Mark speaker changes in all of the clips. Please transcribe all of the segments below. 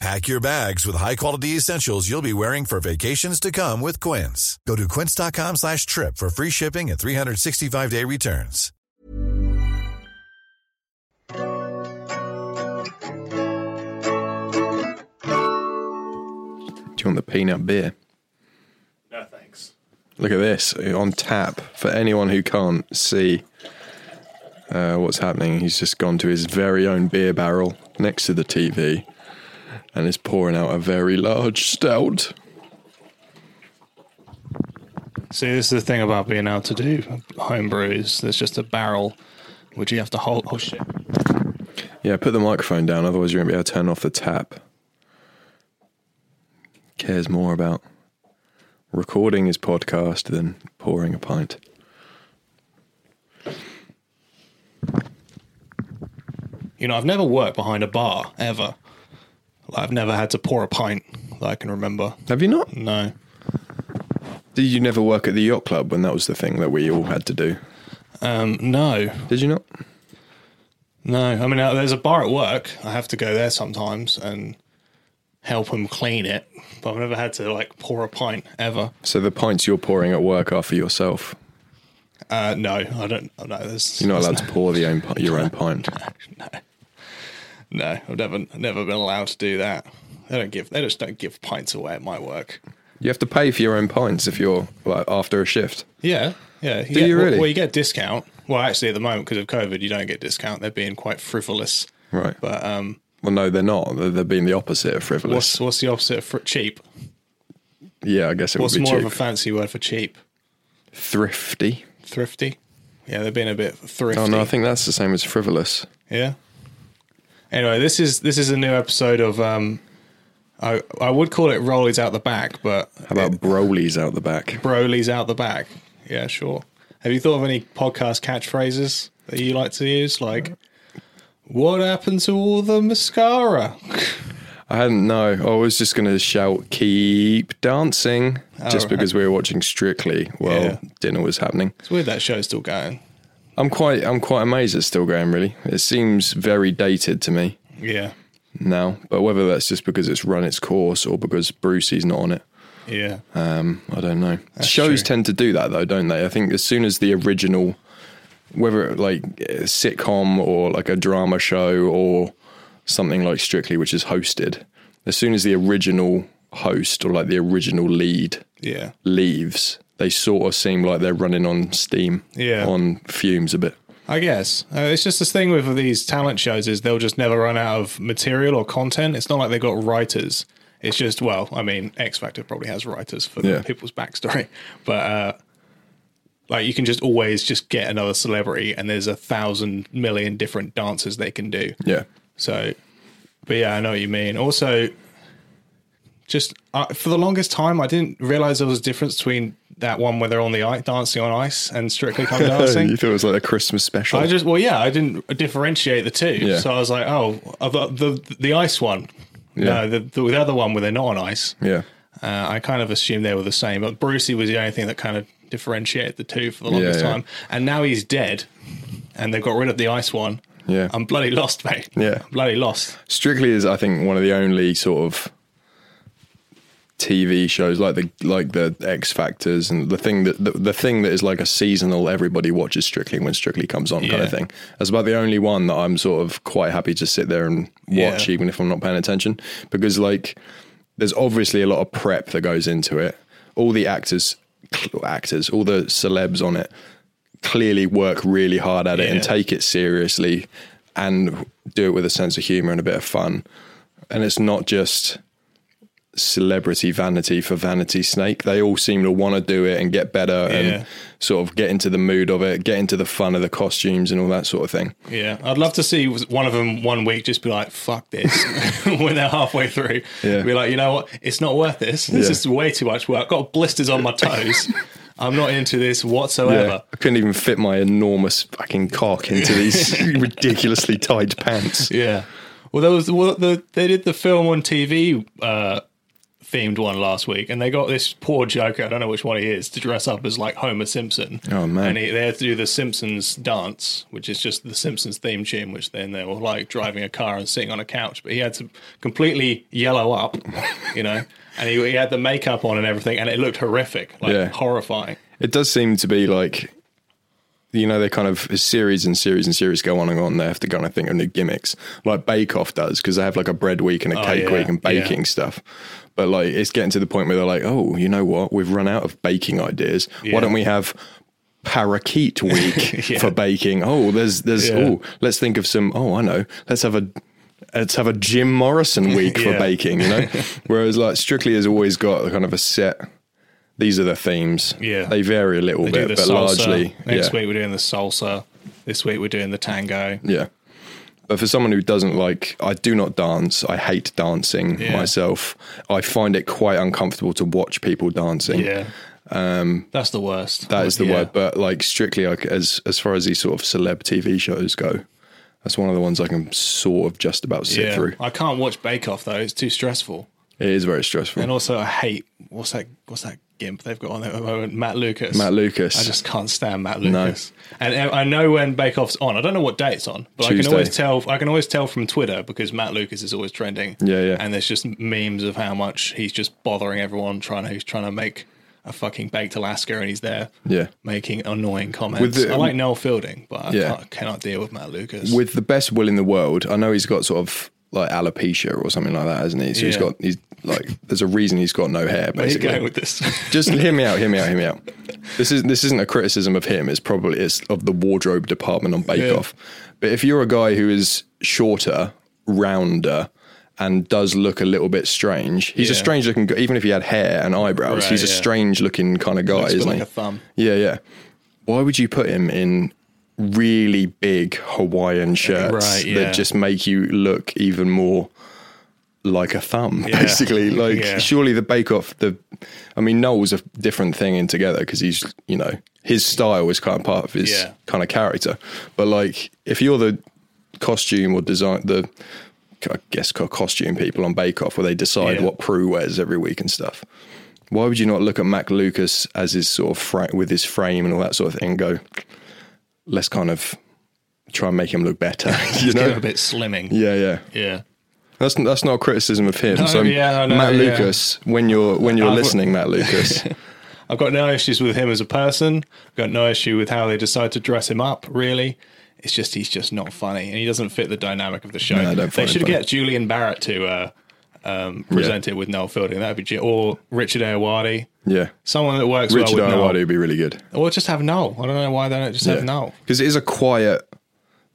Speaker 1: Pack your bags with high-quality essentials you'll be wearing for vacations to come with Quince. Go to quince.com slash trip for free shipping and 365-day returns.
Speaker 2: Do you want the peanut beer?
Speaker 3: No thanks.
Speaker 2: Look at this on tap for anyone who can't see uh, what's happening. He's just gone to his very own beer barrel next to the TV and is pouring out a very large stout.
Speaker 3: See, this is the thing about being able to do home brews. There's just a barrel which you have to hold. Oh shit!
Speaker 2: Yeah, put the microphone down, otherwise you won't be able to turn off the tap. Cares more about recording his podcast than pouring a pint.
Speaker 3: You know, I've never worked behind a bar ever. Like, I've never had to pour a pint that I can remember.
Speaker 2: Have you not?
Speaker 3: No,
Speaker 2: Did you never work at the yacht club when that was the thing that we all had to do?
Speaker 3: um, no,
Speaker 2: Did you not?
Speaker 3: no. I mean, uh, there's a bar at work. I have to go there sometimes and help them clean it, but I've never had to like pour a pint ever.
Speaker 2: So the pints you're pouring at work are for yourself.
Speaker 3: Uh, no, I don't. No, there's
Speaker 2: You're not allowed to pour the own, your own pint.
Speaker 3: no. I've never never been allowed to do that. They don't give. They just don't give pints away at my work.
Speaker 2: You have to pay for your own pints if you're like after a shift.
Speaker 3: Yeah, yeah. You
Speaker 2: Do you
Speaker 3: well-
Speaker 2: really?
Speaker 3: Well, you get a discount. Well, actually, at the moment because of COVID, you don't get a discount. They're being quite frivolous.
Speaker 2: Right.
Speaker 3: But um,
Speaker 2: Well, no, they're not. They're, they're being the opposite of frivolous.
Speaker 3: what's what's the opposite of fr- cheap?
Speaker 2: yeah, I guess it would
Speaker 3: What's
Speaker 2: be
Speaker 3: more
Speaker 2: cheap.
Speaker 3: of a fancy word for cheap?
Speaker 2: Thrifty.
Speaker 3: Thrifty. Yeah, they're being a bit thrifty.
Speaker 2: Oh no, I think that's the same as frivolous.
Speaker 3: Yeah. Anyway, this is this is a new episode of um, I I would call it Rollies out the back, but
Speaker 2: How about Broly's out the back?
Speaker 3: Broly's out the back. Yeah, sure. Have you thought of any podcast catchphrases that you like to use? Like, what happened to all the mascara?
Speaker 2: I hadn't. No, I was just going to shout, "Keep dancing," just
Speaker 3: Oh, right.
Speaker 2: because we were watching Strictly while
Speaker 3: Yeah.
Speaker 2: dinner was happening.
Speaker 3: It's weird that show's still going.
Speaker 2: I'm quite. I'm quite amazed it's still going. Really, it seems very dated to me
Speaker 3: Yeah,
Speaker 2: now. But whether that's just because it's run its course or because Brucey's not on it,
Speaker 3: yeah.
Speaker 2: Um, I don't know. Shows
Speaker 3: true.
Speaker 2: tend to do that though, don't they? I think as soon as the original, whether like a sitcom or like a drama show or something like Strictly, which is hosted, as soon as the original host or like the original lead
Speaker 3: yeah.
Speaker 2: leaves, they sort of seem like they're running on steam,
Speaker 3: Yeah.
Speaker 2: on fumes a bit.
Speaker 3: I guess uh, it's just this thing with these talent shows is they'll just never run out of material or content. It's not like they've got writers. It's just well, I mean, X Factor probably has writers for
Speaker 2: Yeah.
Speaker 3: people's backstory, but uh, like you can just always just get another celebrity, and there's a thousand million different dances they can do.
Speaker 2: Yeah,
Speaker 3: So, but yeah, I know what you mean. Also, just uh, for the longest time, I didn't realize there was a difference between that one where they're on the ice, dancing on ice, and strictly come dancing.
Speaker 2: you thought it was like a Christmas special.
Speaker 3: I just well, yeah, I didn't differentiate the two,
Speaker 2: Yeah.
Speaker 3: so I was like, oh, uh, the the, the ice one.
Speaker 2: Yeah.
Speaker 3: No, the, the other one where they're not on ice.
Speaker 2: yeah,
Speaker 3: Uh, I kind of assumed they were the same, but Brucey was the only thing that kind of differentiate the two for the longest
Speaker 2: Yeah, yeah.
Speaker 3: time. And now he's dead, and they got rid of the ice one.
Speaker 2: Yeah.
Speaker 3: I'm bloody lost, mate.
Speaker 2: Yeah.
Speaker 3: I'm bloody lost.
Speaker 2: Strictly is, I think, one of the only sort of TV shows like the like the X Factors and the thing that the, the thing that is like a seasonal everybody watches Strictly when Strictly comes on kind
Speaker 3: Yeah.
Speaker 2: of thing. That's about the only one that I'm sort of quite happy to sit there and watch,
Speaker 3: Yeah.
Speaker 2: even if I'm not paying attention, because like there's obviously a lot of prep that goes into it. All the actors, actors, all the celebs on it clearly work really hard at it and
Speaker 3: Yeah.
Speaker 2: take it seriously and do it with a sense of humor and a bit of fun. And it's not just celebrity vanity for vanity's snake. They all seem to want to do it and get better
Speaker 3: Yeah.
Speaker 2: and sort of get into the mood of it, get into the fun of the costumes and all that sort of thing.
Speaker 3: Yeah, I'd love to see one of them one week just be like, "Fuck this," when they're halfway through.
Speaker 2: Yeah.
Speaker 3: Be like, you know what? It's not worth this. This
Speaker 2: Yeah.
Speaker 3: is way too much work. I've got blisters on my toes. I'm not into this
Speaker 2: Yeah,
Speaker 3: whatsoever.
Speaker 2: I couldn't even fit my enormous fucking cock into these ridiculously tight pants.
Speaker 3: Yeah. Well, there was well, the, they did the film on TV uh, themed one last week, and they got this poor Joker. I don't know which one he is to dress up as like Homer Simpson.
Speaker 2: Oh, man.
Speaker 3: And he, they had to do the Simpsons dance, which is just the Simpsons theme tune, which then they were like driving a car and sitting on a couch. But he had to completely yellow up, you know, and he, he had the makeup on and everything, and it looked horrific, like
Speaker 2: Yeah.
Speaker 3: horrifying.
Speaker 2: It does seem to be like, you know, they kind of series and series and series go on and on. They have to kind of think of new gimmicks, like Bake Off does, because they have like a bread week and a cake
Speaker 3: Oh, yeah,
Speaker 2: week and baking
Speaker 3: yeah.
Speaker 2: stuff. But like, it's getting to the point where they're like, oh, you know what? We've run out of baking ideas. Why don't we have parakeet week for baking? Oh, there's there's
Speaker 3: Yeah.
Speaker 2: oh, let's think of some. Oh, I know. Let's have a let's have a Jim Morrison week for
Speaker 3: Yeah.
Speaker 2: baking. You know, whereas like Strictly has always got kind of a set these are the themes.
Speaker 3: Yeah.
Speaker 2: They vary a little
Speaker 3: They do
Speaker 2: bit, but
Speaker 3: the salsa.
Speaker 2: largely.
Speaker 3: Next
Speaker 2: yeah.
Speaker 3: week we're doing the salsa. This week we're doing the tango.
Speaker 2: Yeah. But for someone who doesn't like, I do not dance. I hate dancing
Speaker 3: Yeah.
Speaker 2: myself. I find it quite uncomfortable to watch people dancing.
Speaker 3: Yeah. Um, That's the worst.
Speaker 2: That is the
Speaker 3: Yeah.
Speaker 2: word. But like strictly, like as as far as these sort of celeb TV shows go, that's one of the ones I can sort of just about sit through.
Speaker 3: I can't watch Bake Off though; it's too stressful.
Speaker 2: It is very stressful.
Speaker 3: And also, I hate what's that? What's that gimp they've got on there at the moment? Matt Lucas.
Speaker 2: Matt Lucas.
Speaker 3: I just can't stand Matt Lucas. And uh, I know when Bake Off's on. I don't know what day it's on, but I
Speaker 2: Tuesday.
Speaker 3: can always tell. I can always tell from Twitter because Matt Lucas is always trending.
Speaker 2: Yeah, yeah.
Speaker 3: And there's just memes of how much he's just bothering everyone, trying to he's trying to make a fucking baked Alaska, and he's there.
Speaker 2: Yeah.
Speaker 3: Making annoying comments.
Speaker 2: With the-
Speaker 3: I like Noel Fielding, but I
Speaker 2: Yeah.
Speaker 3: can't, cannot deal with Matt Lucas.
Speaker 2: with the best will in the world, I know he's got sort of like alopecia or something like that, hasn't he? So he's
Speaker 3: Yeah.
Speaker 2: got he's like there's a reason he's got no hair.
Speaker 3: Where are you
Speaker 2: Basically,
Speaker 3: going with this?
Speaker 2: just hear me out, hear me out, hear me out. This is this isn't a criticism of him. It's probably it's of the wardrobe department on Bake
Speaker 3: Yeah.
Speaker 2: Off. But if you're a guy who is shorter, rounder, and does look a little bit strange, he's a
Speaker 3: Yeah.
Speaker 2: strange looking. guy. Even if he had hair and eyebrows,
Speaker 3: Right,
Speaker 2: he's a
Speaker 3: yeah.
Speaker 2: strange looking kind of guy,
Speaker 3: Looks a bit
Speaker 2: isn't
Speaker 3: like
Speaker 2: he?
Speaker 3: a thumb.
Speaker 2: Yeah, yeah. Why would you put him in really big Hawaiian shirts
Speaker 3: Right, yeah.
Speaker 2: that just make you look even more? like a thumb, basically. Like,
Speaker 3: Yeah.
Speaker 2: surely the Bake Off, the, I mean, Noel's a different thing in together because he's, you know, his style is kind of part of his
Speaker 3: Yeah.
Speaker 2: kind of character. But like, if you're the costume or design, the, I guess, co- costume people on Bake Off where they decide
Speaker 3: Yeah.
Speaker 2: what Prue wears every week and stuff. Why would you not look at Mac Lucas as his sort of fra- with his frame and all that sort of thing? And go, let's kind of try and make him look better, you
Speaker 3: Get
Speaker 2: know?
Speaker 3: a bit slimming.
Speaker 2: Yeah, yeah.
Speaker 3: yeah.
Speaker 2: That's that's not a criticism of him.
Speaker 3: No,
Speaker 2: so
Speaker 3: yeah, I know,
Speaker 2: Matt
Speaker 3: yeah.
Speaker 2: Lucas, when you're when you're
Speaker 3: I've-
Speaker 2: listening, Matt Lucas,
Speaker 3: I've got no issues with him as a person. I've got no issue with how they decide to dress him up, really. It's just he's just not funny and he doesn't fit the dynamic of the show.
Speaker 2: No, I don't
Speaker 3: they
Speaker 2: find him
Speaker 3: should
Speaker 2: funny.
Speaker 3: get Julian Barrett to uh, um, present it with Noel Fielding. That'd be ge- or Richard Ayoade.
Speaker 2: yeah,
Speaker 3: Someone that works
Speaker 2: Richard
Speaker 3: well with
Speaker 2: Ayoade
Speaker 3: Noel.
Speaker 2: would be really good.
Speaker 3: Or just have Noel. I don't know why they don't just have Noel.
Speaker 2: because it is a quiet.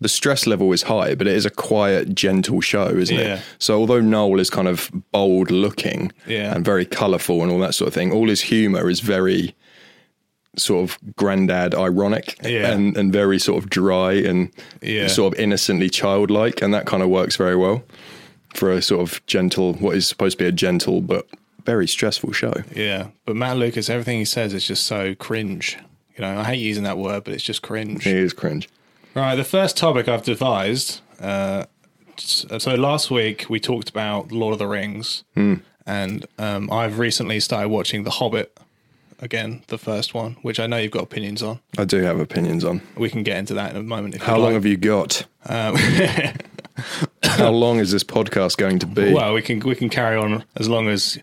Speaker 2: The stress level is high, but it is a quiet, gentle show, isn't
Speaker 3: Yeah.
Speaker 2: it? So although Noel is kind of bold looking
Speaker 3: Yeah.
Speaker 2: and very colourful and all that sort of thing, all his humour is very sort of granddad ironic
Speaker 3: Yeah.
Speaker 2: and, and very sort of dry and
Speaker 3: Yeah.
Speaker 2: sort of innocently childlike and that kind of works very well for a sort of gentle what is supposed to be a gentle but very stressful show.
Speaker 3: Yeah. But Matt Lucas, everything he says is just so cringe. You know, I hate using that word, but it's just cringe.
Speaker 2: It is cringe.
Speaker 3: Right, the first topic I've devised. Uh, s- so last week we talked
Speaker 2: Hmm.
Speaker 3: about Lord of the Rings, and um, I've recently started watching The Hobbit again, the first one, which I know you've got opinions on.
Speaker 2: I do have opinions on.
Speaker 3: We can get into that in a moment. If
Speaker 2: How long have you got?
Speaker 3: uh,
Speaker 2: How long is this podcast going to be?
Speaker 3: Well, we can we can carry on as long as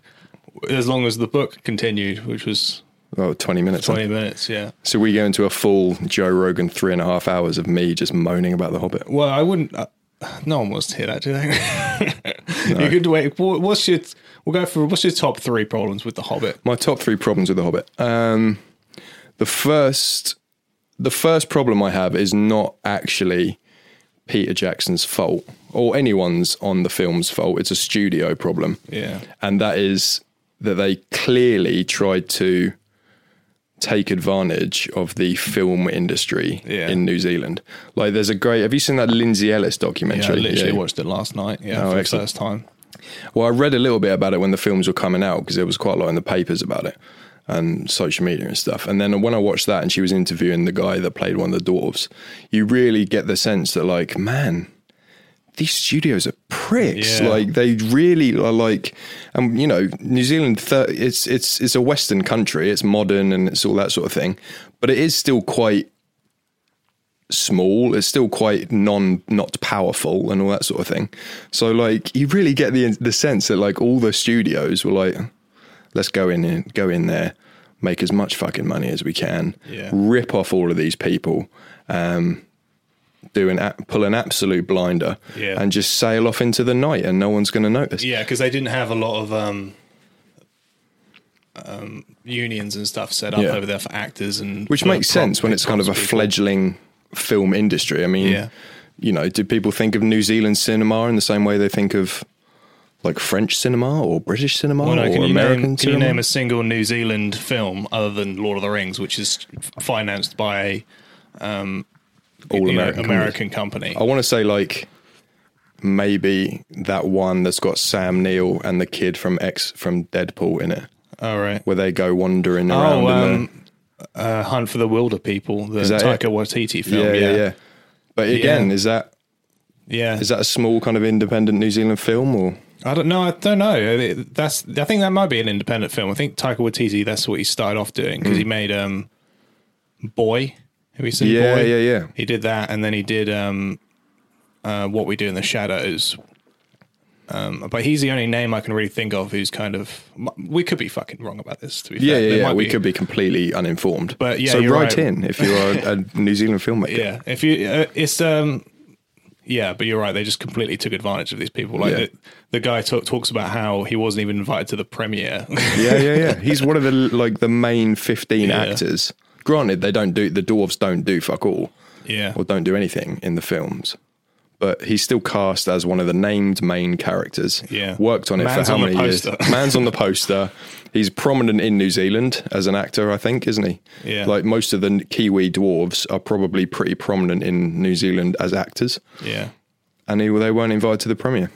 Speaker 3: as long as the book continued, which was
Speaker 2: oh, 20 minutes. huh?
Speaker 3: twenty minutes. Yeah.
Speaker 2: So we go into a full Joe Rogan three and a half hours of me just moaning about The Hobbit.
Speaker 3: Well, I wouldn't. Uh, no one wants to hear that, do they? You could wait. wha- What's your? We'll go for what's your top three problems with the Hobbit?
Speaker 2: My top three problems with The Hobbit. Um, the first, the first problem I have is not actually Peter Jackson's fault or anyone's on the film's fault. It's a studio problem.
Speaker 3: Yeah.
Speaker 2: and that is that they clearly tried to take advantage of the film industry
Speaker 3: Yeah.
Speaker 2: in New Zealand. Like, there's a great. Have you seen that Lindsay Ellis
Speaker 3: Yeah, I
Speaker 2: documentary?
Speaker 3: literally
Speaker 2: Yeah.
Speaker 3: watched it last night. Yeah,
Speaker 2: Oh,
Speaker 3: for the
Speaker 2: excellent.
Speaker 3: first time.
Speaker 2: Well, I read a little bit about it when the films were coming out because there was quite a lot in the papers about it and social media and stuff. And then when I watched that and she was interviewing the guy that played one of the dwarves, you really get the sense that, like, man, these studios are pricks.
Speaker 3: Yeah.
Speaker 2: Like they really are like, and you know, New Zealand. Thir- it's it's it's a Western country. It's modern and it's all that sort of thing, but it is still quite small. It's still quite non not powerful and all that sort of thing. So like, you really get the the sense that like all the studios were like, let's go in and go in there, make as much fucking money as we can,
Speaker 3: Yeah.
Speaker 2: rip off all of these people. Um, do an a- pull an absolute blinder
Speaker 3: Yeah.
Speaker 2: and just sail off into the night and no one's going to notice.
Speaker 3: Yeah, because they didn't have a lot of um, um, unions and stuff set up
Speaker 2: Yeah.
Speaker 3: over there for actors and
Speaker 2: Which
Speaker 3: for
Speaker 2: makes
Speaker 3: prop-
Speaker 2: sense when it's kind of a
Speaker 3: props people.
Speaker 2: fledgling film industry. I mean,
Speaker 3: Yeah.
Speaker 2: you know, do people think of New Zealand cinema in the same way they think of like French cinema or British cinema
Speaker 3: Well, no,
Speaker 2: or
Speaker 3: can, you
Speaker 2: American
Speaker 3: name, can
Speaker 2: cinema?
Speaker 3: you name a single New Zealand film other than Lord of the Rings, which is f- financed by a
Speaker 2: All
Speaker 3: you know,
Speaker 2: American. Oh.
Speaker 3: American company?
Speaker 2: I want to say like maybe that one that's got Sam Neill and the kid from X from Deadpool in it,
Speaker 3: All right.
Speaker 2: where they go wandering around.
Speaker 3: Oh,
Speaker 2: in the,
Speaker 3: um, uh, Hunt for the Wilder People, the
Speaker 2: that
Speaker 3: Taika
Speaker 2: it?
Speaker 3: Waititi film.
Speaker 2: yeah, yeah, yeah, But again,
Speaker 3: Yeah.
Speaker 2: is that
Speaker 3: Yeah.
Speaker 2: Is that a small kind of independent New Zealand film or?
Speaker 3: I don't know. I don't know. It- That's. I think that might be an independent film. I think Taika Waititi. That's what he started off doing because
Speaker 2: Mm.
Speaker 3: he made um, Boy. Have you seen
Speaker 2: Yeah,
Speaker 3: Boy?
Speaker 2: yeah, yeah.
Speaker 3: He did that, and then he did um, uh, What We Do in the Shadows. Um, but he's the only name I can really think of who's kind of. We could be fucking wrong about this. To be
Speaker 2: Yeah,
Speaker 3: fair.
Speaker 2: yeah,
Speaker 3: There
Speaker 2: yeah.
Speaker 3: might
Speaker 2: We could be completely uninformed.
Speaker 3: But yeah,
Speaker 2: so
Speaker 3: you're
Speaker 2: write
Speaker 3: right.
Speaker 2: in if you are a New Zealand filmmaker.
Speaker 3: Yeah, if you, uh, it's um, yeah, but you're right. They just completely took advantage of these people. Like
Speaker 2: Yeah.
Speaker 3: the, the guy talk, talks about how he wasn't even invited to the premiere.
Speaker 2: yeah, yeah, yeah. He's one of the like the main fifteen
Speaker 3: Yeah.
Speaker 2: actors. Granted, they don't do the dwarves don't do fuck all
Speaker 3: yeah,
Speaker 2: or don't do anything in the films, but he's still cast as one of the named main characters.
Speaker 3: Yeah.
Speaker 2: worked on it
Speaker 3: Man's
Speaker 2: for how
Speaker 3: on the
Speaker 2: many years?
Speaker 3: poster.
Speaker 2: Man's on the poster. He's prominent in New Zealand as an actor, I think, isn't he?
Speaker 3: Yeah.
Speaker 2: Like most of the Kiwi dwarves are probably pretty prominent in New Zealand as actors.
Speaker 3: yeah.
Speaker 2: and he, they weren't invited to the premiere.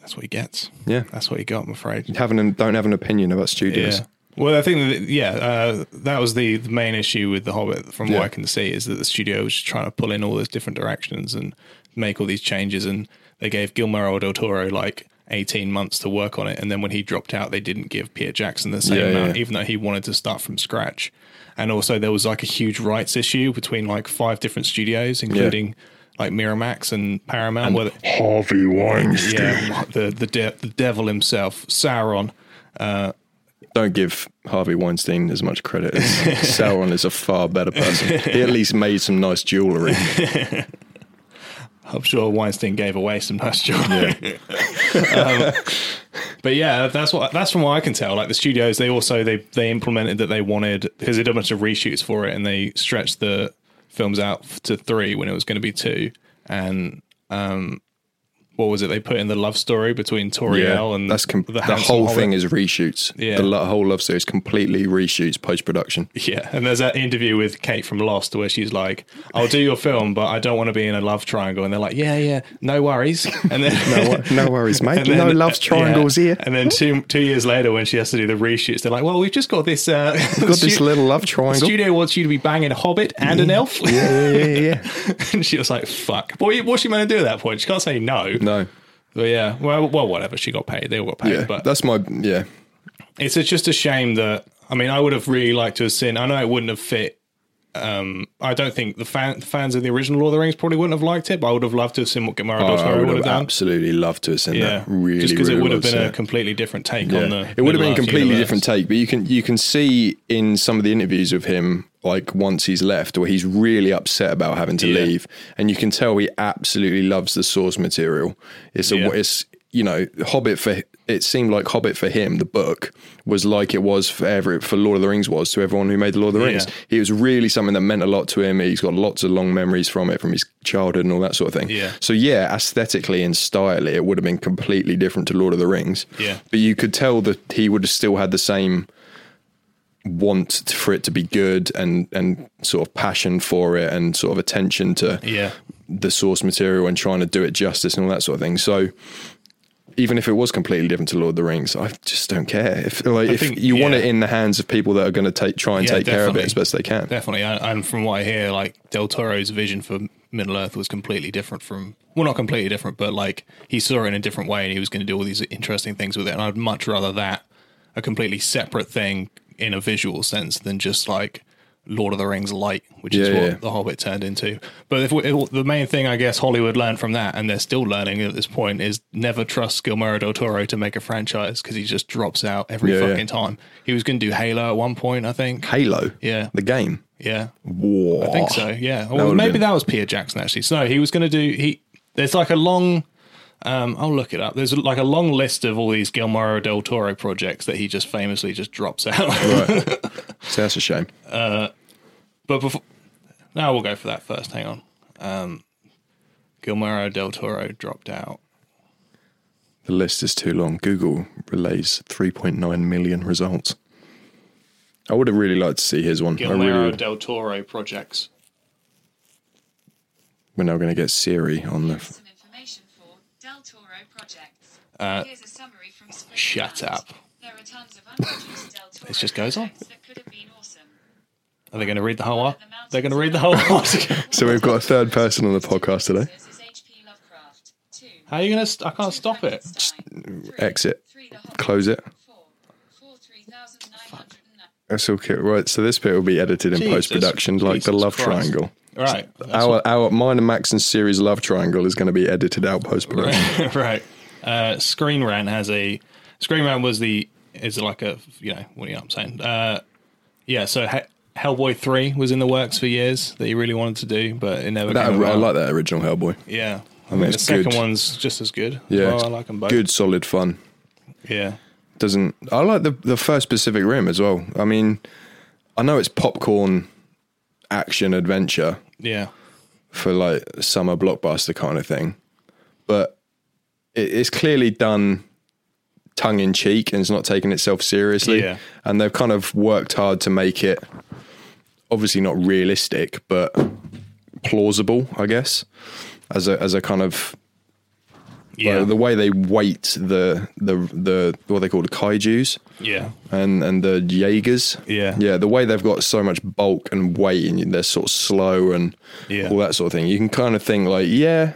Speaker 3: That's what he gets.
Speaker 2: Yeah.
Speaker 3: that's what he got. I'm afraid.
Speaker 2: Having an, don't have an opinion about studios.
Speaker 3: Yeah. Well, I think that, yeah, uh, that was the, the main issue with The Hobbit, from what
Speaker 2: Yeah.
Speaker 3: I can see, is that the studio was trying to pull in all those different directions and make all these changes. And they gave Guillermo del Toro like 18 months to work on it. And then when he dropped out, they didn't give Peter Jackson the same
Speaker 2: Yeah, yeah,
Speaker 3: amount,
Speaker 2: yeah.
Speaker 3: even though he wanted to start from scratch. And also, there was like a huge rights issue between like five different studios, including like Miramax and Paramount. where they-
Speaker 2: Harvey Weinstein.
Speaker 3: yeah, the the, de- the devil himself, Sauron.
Speaker 2: Don't give Harvey Weinstein as much credit as Sauron is a far better person. He at least made some nice jewellery.
Speaker 3: I'm sure Weinstein gave away some nice joy. um, but yeah, that's what that's from what I can tell. Like the studios, they also they they implemented that they wanted because they did a bunch of reshoots for it, and they stretched the films out f- to three when it was going to be two. And um, what was it? They put in the love story between Toriel and
Speaker 2: that's com- the,
Speaker 3: handsome
Speaker 2: whole
Speaker 3: Hobbit.
Speaker 2: thing is reshoots.
Speaker 3: Yeah.
Speaker 2: The lo- whole love series completely reshoots post production.
Speaker 3: Yeah, and there's that interview with Kate from Lost where she's like, "I'll do your film, but I don't want to be in a love triangle." And they're like, "Yeah, yeah, no worries." And then
Speaker 2: No worries, mate.
Speaker 3: And then- uh,
Speaker 2: no love triangles
Speaker 3: yeah.
Speaker 2: here.
Speaker 3: And then two two years later, when she has to do the reshoots, they're like, "Well, we've just got this. Uh,
Speaker 2: We've got this little love triangle. Mm-hmm.
Speaker 3: studio wants you to be banging a hobbit and an elf."
Speaker 2: Yeah, yeah, yeah.
Speaker 3: and she was like, "Fuck." What what's she meant to do at that point? She can't say no.
Speaker 2: No.
Speaker 3: But yeah, well, well, whatever. She got paid. They all got paid.
Speaker 2: Yeah.
Speaker 3: but
Speaker 2: That's my. Yeah.
Speaker 3: it's, it's just a shame that I mean, I would have really liked to have seen. I know it wouldn't have fit. Um, I don't think the, fan, the fans of the original Lord of the Rings probably wouldn't have liked it, but I would have loved to have seen what Gamora
Speaker 2: Oh, I
Speaker 3: Dottori
Speaker 2: would
Speaker 3: would
Speaker 2: have
Speaker 3: have done.
Speaker 2: absolutely loved to have seen
Speaker 3: Yeah,
Speaker 2: that. Really,
Speaker 3: just because
Speaker 2: really
Speaker 3: it would have
Speaker 2: would've
Speaker 3: been a
Speaker 2: seen it.
Speaker 3: completely different take on the.
Speaker 2: it would have been a
Speaker 3: Middle-earth
Speaker 2: completely
Speaker 3: universe.
Speaker 2: different take, but you can you can see in some of the interviews with him, like once he's left, where he's really upset about having to
Speaker 3: Yeah.
Speaker 2: leave, and you can tell he absolutely loves the source material. It's a
Speaker 3: Yeah.
Speaker 2: it's you know Hobbit for it seemed like Hobbit for him the book was like it was for ever for Lord of the Rings was to everyone who made the Lord of the Rings.
Speaker 3: Yeah.
Speaker 2: He was really something that meant a lot to him. He's got lots of long memories from it, from his childhood and all that sort of thing.
Speaker 3: Yeah.
Speaker 2: So yeah, aesthetically and stylically, it would have been completely different to Lord of the Rings.
Speaker 3: Yeah.
Speaker 2: But you could tell that he would have still had the same want to- for it to be good and and sort of passion for it and sort of attention to
Speaker 3: Yeah.
Speaker 2: the source material and trying to do it justice and all that sort of thing. So even if it was completely different to Lord of the Rings, I just don't care. If like if
Speaker 3: think-
Speaker 2: you want it
Speaker 3: yeah.
Speaker 2: in the hands of people that are going to take try and
Speaker 3: Yeah,
Speaker 2: take care of it
Speaker 3: definitely.
Speaker 2: as best they can.
Speaker 3: Definitely, and and from what I hear, like Del Toro's vision for Middle Earth was completely different from well, not completely different, but like he saw it in a different way, and he was going to do all these interesting things with it. And I'd much rather that a completely separate thing in a visual sense than just like Lord of the Rings light, which is
Speaker 2: Yeah,
Speaker 3: what
Speaker 2: yeah.
Speaker 3: The Hobbit turned into. But if we, it, the main thing I guess Hollywood learned from that, and they're still learning at this point, is never trust Guillermo del Toro to make a franchise because he just drops out every
Speaker 2: Yeah, yeah.
Speaker 3: fucking time. He was going to do Halo at one point, I think.
Speaker 2: Halo,
Speaker 3: Yeah.
Speaker 2: the game.
Speaker 3: Yeah.
Speaker 2: Whoa,
Speaker 3: I think so. Yeah. Or
Speaker 2: Oh, would've
Speaker 3: maybe
Speaker 2: been-
Speaker 3: that was Peter Jackson actually. So no, he was going to do he. There's like a long. Um, I'll look it up. There's like a long list of all these Guillermo del Toro projects that he just famously just drops out.
Speaker 2: So that's a shame.
Speaker 3: but before, no, we'll go for that first. Hang on. Um, Guillermo del Toro dropped out.
Speaker 2: The list is too long. Google relays 3.9 million results. I would have really liked to see his one. I
Speaker 3: Guillermo
Speaker 2: really would.
Speaker 3: del Toro projects.
Speaker 2: We're now going to get Siri on the. F-
Speaker 4: Some information for Del Toro projects. Here's a summary from Spring
Speaker 3: Uh, shut
Speaker 4: Night.
Speaker 3: up.
Speaker 4: There are tons of unproduced Del Toro
Speaker 3: This just goes on.
Speaker 4: projects That could have been awesome.
Speaker 3: Are they going to read the whole article? They're going to read the whole article.
Speaker 2: so we've got a third person on the podcast today.
Speaker 4: This is H.P. Lovecraft. Two.
Speaker 3: How are you going to? St- I can't stop it.
Speaker 2: Exit.
Speaker 4: Three. The Hobbit.
Speaker 2: Close it.
Speaker 4: Four. Four. Three thousand nine hundred and nine.
Speaker 2: That's okay. Right. So this bit will be edited in
Speaker 3: Jesus.
Speaker 2: post production, like the
Speaker 3: Jesus
Speaker 2: love
Speaker 3: Christ.
Speaker 2: triangle.
Speaker 3: All right.
Speaker 2: Our our mine and Max and Siri's love triangle is going to be edited out post production.
Speaker 3: right. Uh, Screen Rant has a Screen Rant was the is like a you know what you know what I'm saying. Uh, yeah, so he- Hellboy three was in the works for years that he really wanted to do, but it never.
Speaker 2: That,
Speaker 3: came
Speaker 2: I
Speaker 3: around.
Speaker 2: like that original Hellboy.
Speaker 3: Yeah, I
Speaker 2: think
Speaker 3: mean the
Speaker 2: it's
Speaker 3: second
Speaker 2: good.
Speaker 3: one's just as good. as
Speaker 2: Yeah,
Speaker 3: well. I like them both.
Speaker 2: Good, solid fun.
Speaker 3: Yeah,
Speaker 2: doesn't I like the the first Pacific Rim as well. I mean, I know it's popcorn action adventure
Speaker 3: yeah,
Speaker 2: for like summer blockbuster kind of thing, but it, it's clearly done tongue in cheek and it's not taking itself seriously.
Speaker 3: Yeah.
Speaker 2: And they've kind of worked hard to make it obviously not realistic, but plausible, I guess, as a as a kind of
Speaker 3: yeah,
Speaker 2: the way they weight the the the what they call the kaiju's
Speaker 3: yeah.
Speaker 2: and and the Jaegers.
Speaker 3: Yeah.
Speaker 2: yeah. The way they've got so much bulk and weight, and they're sort of slow and
Speaker 3: Yeah.
Speaker 2: all that sort of thing. You can kind of think like, yeah,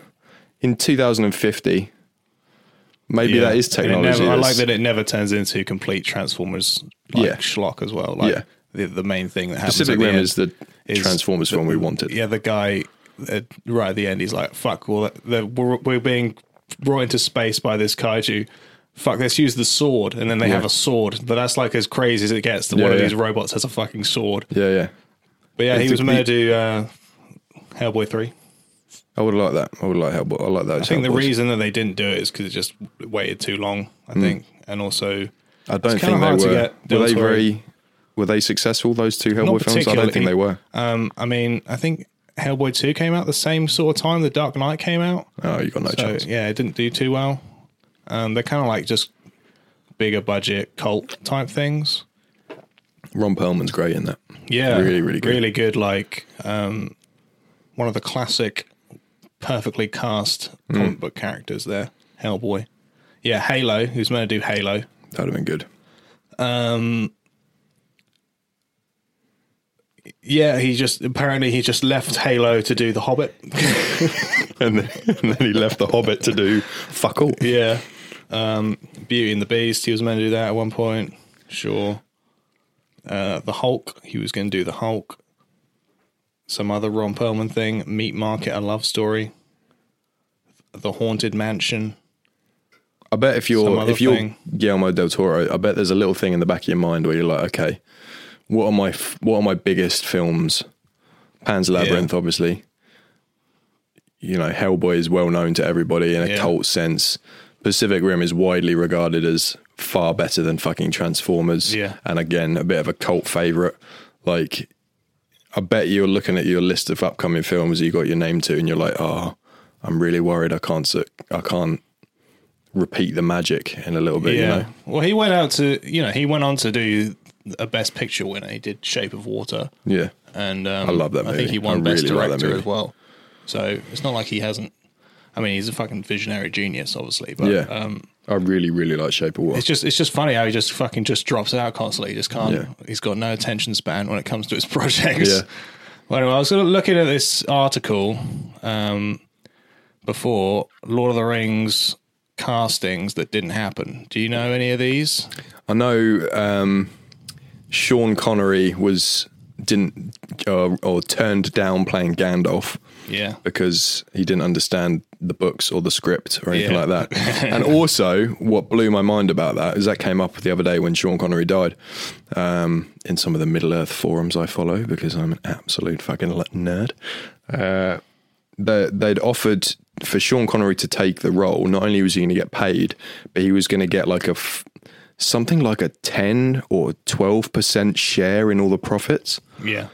Speaker 2: in 2050, maybe
Speaker 3: Yeah.
Speaker 2: that is
Speaker 3: And it never-
Speaker 2: technology.
Speaker 3: I
Speaker 2: that's-
Speaker 3: like that it never turns into complete Transformers like
Speaker 2: Yeah.
Speaker 3: schlock as well. Like
Speaker 2: Yeah.
Speaker 3: the, the main thing that happens.
Speaker 2: Pacific
Speaker 3: at the
Speaker 2: Rim
Speaker 3: end
Speaker 2: is the
Speaker 3: is
Speaker 2: Transformers film we wanted.
Speaker 3: yeah, the guy uh, right at the end, he's like, "Fuck! Well, the, we're, we're being brought into space by this kaiju. Fuck! Let's use the sword." And then they have a sword, but that's like as crazy as it gets. That one
Speaker 2: Yeah,
Speaker 3: of
Speaker 2: yeah.
Speaker 3: these robots has a fucking sword.
Speaker 2: yeah, yeah.
Speaker 3: But yeah, he
Speaker 2: It's
Speaker 3: was
Speaker 2: a-
Speaker 3: meant to do uh, Hellboy three.
Speaker 2: I would like that. I would like Hellboy. I like that.
Speaker 3: I think the reason that they didn't do it is because it just waited too long. I
Speaker 2: Hmm.
Speaker 3: think, and also
Speaker 2: I don't
Speaker 3: it's
Speaker 2: think
Speaker 3: kinda
Speaker 2: they
Speaker 3: hard to
Speaker 2: were.
Speaker 3: get Del
Speaker 2: Were they
Speaker 3: Toro.
Speaker 2: very? Were they successful? Those two Hellboy films? I don't think
Speaker 3: particularly.
Speaker 2: they were.
Speaker 3: Um, I mean, I think Hellboy two came out the same sort of time the Dark Knight came out.
Speaker 2: Oh, you got no
Speaker 3: So
Speaker 2: chance.
Speaker 3: yeah, it didn't do too well. Um, they're kind of like just bigger budget cult type things.
Speaker 2: Ron Perlman's great in that.
Speaker 3: Yeah,
Speaker 2: Really, really good.
Speaker 3: really good. Like um, one of the classic, perfectly cast
Speaker 2: Hmm.
Speaker 3: comic book characters there. Hellboy. Yeah, Halo. Who's meant to do Halo?
Speaker 2: That would have been good.
Speaker 3: Yeah, he just apparently he just left Halo to do The Hobbit.
Speaker 2: And then, and then he left the Hobbit to do fuck all.
Speaker 3: yeah, um, Beauty and the Beast. He was meant to do that at one point. Sure. uh, the Hulk. He was going to do the Hulk. Some other Ron Perlman thing, Meat Market, A Love Story, The Haunted Mansion.
Speaker 2: I bet if
Speaker 3: Some
Speaker 2: you're
Speaker 3: other
Speaker 2: if you're
Speaker 3: thing.
Speaker 2: Guillermo del Toro, I bet there's a little thing in the back of your mind where you're like, okay, what are my f- what are my biggest films? Pan's Labyrinth, obviously. You know, Hellboy is well known to everybody in a
Speaker 3: Yeah.
Speaker 2: cult sense. Pacific Rim is widely regarded as far better than fucking Transformers.
Speaker 3: Yeah.
Speaker 2: and again, a bit of a cult favorite. Like, I bet you're looking at your list of upcoming films you got your name to, and you're like, oh, I'm really worried. I can't. su- I can't repeat the magic in a little bit. You know?
Speaker 3: Well, he went out to, you know, he went on to do a Best Picture winner. He did Shape of Water.
Speaker 2: Yeah.
Speaker 3: and um,
Speaker 2: I love that
Speaker 3: I think
Speaker 2: movie.
Speaker 3: he won
Speaker 2: I
Speaker 3: Best
Speaker 2: really like that
Speaker 3: Director
Speaker 2: movie.
Speaker 3: as well. So it's not like he hasn't. I mean, he's a fucking visionary genius, obviously. But
Speaker 2: yeah.
Speaker 3: um,
Speaker 2: I really, really like Shape of Water.
Speaker 3: it's just it's just funny how he just fucking just drops out constantly. He just can't.
Speaker 2: Yeah.
Speaker 3: He's got no attention span when it comes to his projects.
Speaker 2: Yeah.
Speaker 3: Well, anyway, I was sort of looking at this article um, before Lord of the Rings castings that didn't happen. Do you know any of these?
Speaker 2: I know um, Sean Connery was didn't uh, or turned down playing Gandalf
Speaker 3: Yeah.
Speaker 2: because he didn't understand the books or the script or anything
Speaker 3: Yeah.
Speaker 2: like that. and also, what blew my mind about that is that came up the other day when Sean Connery died um, in some of the Middle Earth forums I follow because I'm an absolute fucking le- nerd. Uh, they, they'd offered for Sean Connery to take the role. Not only was he going to get paid, but he was going to get like a f- something like a ten or twelve percent share in all the profits
Speaker 3: Yeah.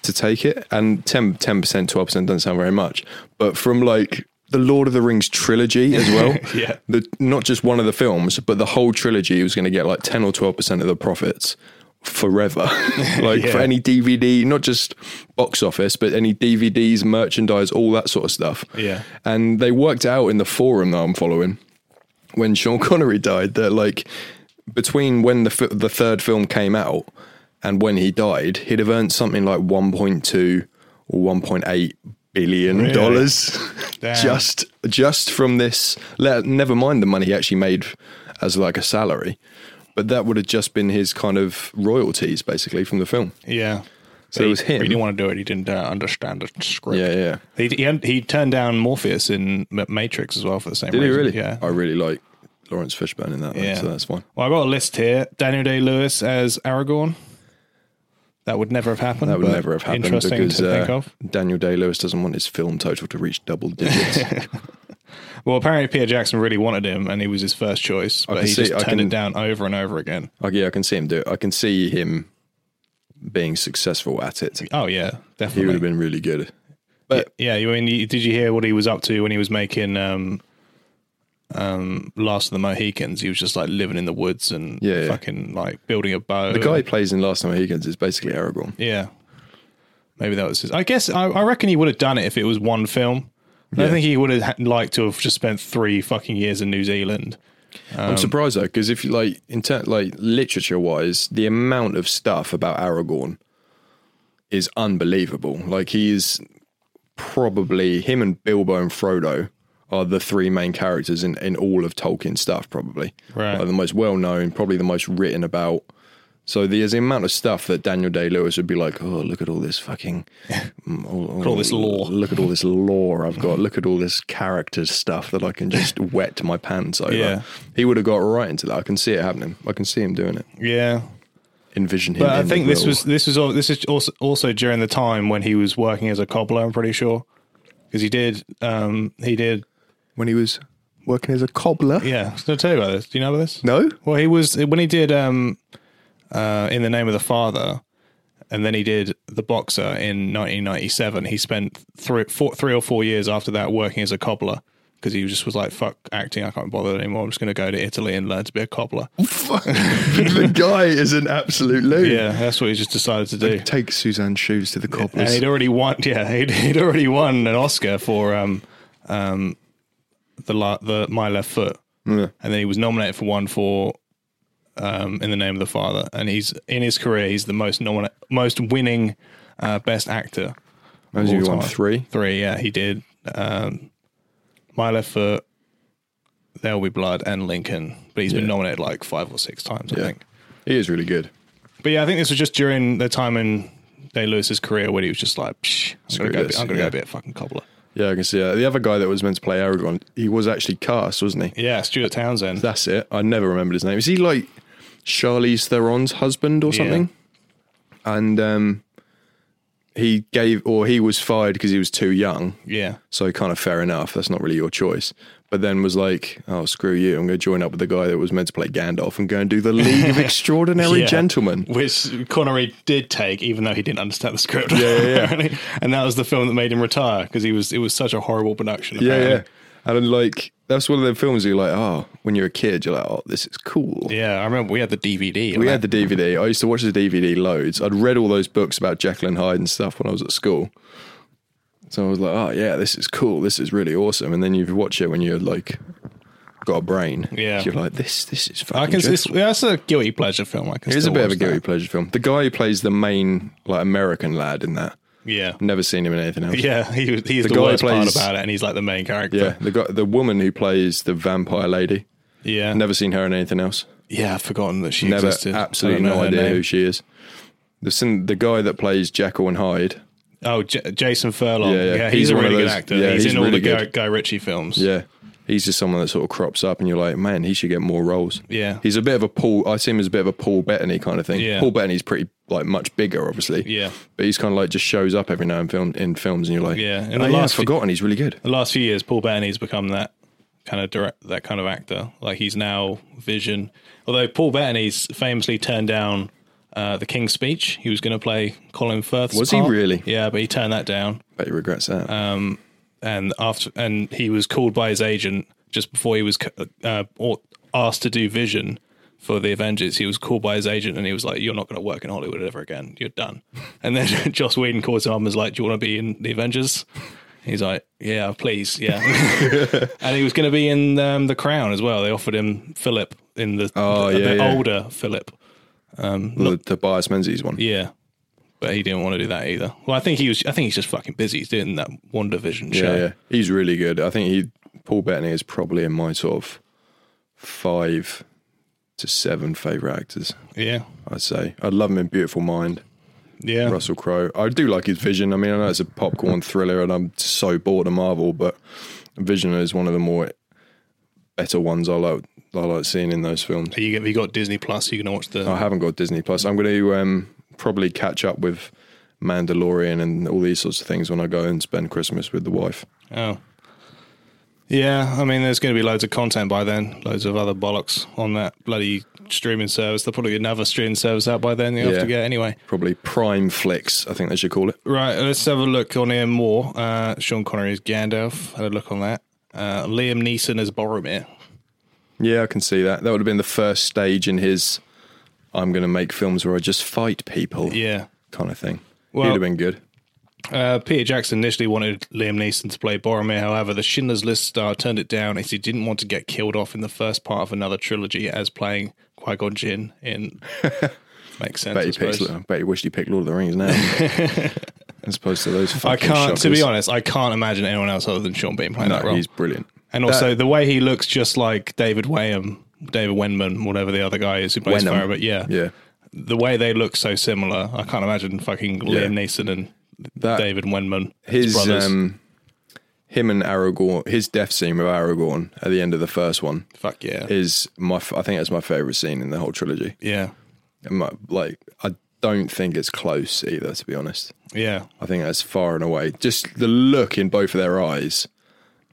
Speaker 2: to take it. And 10, 10%, 12% doesn't sound very much. But from like the Lord of the Rings trilogy as well,
Speaker 3: Yeah.
Speaker 2: the, not just one of the films, but the whole trilogy was going to get like 10 or 12% of the profits forever. like for
Speaker 3: Yeah.
Speaker 2: any DVD, not just box office, but any DVDs, merchandise, all that sort of stuff.
Speaker 3: Yeah.
Speaker 2: And they worked out in the forum that I'm following when Sean Connery died that like between when the f- the third film came out and when he died, he'd have earned something like 1.2 or 1.8 billion dollars
Speaker 3: Damn.
Speaker 2: just just from this. Let, never mind the money he actually made as like a salary, but that would have just been his kind of royalties basically from the film.
Speaker 3: Yeah.
Speaker 2: So it was him.
Speaker 3: He didn't want to do it. He didn't uh, understand the script.
Speaker 2: Yeah, yeah.
Speaker 3: He, he, he turned down Morpheus in Ma- Matrix as well for the same
Speaker 2: Did he
Speaker 3: reason.
Speaker 2: really?
Speaker 3: Yeah.
Speaker 2: I really like Lawrence Fishburne in that. Yeah.
Speaker 3: Yeah.
Speaker 2: So that's fine.
Speaker 3: Well, I got a list here. Daniel Day Lewis as Aragorn. That would never have happened.
Speaker 2: That would
Speaker 3: but
Speaker 2: never have happened
Speaker 3: Interesting
Speaker 2: because
Speaker 3: to think
Speaker 2: uh,
Speaker 3: of.
Speaker 2: Daniel Day Lewis doesn't want his film total to reach double digits.
Speaker 3: Well, apparently Peter Jackson really wanted him, and he was his first choice, but
Speaker 2: can
Speaker 3: he
Speaker 2: see-
Speaker 3: just
Speaker 2: I
Speaker 3: turned
Speaker 2: can-
Speaker 3: it down over and over again.
Speaker 2: Like, yeah, I can see him do it. I can see him being successful at it.
Speaker 3: Oh yeah,
Speaker 2: He
Speaker 3: definitely.
Speaker 2: would have been really good.
Speaker 3: but yeah, I mean, you- did you hear what he was up to when he was making um, um, Last of the Mohicans? He was just like living in the woods and
Speaker 2: Yeah, yeah.
Speaker 3: fucking like building a bow.
Speaker 2: The guy he plays in Last Time Mohicans is basically Aragorn.
Speaker 3: Yeah. Maybe that was his. I guess I, I reckon he would have done it if it was one film. I don't think he would have ha- liked to have just spent three fucking years in New Zealand. Um,
Speaker 2: I'm surprised though, because if you like in ter- like literature wise, the amount of stuff about Aragorn is unbelievable. Like he is probably him and Bilbo and Frodo are the three main characters in, in all of Tolkien stuff, probably.
Speaker 3: Right.
Speaker 2: Like, the most well known, probably the most written about. So there's the amount of stuff that Daniel Day Lewis would be like, oh, look at all this fucking, mm, all,
Speaker 3: at all this lore."
Speaker 2: look at all this lore I've got, look at all this character stuff that I can just wet my pants over.
Speaker 3: Yeah.
Speaker 2: He would have got right into that. I can see it happening. I can see him doing it.
Speaker 3: Yeah.
Speaker 2: Envision him.
Speaker 3: But I
Speaker 2: in the
Speaker 3: think this
Speaker 2: role.
Speaker 3: was this was al- this is also also during the time when he was working as a cobbler. I'm pretty sure because he did um he did
Speaker 2: when he was working as a cobbler.
Speaker 3: yeah. Did I tell you about this? Do you know about this?
Speaker 2: No,
Speaker 3: Well, he was when he did um, uh, in the name of the Father, and then he did the Boxer in 1997. He spent three, four, three or four years after that working as a cobbler because he just was like, "Fuck acting, I can't bother anymore. I'm just going to go to Italy and learn to be a cobbler."
Speaker 2: the guy is an absolute loon.
Speaker 3: yeah, that's what he just decided to do.
Speaker 2: Take Suzanne's shoes to the
Speaker 3: And
Speaker 2: cobblers.
Speaker 3: he'd already won. Yeah, he'd, he'd already won an Oscar for um, um, the la- the My Left Foot, and then he was nominated for one for um, In the Name of the Father. And he's in his career, he's the most nomina- most winning uh, Best Actor.
Speaker 2: Those of
Speaker 3: all
Speaker 2: you won
Speaker 3: time.
Speaker 2: three.
Speaker 3: Three, yeah, he did. Um, My Left Foot, There'll Be Blood, and Lincoln. But he's been nominated like five or six times, I
Speaker 2: Yeah.
Speaker 3: think.
Speaker 2: He is really good.
Speaker 3: But yeah, I think this was just during the time in Day Lewis's career when he was just like, Psh, I'm
Speaker 2: Screw
Speaker 3: going to go,
Speaker 2: this,
Speaker 3: be- I'm gonna
Speaker 2: yeah.
Speaker 3: go be a fucking cobbler.
Speaker 2: Yeah, I can see that. The other guy that was meant to play Aragorn, he was actually cast, wasn't he?
Speaker 3: Yeah, Stuart Townsend.
Speaker 2: That's it. I never remembered his name. Is he like Charlize Theron's husband or
Speaker 3: Yeah.
Speaker 2: something? And um, he gave, or he was fired because he was too young.
Speaker 3: yeah.
Speaker 2: So kind of fair enough. That's not really your choice. But then was like, oh, screw you. I'm going to join up with the guy that was meant to play Gandalf and go and do the League of Extraordinary
Speaker 3: Yeah.
Speaker 2: Gentlemen.
Speaker 3: Which Connery did take, even though he didn't understand the script.
Speaker 2: yeah, yeah.
Speaker 3: apparently. and that was the film that made him retire because he was it was such a horrible production.
Speaker 2: Yeah, yeah.
Speaker 3: apparently.
Speaker 2: And then, like, that's one of the films you're like, oh, when you're a kid, you're like, oh, this is cool.
Speaker 3: yeah. I remember we had the DVD.
Speaker 2: We had the DVD. I used to watch the DVD loads. I'd read all those books about Jekyll and Hyde and stuff when I was at school. So I was like, oh, yeah, this is cool. This is really awesome. And then you watch it when you're like, got a brain.
Speaker 3: Yeah.
Speaker 2: You're like, this this is fucking
Speaker 3: I can. It's,
Speaker 2: dreadful.
Speaker 3: yeah, that's a guilty pleasure film. I can.
Speaker 2: It is a
Speaker 3: still
Speaker 2: bit of a
Speaker 3: watch
Speaker 2: guilty
Speaker 3: that.
Speaker 2: pleasure film. The guy who plays the main like American lad in that.
Speaker 3: Yeah.
Speaker 2: Never seen him in anything else.
Speaker 3: Yeah, he was, he's
Speaker 2: The
Speaker 3: the,
Speaker 2: guy
Speaker 3: worst
Speaker 2: plays-
Speaker 3: part about it, and he's like the main character.
Speaker 2: Yeah. The guy, the woman who plays the vampire lady.
Speaker 3: yeah,
Speaker 2: Never seen her in anything else.
Speaker 3: yeah. I've forgotten that she
Speaker 2: Never
Speaker 3: existed.
Speaker 2: absolutely
Speaker 3: I don't
Speaker 2: no
Speaker 3: know her
Speaker 2: idea
Speaker 3: name.
Speaker 2: who she is. The sin- the guy that plays Jekyll and Hyde.
Speaker 3: Oh, J- Jason Furlong.
Speaker 2: Yeah,
Speaker 3: Yeah,
Speaker 2: yeah.
Speaker 3: he's,
Speaker 2: He's
Speaker 3: a
Speaker 2: one of
Speaker 3: really good
Speaker 2: those-
Speaker 3: actor.
Speaker 2: yeah,
Speaker 3: he's,
Speaker 2: he's
Speaker 3: in all
Speaker 2: really
Speaker 3: the Guy,
Speaker 2: good.
Speaker 3: Guy Ritchie films.
Speaker 2: Yeah. He's just someone that sort of crops up and you're like, man, he should get more roles.
Speaker 3: Yeah.
Speaker 2: He's a bit of a Paul I see him as a bit of a Paul Bettany kind of thing.
Speaker 3: Yeah.
Speaker 2: Paul Bettany's pretty like much bigger obviously.
Speaker 3: Yeah.
Speaker 2: But he's kind of like just shows up every now and film in films and you're like,
Speaker 3: Yeah,
Speaker 2: And
Speaker 3: and the
Speaker 2: oh, yeah, I've
Speaker 3: last few-
Speaker 2: forgotten he's really good.
Speaker 3: The last few years, Paul Bettany's become that kind of direct, that kind of actor. Like he's now Vision. Although Paul Bettany's famously turned down uh, the King's Speech. He was going to play Colin Firth's
Speaker 2: Was he
Speaker 3: part.
Speaker 2: really?
Speaker 3: Yeah, but he turned that down.
Speaker 2: Bet he regrets that.
Speaker 3: Uh, and after and he was called by his agent just before he was uh, or- asked to do Vision for the Avengers. He was called by his agent and he was like, "You're not going to work in Hollywood ever again. You're done." And then Joss Whedon calls him up and was like, "Do you want to be in the Avengers?" He's like, "Yeah, please, yeah." and he was going to be in um, the Crown as well. They offered him Philip in the
Speaker 2: Oh,
Speaker 3: the,
Speaker 2: yeah,
Speaker 3: the
Speaker 2: yeah.
Speaker 3: older Philip.
Speaker 2: the Tobias Menzies one.
Speaker 3: Yeah. But he didn't want to do that either. Well, I think he was. I think he's just fucking busy. He's doing that Wonder Vision show.
Speaker 2: Yeah, yeah. He's really good. I think he Paul Bettany is probably in my sort of five to seven favorite actors.
Speaker 3: yeah,
Speaker 2: I'd say I'd love him in Beautiful Mind.
Speaker 3: yeah.
Speaker 2: Russell Crowe. I do like his Vision. I mean, I know it's a popcorn thriller, and I'm so bored of Marvel, but Vision is one of the more better ones I like. I like seeing in those films.
Speaker 3: Are you, have you got Disney Plus? Are you going to watch the?
Speaker 2: I haven't got Disney Plus. I'm going to um, probably catch up with Mandalorian and all these sorts of things when I go and spend Christmas with the wife.
Speaker 3: Oh. Yeah, I mean, there's going to be loads of content by then, loads of other bollocks on that bloody streaming service. They'll probably get another streaming service out by then. You
Speaker 2: Yeah.
Speaker 3: have to get anyway.
Speaker 2: Probably Prime Flicks, I think they should call it.
Speaker 3: Right, let's have a look on here more. Uh, Sean Connery's Gandalf. Had a look on that. Uh, Liam Neeson as Boromir.
Speaker 2: Yeah, I can see that. That would have been the first stage in his I'm going to make films where I just fight people
Speaker 3: Yeah.
Speaker 2: kind of thing.
Speaker 3: Well-
Speaker 2: He'd have been good.
Speaker 3: Uh, Peter Jackson initially wanted Liam Neeson to play Boromir. However, the Schindler's List star turned it down as he didn't want to get killed off in the first part of another trilogy as playing Qui Gon Jinn in. Makes sense.
Speaker 2: Bet
Speaker 3: I
Speaker 2: he, picks,
Speaker 3: suppose.
Speaker 2: I bet he wished he picked Lord of the Rings now. As opposed to those fucking
Speaker 3: I can't, to be
Speaker 2: shockers.
Speaker 3: honest, I can't imagine anyone else other than Sean Bean playing
Speaker 2: No,
Speaker 3: that role.
Speaker 2: he's brilliant.
Speaker 3: and also the way he looks, just like David Wayham, David Wenman, whatever the other guy is who plays
Speaker 2: Wenham.
Speaker 3: Farabut. Yeah,
Speaker 2: Yeah.
Speaker 3: the way they look so similar, I can't imagine fucking
Speaker 2: Yeah.
Speaker 3: Liam Neeson and
Speaker 2: That-
Speaker 3: David Wenman, his,
Speaker 2: His,
Speaker 3: brothers.
Speaker 2: um, him and Aragorn, his death scene with Aragorn at the end of the first one
Speaker 3: Fuck yeah,
Speaker 2: is my, f- I think that's my favorite scene in the whole trilogy.
Speaker 3: yeah,
Speaker 2: And my- like, I don't think it's close either, to be honest.
Speaker 3: yeah.
Speaker 2: I think that's far and away. Just the look in both of their eyes.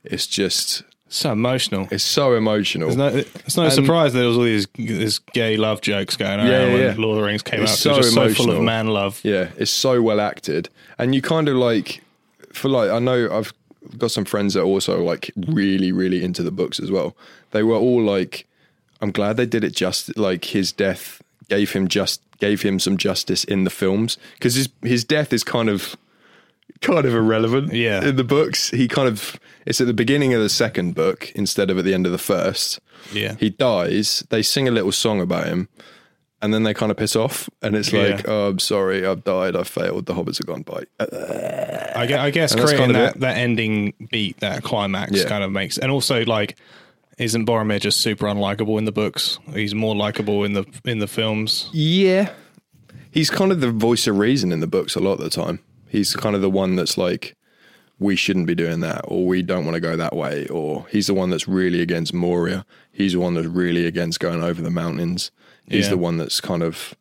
Speaker 2: It's just,
Speaker 3: So emotional.
Speaker 2: it's so emotional.
Speaker 3: It's no, it's no surprise there was all these this gay love jokes going around
Speaker 2: Yeah, yeah, yeah.
Speaker 3: when Lord of the Rings came
Speaker 2: It's
Speaker 3: out.
Speaker 2: so
Speaker 3: So it was just so full
Speaker 2: emotional.
Speaker 3: of man love.
Speaker 2: Yeah, it's so well acted, and you kind of like for like I know I've got some friends that are also like really really into the books as well. They were all like, "I'm glad they did it just like his death gave him just gave him some justice in the films because his his death is kind of kind of irrelevant.
Speaker 3: Yeah.
Speaker 2: in the books he kind of it's at the beginning of the second book instead of at the end of the first.
Speaker 3: Yeah.
Speaker 2: he dies. They sing a little song about him and then they kind of piss off, and it's
Speaker 3: Yeah.
Speaker 2: like, oh, I'm sorry, I've died, I failed, the hobbits are gone Uh, by.
Speaker 3: I guess, I guess
Speaker 2: And that's
Speaker 3: creating
Speaker 2: kind of
Speaker 3: that,
Speaker 2: it.
Speaker 3: that ending beat, that climax
Speaker 2: Yeah.
Speaker 3: kind of makes, and also like, isn't Boromir just super unlikable in the books? He's more likable in the in the films.
Speaker 2: Yeah, he's kind of the voice of reason in the books a lot of the time. He's kind of the one that's like, we shouldn't be doing that, or we don't want to go that way, or he's the one that's really against Moria. He's the one that's really against going over the mountains. He's
Speaker 3: Yeah.
Speaker 2: the one that's kind of,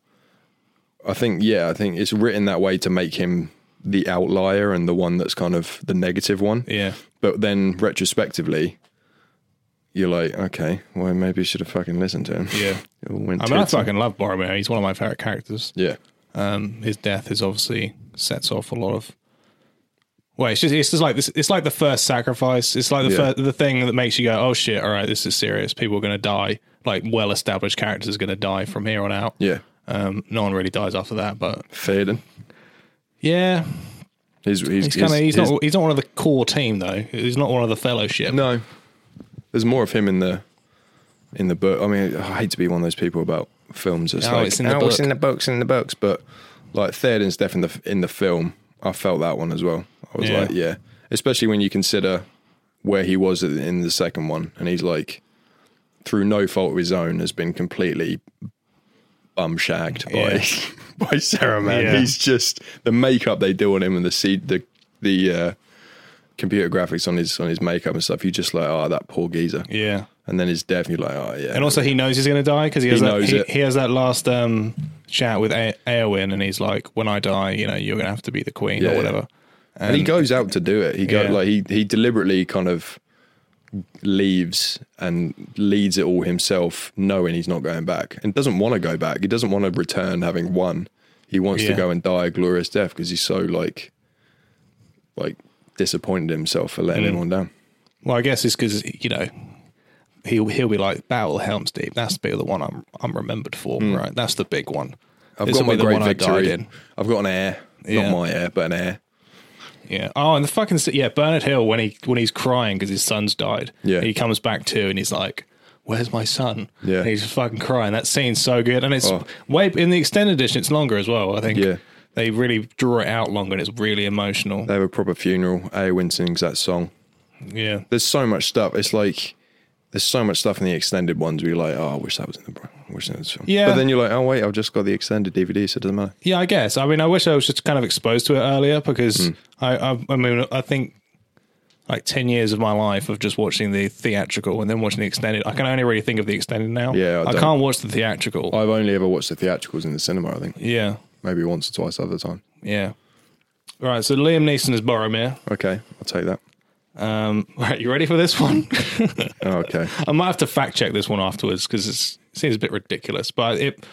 Speaker 2: I think, yeah, I think it's written that way to make him the outlier and the one that's kind of the negative one.
Speaker 3: Yeah.
Speaker 2: But then retrospectively, you're like, okay, well, maybe you should have fucking listened to him.
Speaker 3: Yeah.
Speaker 2: It all went
Speaker 3: I mean, I
Speaker 2: tits up.
Speaker 3: fucking love Boromir. He's one of my favorite characters.
Speaker 2: Yeah.
Speaker 3: Um, his death is obviously sets off a lot of. Well, it's just it's just like this. It's like the first sacrifice. It's like the
Speaker 2: Yeah.
Speaker 3: fir- the thing that makes you go, "Oh shit! All right, this is serious. People are going to die. Like well-established characters are going to die from here on out.
Speaker 2: Yeah.
Speaker 3: Um, no one really dies after that, but
Speaker 2: Faden.
Speaker 3: yeah,
Speaker 2: He's, he's,
Speaker 3: he's kind of he's,
Speaker 2: he's-
Speaker 3: not he's not one of the core team though. He's not one of the fellowship.
Speaker 2: No, there's more of him in the in the book. I mean, I hate to be one of those people about films. It's
Speaker 3: Oh,
Speaker 2: like
Speaker 3: it's in the
Speaker 2: "Oh, it's
Speaker 3: book."
Speaker 2: in the books, in the books. But like Theoden's death in the in the film, I felt that one as well. I was
Speaker 3: Yeah.
Speaker 2: like, yeah, especially when you consider where he was at- in the second one, and he's like through no fault of his own has been completely bum shagged by by Sarah Man.
Speaker 3: Yeah.
Speaker 2: He's just the makeup they do on him and the seed the the uh, computer graphics on his on his makeup and stuff. You're just like, oh, that poor geezer.
Speaker 3: Yeah.
Speaker 2: And then his death, and you're like, oh yeah.
Speaker 3: And also, he knows he's going to die because he has
Speaker 2: He
Speaker 3: that.
Speaker 2: knows
Speaker 3: he,
Speaker 2: it.
Speaker 3: he has that last um, chat with A- Eowyn, and he's like, "When I die, you know, you're going to have to be the queen
Speaker 2: Yeah,
Speaker 3: or
Speaker 2: yeah.
Speaker 3: whatever."
Speaker 2: and he goes out to do it. He go
Speaker 3: Yeah.
Speaker 2: like he he deliberately kind of leaves and leads it all himself, knowing he's not going back and doesn't want to go back. He doesn't want to return having won. He wants to
Speaker 3: Yeah.
Speaker 2: go and die a glorious death because he's so like like disappointed in himself for
Speaker 3: Mm.
Speaker 2: letting everyone down.
Speaker 3: Well, I guess it's because you know he'll he'll be like Battle of Helm's Deep. That's be the one I'm I'm remembered for,
Speaker 2: Hmm.
Speaker 3: right? That's the big one.
Speaker 2: I've
Speaker 3: This'll
Speaker 2: got my
Speaker 3: be the
Speaker 2: great
Speaker 3: one I died
Speaker 2: victory.
Speaker 3: in.
Speaker 2: I've got an heir,
Speaker 3: Yeah.
Speaker 2: not my heir, but an heir.
Speaker 3: Yeah. Oh, and the fucking s- yeah, Bernard Hill when he when he's crying because his son's died.
Speaker 2: Yeah.
Speaker 3: He comes back too, and he's like, "Where's my son?"
Speaker 2: Yeah.
Speaker 3: And he's just fucking crying. That scene's so good, and it's
Speaker 2: Oh.
Speaker 3: way in the extended edition. It's longer as well. I think.
Speaker 2: Yeah.
Speaker 3: They really draw it out longer, and it's really emotional.
Speaker 2: They have a proper funeral. Eowyn sings that song.
Speaker 3: Yeah.
Speaker 2: There's so much stuff. It's like there's so much stuff in the extended ones. We're like, oh, I wish that was in the. I wish that was film.
Speaker 3: Yeah.
Speaker 2: But then you're like, oh wait, I've just got the extended DVD, so it doesn't matter.
Speaker 3: Yeah, I guess. I mean, I wish I was just kind of exposed to it earlier because
Speaker 2: Hmm.
Speaker 3: I, I, I mean, I think like ten years of my life of just watching the theatrical and then watching the extended. I can only really think of the extended now.
Speaker 2: Yeah, I
Speaker 3: I,
Speaker 2: don't-
Speaker 3: can't watch the theatrical.
Speaker 2: I've only ever watched the theatricals in the cinema. I think
Speaker 3: yeah,
Speaker 2: maybe once or twice other time.
Speaker 3: yeah. All right, so Liam Neeson is Boromir.
Speaker 2: Okay, I'll take that.
Speaker 3: Um, all right, you ready for this one?
Speaker 2: Oh, okay,
Speaker 3: I might have to fact check this one afterwards because it seems a bit ridiculous, but it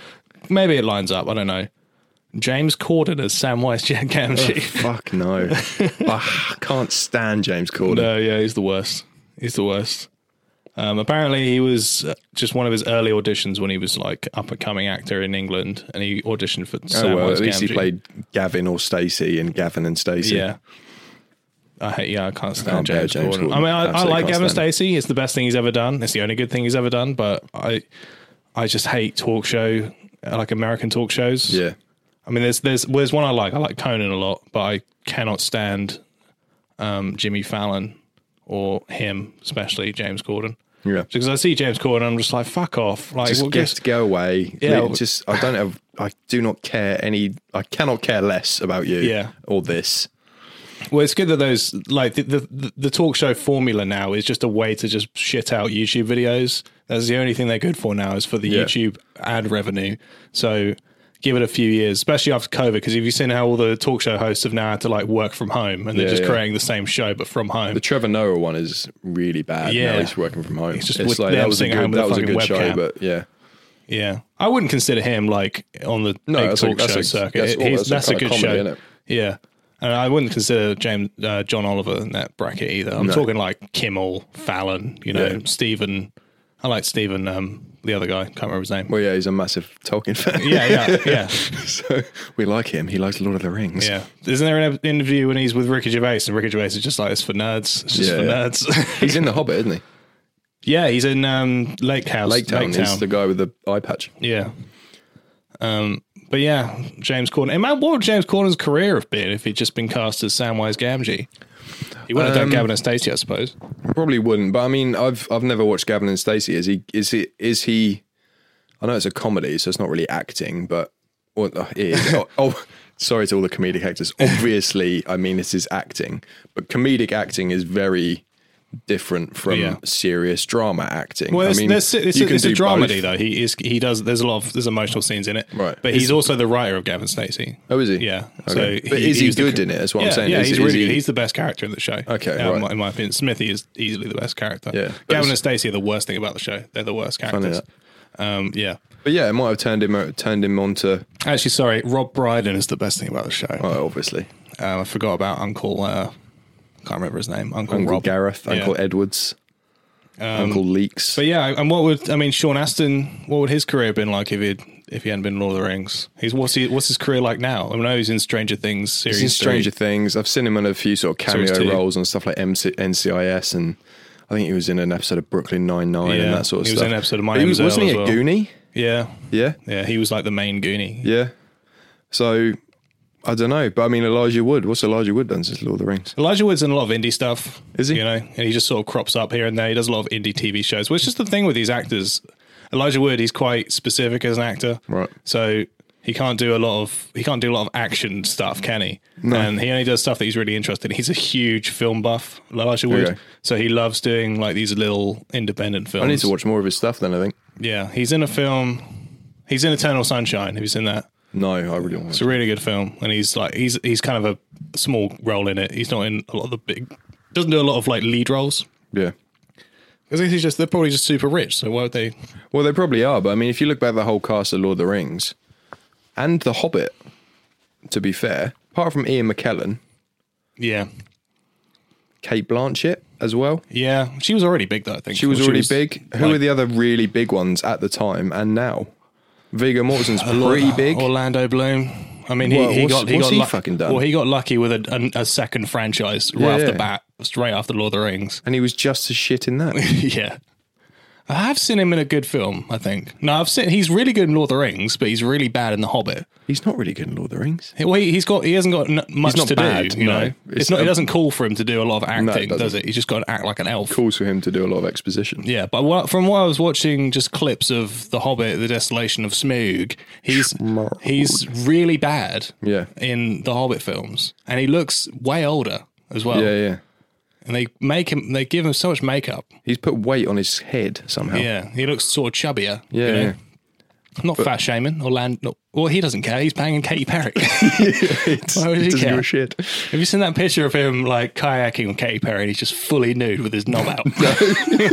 Speaker 3: maybe it lines up. I don't know. James Corden as Samwise Gamgee.
Speaker 2: fuck no, I can't stand James Corden.
Speaker 3: No, yeah, he's the worst. He's the worst. Um, apparently, he was uh, just one of his early auditions when he was like up and coming actor in England, and he auditioned for.
Speaker 2: Oh
Speaker 3: Samwise
Speaker 2: well, at least he
Speaker 3: Gamgee.
Speaker 2: played Gavin or Stacey, and Gavin and Stacey.
Speaker 3: Yeah. I hate, yeah, I can't stand
Speaker 2: bear
Speaker 3: James,
Speaker 2: James
Speaker 3: Corden.
Speaker 2: Corden.
Speaker 3: I mean, I, I
Speaker 2: Absolutely
Speaker 3: like
Speaker 2: can't
Speaker 3: Gavin
Speaker 2: stand
Speaker 3: Stacey. It's the best thing he's ever done. It's the only good thing he's ever done. But I, I just hate talk show, like American talk shows.
Speaker 2: yeah.
Speaker 3: I mean, there's there's there's one I like. I like Conan a lot, but I cannot stand um, Jimmy Fallon or him, especially James Corden.
Speaker 2: Yeah.
Speaker 3: Because I see James Corden, I'm just like, fuck off. Like,
Speaker 2: just
Speaker 3: well,
Speaker 2: get
Speaker 3: guess-
Speaker 2: to go away.
Speaker 3: Yeah,
Speaker 2: Yeah,
Speaker 3: well-
Speaker 2: just I don't have. I do not care any. I cannot care less about you.
Speaker 3: Yeah.
Speaker 2: or this.
Speaker 3: well, it's good that those like the, the- the the talk show formula now is just a way to just shit out YouTube videos. That's the only thing they're good for now is for the
Speaker 2: Yeah.
Speaker 3: YouTube ad revenue. So give it a few years, especially after COVID, because have you seen how all the talk show hosts have now had to like work from home and they're
Speaker 2: Yeah,
Speaker 3: just
Speaker 2: yeah.
Speaker 3: creating the same show but from home?
Speaker 2: The Trevor Noah one is really bad. Yeah,
Speaker 3: Yeah.
Speaker 2: now he's working from home.
Speaker 3: It's just with them
Speaker 2: that was a
Speaker 3: sitting at home
Speaker 2: good,
Speaker 3: with a
Speaker 2: that was a
Speaker 3: fucking
Speaker 2: good show,
Speaker 3: webcam.
Speaker 2: but yeah,
Speaker 3: Yeah, I wouldn't consider him like on the
Speaker 2: No,
Speaker 3: big
Speaker 2: that's a-
Speaker 3: talk
Speaker 2: that's
Speaker 3: show
Speaker 2: a-
Speaker 3: circuit.
Speaker 2: that's-
Speaker 3: It-
Speaker 2: well,
Speaker 3: he's-
Speaker 2: that's a
Speaker 3: that's, a,
Speaker 2: kind of
Speaker 3: good
Speaker 2: comedy,
Speaker 3: show.
Speaker 2: innit?
Speaker 3: Yeah, and I wouldn't consider James uh, John Oliver in that bracket either. I'm talking like Kimmel, Fallon, you know,
Speaker 2: Yeah.
Speaker 3: Stephen. I like Stephen, um, the other guy. Can't remember his name.
Speaker 2: well, yeah, he's a massive Tolkien fan.
Speaker 3: yeah, yeah, yeah,
Speaker 2: so we like him. He likes Lord of the Rings.
Speaker 3: yeah. Isn't there an interview when he's with Ricky Gervais and Ricky Gervais is just like it's for nerds, it's just
Speaker 2: Yeah,
Speaker 3: for
Speaker 2: yeah.
Speaker 3: nerds.
Speaker 2: he's in The Hobbit, isn't he?
Speaker 3: yeah, he's in um, Lake House,
Speaker 2: Lake Town. He's the guy with the eye patch.
Speaker 3: Yeah. Um, but yeah, James Corden. Imagine what would James Corden's career have been if he'd just been cast as Samwise Gamgee? He wouldn't have done Gavin and Stacey, I suppose.
Speaker 2: Probably wouldn't, but I mean, I've I've never watched Gavin and Stacey. Is he? Is he? Is he? I know it's a comedy, so it's not really acting, but Well, uh, it is. oh, oh, sorry to all the comedic actors. Obviously, I mean this is acting, but comedic acting is very different from
Speaker 3: Yeah.
Speaker 2: serious drama acting.
Speaker 3: Well,
Speaker 2: I
Speaker 3: it's,
Speaker 2: mean,
Speaker 3: there's, it's,
Speaker 2: you
Speaker 3: it's a
Speaker 2: do
Speaker 3: dramedy
Speaker 2: both.
Speaker 3: though. He is he does. There's a lot of there's emotional scenes in it.
Speaker 2: Right.
Speaker 3: But he's also the writer of Gavin Stacey.
Speaker 2: Oh, is he?
Speaker 3: Yeah.
Speaker 2: Okay.
Speaker 3: So
Speaker 2: but is he
Speaker 3: was the-
Speaker 2: good in it? That's what
Speaker 3: yeah,
Speaker 2: I'm saying.
Speaker 3: Yeah,
Speaker 2: Is-
Speaker 3: he's
Speaker 2: is
Speaker 3: really
Speaker 2: he-
Speaker 3: good. He's the best character in the show.
Speaker 2: Okay,
Speaker 3: Yeah,
Speaker 2: right.
Speaker 3: in, my, in my opinion, Smithy is easily the best character.
Speaker 2: Yeah, but
Speaker 3: Gavin
Speaker 2: it's-
Speaker 3: and Stacey are the worst thing about the show. They're the worst characters. Um, yeah.
Speaker 2: But yeah, it might have turned him turned him on to
Speaker 3: Actually, sorry, Rob Brydon is the best thing about the show.
Speaker 2: oh, obviously
Speaker 3: Um, I forgot about Uncle. Uh, can't remember his name. Uncle,
Speaker 2: Uncle
Speaker 3: Rob.
Speaker 2: Gareth,
Speaker 3: Yeah. Um,
Speaker 2: Uncle Edwards, Uncle Leeks.
Speaker 3: But yeah, and what would I mean? Sean Astin, what would his career have been like if he'd if he hadn't been in Lord of the Rings? He's what's he, what's his career like now? I know he's in Stranger Things series.
Speaker 2: He's in Stranger
Speaker 3: three.
Speaker 2: Things. I've seen him in a few sort of
Speaker 3: Series
Speaker 2: cameo
Speaker 3: two.
Speaker 2: roles and stuff like MC, NCIS, and I think he was in an episode of Brooklyn Nine Nine
Speaker 3: Yeah,
Speaker 2: and that sort of
Speaker 3: he was
Speaker 2: stuff.
Speaker 3: in an episode of My
Speaker 2: But he
Speaker 3: Name's
Speaker 2: was- Wasn't
Speaker 3: Earl
Speaker 2: he a
Speaker 3: as well.
Speaker 2: Goonie?
Speaker 3: Yeah,
Speaker 2: Yeah,
Speaker 3: yeah, he was like the main Goonie.
Speaker 2: yeah. So I don't know, but I mean Elijah Wood. What's Elijah Wood done since Lord of the Rings?
Speaker 3: Elijah Wood's in a lot of indie stuff.
Speaker 2: Is he?
Speaker 3: You know, and he just sort of crops up here and there. He does a lot of indie TV shows, which is the thing with these actors. Elijah Wood, he's quite specific as an actor,
Speaker 2: Right.
Speaker 3: So he can't do a lot of he can't do a lot of action stuff, can he? And he only does stuff that he's really interested in. He's a huge film buff, Elijah Wood.
Speaker 2: Okay.
Speaker 3: So he loves doing like these little independent films.
Speaker 2: I need to watch more of his stuff. Then I think.
Speaker 3: Yeah, he's in a film. He's in Eternal Sunshine. Have you seen that?
Speaker 2: No, I really want.
Speaker 3: It's a really good film, and he's like he's he's kind of a small role in it. He's not in a lot of the big. Doesn't do a lot of like lead roles
Speaker 2: Yeah.
Speaker 3: because he's just they're probably just super rich. So why would they?
Speaker 2: Well, they probably are, but I mean, if you look back at the whole cast of Lord of the Rings and The Hobbit, to be fair, apart from Ian McKellen,
Speaker 3: Yeah,
Speaker 2: Kate Blanchett as well.
Speaker 3: yeah. She was already big though. I think
Speaker 2: She was already big. Who
Speaker 3: like-
Speaker 2: are the other really big ones at the time and now? Viggo Mortensen's
Speaker 3: Or-
Speaker 2: pretty big.
Speaker 3: Orlando Bloom. I mean, he,
Speaker 2: Well,
Speaker 3: he
Speaker 2: what's-
Speaker 3: got he
Speaker 2: what's
Speaker 3: got
Speaker 2: he
Speaker 3: lu-
Speaker 2: fucking done?
Speaker 3: Well, he got lucky with a, a, a second franchise right
Speaker 2: Yeah,
Speaker 3: off
Speaker 2: yeah.
Speaker 3: the bat, straight after Lord of the Rings.
Speaker 2: And he was just as shit in that.
Speaker 3: yeah. I have seen him in a good film, I think. No, I've seen he's really good in Lord of the Rings, but he's really bad in The Hobbit.
Speaker 2: He's not really good in Lord of the Rings.
Speaker 3: Well, he- he's got he hasn't got n- much
Speaker 2: not
Speaker 3: to
Speaker 2: bad,
Speaker 3: do. You
Speaker 2: no.
Speaker 3: know,
Speaker 2: It's
Speaker 3: it's, not. It
Speaker 2: a-
Speaker 3: doesn't call for him to do a lot of
Speaker 2: it
Speaker 3: acting, does
Speaker 2: doesn't.
Speaker 3: it? He's just got to act like an elf.
Speaker 2: Calls for him to do a lot of exposition.
Speaker 3: Yeah, but what, from what I was watching, just clips of The Hobbit, The Desolation of Smaug, he's
Speaker 2: Smaug.
Speaker 3: he's really bad.
Speaker 2: Yeah.
Speaker 3: in the Hobbit films, and he looks way older as well.
Speaker 2: Yeah, yeah.
Speaker 3: And they make him, they give him so much makeup.
Speaker 2: He's put weight on his head somehow.
Speaker 3: Yeah, he looks sort of chubbier. you
Speaker 2: Yeah.
Speaker 3: know?
Speaker 2: yeah.
Speaker 3: not fat shaming or land. No, well, he doesn't care. He's banging Katy Perry.
Speaker 2: It's,
Speaker 3: Why would
Speaker 2: it
Speaker 3: he
Speaker 2: doesn't give
Speaker 3: care?
Speaker 2: a shit.
Speaker 3: Have you seen that picture of him like kayaking with Katy Perry and he's just fully nude with his knob out? and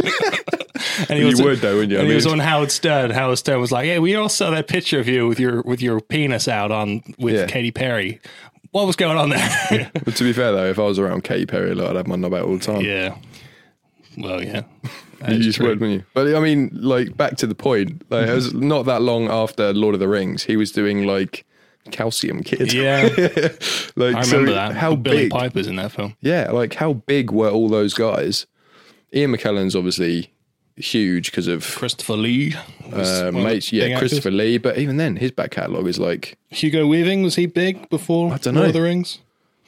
Speaker 3: he
Speaker 2: You
Speaker 3: was,
Speaker 2: would though, wouldn't you? I
Speaker 3: And he
Speaker 2: mean-
Speaker 3: was on Howard Stern. Howard Stern was like, "Hey, we all saw that picture of you with your with your penis out on with
Speaker 2: Yeah.
Speaker 3: Katy Perry. What was going on there?"
Speaker 2: But to be fair though, if I was around Katy Perry a lot, I'd have my knob out all the time.
Speaker 3: yeah. Well, yeah.
Speaker 2: You just would, wouldn't you? But I mean, like back to the point. Like, it was not that long after Lord of the Rings, he was doing like Calcium Kid.
Speaker 3: Yeah,
Speaker 2: like
Speaker 3: I
Speaker 2: so
Speaker 3: remember that.
Speaker 2: How
Speaker 3: Billy
Speaker 2: big?
Speaker 3: Piper's in that film.
Speaker 2: Yeah, like how big were all those guys? Ian McKellen's obviously huge because of
Speaker 3: Christopher Lee. was
Speaker 2: uh,
Speaker 3: one of the
Speaker 2: mates.
Speaker 3: big
Speaker 2: Yeah,
Speaker 3: actors.
Speaker 2: Christopher Lee. But even then, his back catalogue is like
Speaker 3: Hugo Weaving was he big before
Speaker 2: I dunno.
Speaker 3: Lord of the Rings?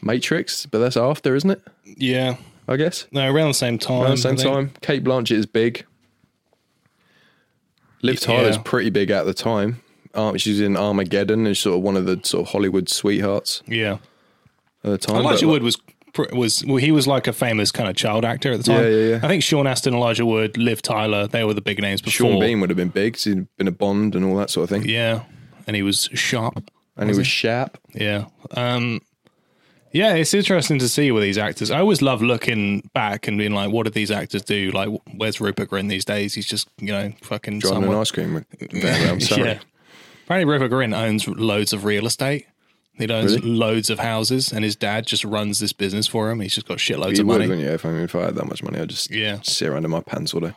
Speaker 2: Matrix, but that's after, isn't it?
Speaker 3: Yeah,
Speaker 2: I guess.
Speaker 3: no, around the same time.
Speaker 2: Around the
Speaker 3: Um, I
Speaker 2: same
Speaker 3: think.
Speaker 2: time, Kate Blanchett is big. Liv
Speaker 3: Yeah.
Speaker 2: Tyler's pretty big at the time. Um, she's in Armageddon and she's sort of one of the sort of Hollywood sweethearts
Speaker 3: Yeah.
Speaker 2: at the time.
Speaker 3: Elijah
Speaker 2: but-
Speaker 3: Wood was pr- was well, he was like a famous kind of child actor at the time.
Speaker 2: Yeah, yeah, yeah.
Speaker 3: I think Sean Astin, Elijah Wood, Liv Tyler, they were the big names before.
Speaker 2: Sean Bean would have been big. 'cause He'd been a Bond and all that sort of thing.
Speaker 3: Yeah, and he was sharp.
Speaker 2: and he was sharp.
Speaker 3: Yeah. Um, yeah, it's interesting to see with these actors. I always love looking back and being like, what did these actors do? Like, where's Rupert Grint these days? He's just, you know, fucking
Speaker 2: Driving
Speaker 3: somewhere.
Speaker 2: an ice cream van around. Sorry.
Speaker 3: Yeah. Apparently, Rupert Grint owns loads of real estate. He owns loads of houses, and his dad just runs this business for him. He's just got shitloads
Speaker 2: You would,
Speaker 3: of money.
Speaker 2: wouldn't you? If I, mean, if I had that much money, I'd just
Speaker 3: Yeah.
Speaker 2: sit around in my pants all day.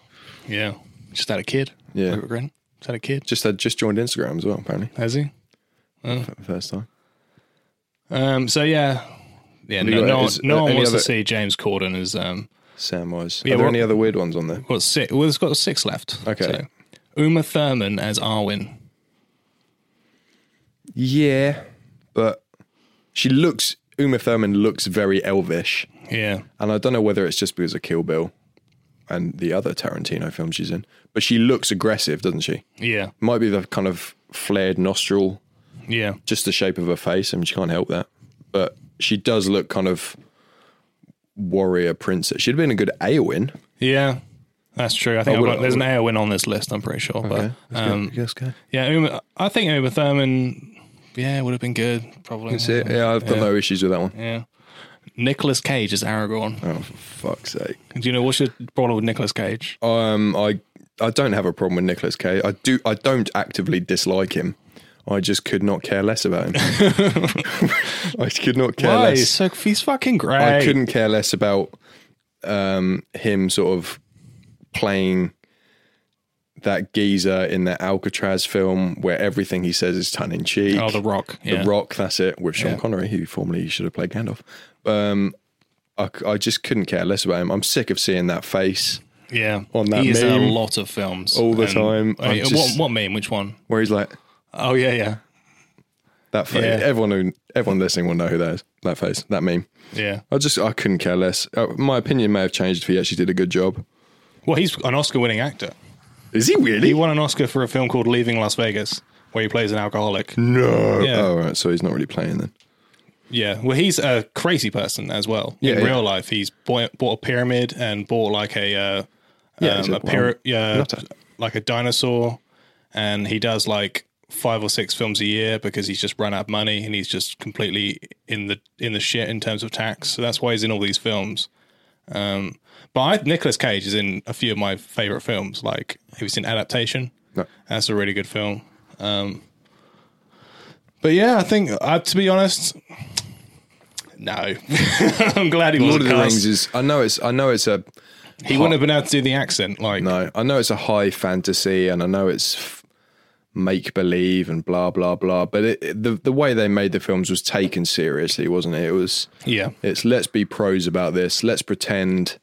Speaker 3: Yeah. Just had a kid.
Speaker 2: Yeah.
Speaker 3: Rupert Grint. Just had a kid.
Speaker 2: Just had just joined Instagram as well, apparently,
Speaker 3: Has he?
Speaker 2: for the first time.
Speaker 3: Um, so yeah. Yeah,
Speaker 2: you
Speaker 3: no,
Speaker 2: got-
Speaker 3: no,
Speaker 2: is-
Speaker 3: one, no one
Speaker 2: any
Speaker 3: wants
Speaker 2: other-
Speaker 3: to see James Corden as um
Speaker 2: Samwise.
Speaker 3: Yeah,
Speaker 2: Are there
Speaker 3: well-
Speaker 2: any other weird ones on there?
Speaker 3: what six well it's got six left.
Speaker 2: Okay.
Speaker 3: Uma Thurman as Arwen.
Speaker 2: Yeah, but she looks Uma Thurman looks very elvish,
Speaker 3: Yeah.
Speaker 2: and I don't know whether it's just because of Kill Bill and the other Tarantino film she's in, but she looks aggressive, doesn't she?
Speaker 3: Yeah.
Speaker 2: Might be the kind of flared nostril
Speaker 3: Yeah.
Speaker 2: just the shape of her face. I mean, she can't help that. But she does look kind of warrior princess. She'd have been a good Aowen.
Speaker 3: Yeah. That's true. I think I've
Speaker 2: would-
Speaker 3: got, there's an Eowyn on this list, I'm pretty sure.
Speaker 2: Oh, Okay,
Speaker 3: But um,
Speaker 2: yes, go.
Speaker 3: yeah, Uma, I think Uma Thurman, yeah, would have been good, probably.
Speaker 2: That's it. Yeah, I've got no issues with that one.
Speaker 3: Yeah. Nicholas Cage is Aragorn.
Speaker 2: Oh, for fuck's sake.
Speaker 3: Do you know what's your problem with Nicolas Cage?
Speaker 2: Um, I I don't have a problem with Nicholas Cage. I do. I don't actively dislike him. I just could not care less about him. I could not care
Speaker 3: Why? He's
Speaker 2: less.
Speaker 3: so he's fucking great.
Speaker 2: I couldn't care less about um, him sort of playing that geezer in the Alcatraz film where everything he says is tongue in cheek.
Speaker 3: Oh, The Rock.
Speaker 2: The
Speaker 3: yeah.
Speaker 2: Rock, that's it, with Sean Connery, who formerly should have played Gandalf. Um, I, c- I just couldn't care less about him. I'm sick of seeing that face
Speaker 3: Yeah.
Speaker 2: On that
Speaker 3: he is in a
Speaker 2: meme.
Speaker 3: lot of films
Speaker 2: All the time.
Speaker 3: and- I mean,
Speaker 2: I'm just-
Speaker 3: what, what meme? Which one?
Speaker 2: where he's like,
Speaker 3: Oh yeah, yeah,
Speaker 2: that face.
Speaker 3: Yeah.
Speaker 2: Everyone, who, everyone listening will know who that is. That face, that meme.
Speaker 3: yeah.
Speaker 2: I just, I couldn't care less. Uh, my opinion may have changed if he actually did a good job.
Speaker 3: Well, he's an Oscar-winning actor.
Speaker 2: Is he really?
Speaker 3: He won an Oscar for a film called Leaving Las Vegas, where he plays an alcoholic.
Speaker 2: No.
Speaker 3: Yeah.
Speaker 2: Oh, right. So he's not really playing then.
Speaker 3: Yeah, well, he's a crazy person as well.
Speaker 2: Yeah,
Speaker 3: in
Speaker 2: yeah.
Speaker 3: real life, he's bought, bought a pyramid and bought like a uh,
Speaker 2: Yeah, he's
Speaker 3: um,
Speaker 2: a
Speaker 3: a pyra-
Speaker 2: wild
Speaker 3: yeah,
Speaker 2: nutter.
Speaker 3: like a dinosaur, and he does like five or six films a year because he's just run out of money and he's just completely in the in the shit in terms of tax. So that's why he's in all these films. Um, but I, Nicolas Cage is in a few of my favorite films. Like he was in Adaptation.
Speaker 2: No.
Speaker 3: That's a really good film. Um, but yeah, I think uh, to be honest, no. I'm glad he
Speaker 2: Lord
Speaker 3: wasn't
Speaker 2: of the
Speaker 3: cast.
Speaker 2: Rings is. I know it's. I know it's a.
Speaker 3: he wouldn't have been able to do the accent. Like,
Speaker 2: No. I know it's a high fantasy, and I know it's f- make believe and blah blah blah. But it, it- the the way they made the films was taken seriously, wasn't it? It was.
Speaker 3: yeah,
Speaker 2: It's let's be pros about this. Let's pretend.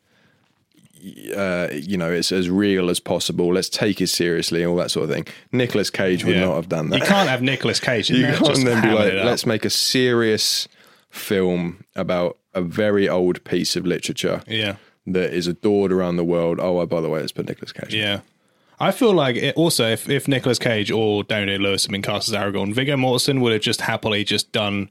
Speaker 2: Uh, you know, it's as real as possible. Let's take it seriously, all that sort of thing. Nicolas Cage would
Speaker 3: yeah.
Speaker 2: not have done that.
Speaker 3: You can't have Nicolas Cage. In
Speaker 2: you
Speaker 3: there,
Speaker 2: can't
Speaker 3: just
Speaker 2: then be
Speaker 3: hamming
Speaker 2: like,
Speaker 3: it up.
Speaker 2: let's make a serious film about a very old piece of literature
Speaker 3: yeah,
Speaker 2: that is adored around the world. Oh, by the way, it's put Nicolas Cage.
Speaker 3: yeah. I feel like it, also if if Nicolas Cage or Daniel Day Lewis had been cast as Aragorn, Viggo Mortensen would have just happily just done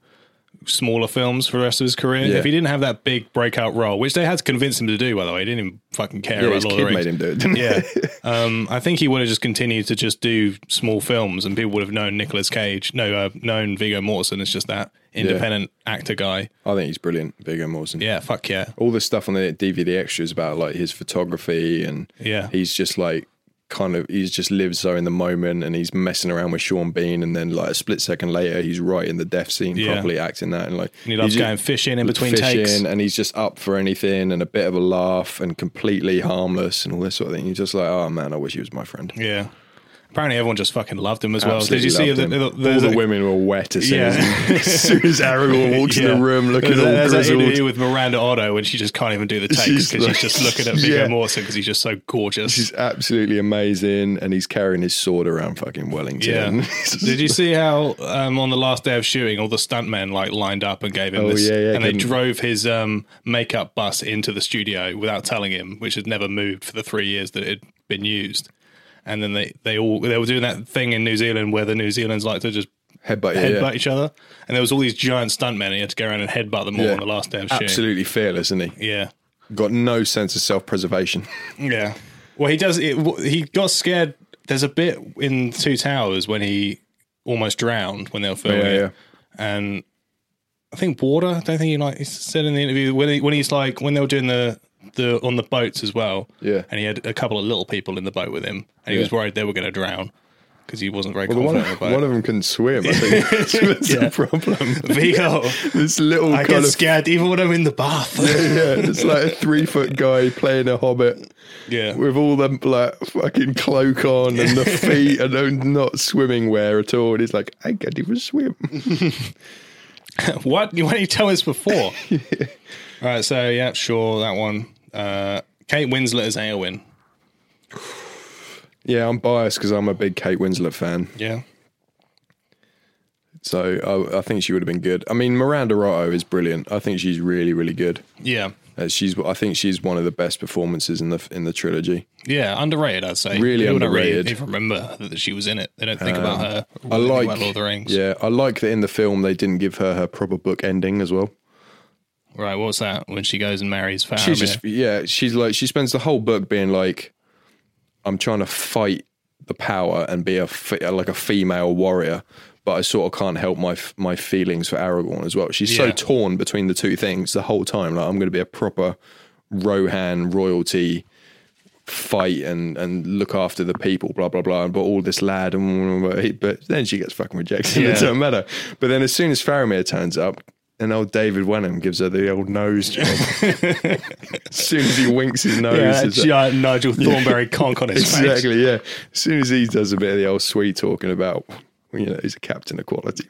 Speaker 3: smaller films for the rest of his career.
Speaker 2: Yeah.
Speaker 3: If he didn't have that big breakout role, which they had to convince him to do, by the way, he didn't even fucking care
Speaker 2: Yeah,
Speaker 3: about
Speaker 2: his
Speaker 3: Lord of the
Speaker 2: kid
Speaker 3: Rings.
Speaker 2: made him do it. Didn't
Speaker 3: Yeah. Um, I think he would have just continued to just do small films and people would have known Nicolas Cage, no, uh, known Viggo Mortensen as just that independent actor guy.
Speaker 2: I think he's brilliant, Viggo Mortensen.
Speaker 3: Yeah, fuck yeah.
Speaker 2: All the stuff on the DVD extras about like his photography and
Speaker 3: Yeah.
Speaker 2: he's just like kind of he's just lives so in the moment and he's messing around with Sean Bean and then like a split second later he's right in the death scene
Speaker 3: Yeah.
Speaker 2: properly acting that and like
Speaker 3: And he loves
Speaker 2: just-
Speaker 3: going fishing in between
Speaker 2: fishing,
Speaker 3: takes.
Speaker 2: and he's just up for anything and a bit of a laugh and completely harmless and all this sort of thing. You're just like, oh man, I wish he was my friend.
Speaker 3: Yeah. Apparently everyone just fucking loved him as well.
Speaker 2: Absolutely
Speaker 3: Did you see
Speaker 2: loved
Speaker 3: the,
Speaker 2: him.
Speaker 3: the,
Speaker 2: all
Speaker 3: there's
Speaker 2: the
Speaker 3: a-
Speaker 2: women were wet as soon,
Speaker 3: Yeah.
Speaker 2: as, as, soon as Aragorn walks in
Speaker 3: Yeah.
Speaker 2: the room looking
Speaker 3: There's that-
Speaker 2: all
Speaker 3: there's that interview
Speaker 2: grizzled.
Speaker 3: with Miranda Otto when she just can't even do the takes
Speaker 2: She's
Speaker 3: because she's,
Speaker 2: like-
Speaker 3: just looking at Viggo
Speaker 2: Yeah.
Speaker 3: Mortensen because he's just so gorgeous.
Speaker 2: He's absolutely amazing, and he's carrying his sword around fucking Wellington.
Speaker 3: Yeah. Did you see how um, on the last day of shooting, all the stuntmen like lined up and gave him
Speaker 2: Oh,
Speaker 3: this,
Speaker 2: yeah, yeah,
Speaker 3: and they
Speaker 2: didn't-
Speaker 3: drove his um, makeup bus into the studio without telling him, which had never moved for the three years that it had been used. And then they they all they were doing that thing in New Zealand where the New Zealanders like to just
Speaker 2: Headbutt, yeah,
Speaker 3: headbutt
Speaker 2: yeah.
Speaker 3: each other, and there was all these giant stuntmen, and he had to go around and headbutt them all
Speaker 2: Yeah.
Speaker 3: on the last day of shooting.
Speaker 2: Absolutely fearless, isn't he?
Speaker 3: Yeah,
Speaker 2: Got no sense of self preservation.
Speaker 3: Yeah. Well, he does. It, w- he got scared. There's a bit in Two Towers when he almost drowned when they were filming
Speaker 2: Yeah,
Speaker 3: it,
Speaker 2: yeah.
Speaker 3: and I think water. I don't think he like he said in the interview when he, when he's like when they were doing the the on the boats as well.
Speaker 2: Yeah.
Speaker 3: and he had a couple of little people in the boat with him, and he was worried they were going to drown because he wasn't very
Speaker 2: Well, one,
Speaker 3: confident
Speaker 2: one
Speaker 3: about.
Speaker 2: of them can swim. I think that's, that's the problem.
Speaker 3: Vigo,
Speaker 2: This little
Speaker 3: I
Speaker 2: kind
Speaker 3: get
Speaker 2: of
Speaker 3: scared even when I'm in the bath.
Speaker 2: yeah, it's like a three foot guy playing a hobbit
Speaker 3: yeah,
Speaker 2: with all the like fucking cloak on and the feet and no- not swimming wear at all. And he's like, I can't even swim.
Speaker 3: What? Why didn't you tell us before? All right, so yeah, sure, that one. Uh, Kate Winslet is Aowen.
Speaker 2: Yeah, I'm biased because I'm a big Kate Winslet fan,
Speaker 3: Yeah.
Speaker 2: so I, I think she would have been good. I mean, Miranda Otto is brilliant. I think she's really, really good.
Speaker 3: Yeah.
Speaker 2: Uh, she's I think she's one of the best performances in the in the trilogy.
Speaker 3: Yeah, underrated, I'd say.
Speaker 2: Really
Speaker 3: People don't
Speaker 2: underrated. Uh,
Speaker 3: Really even remember that she was in it. They don't think about her.
Speaker 2: I
Speaker 3: really
Speaker 2: like
Speaker 3: well, Lord of the Rings.
Speaker 2: Yeah, I like that in the film they didn't give her her proper book ending as well.
Speaker 3: Right, what's that? When she goes and marries Faramir.
Speaker 2: She's just yeah, she's like she spends the whole book being like, I'm trying to fight the power and be a fe- like a female warrior, but I sort of can't help my f- my feelings for Aragorn as well. She's so
Speaker 3: Yeah.
Speaker 2: torn between the two things the whole time. Like I'm going to be a proper Rohan royalty fight and and look after the people blah blah blah but all this lad and blah, blah, blah. but then she gets fucking rejected it
Speaker 3: Yeah.
Speaker 2: doesn't matter but then as soon as Faramir turns up and old David Wenham gives her the old nose job as soon as he winks his nose
Speaker 3: yeah,
Speaker 2: it's like-
Speaker 3: giant Nigel Thornberry conch on his face.
Speaker 2: exactly yeah as soon as he does a bit of the old sweet talking about well, you know he's a captain of quality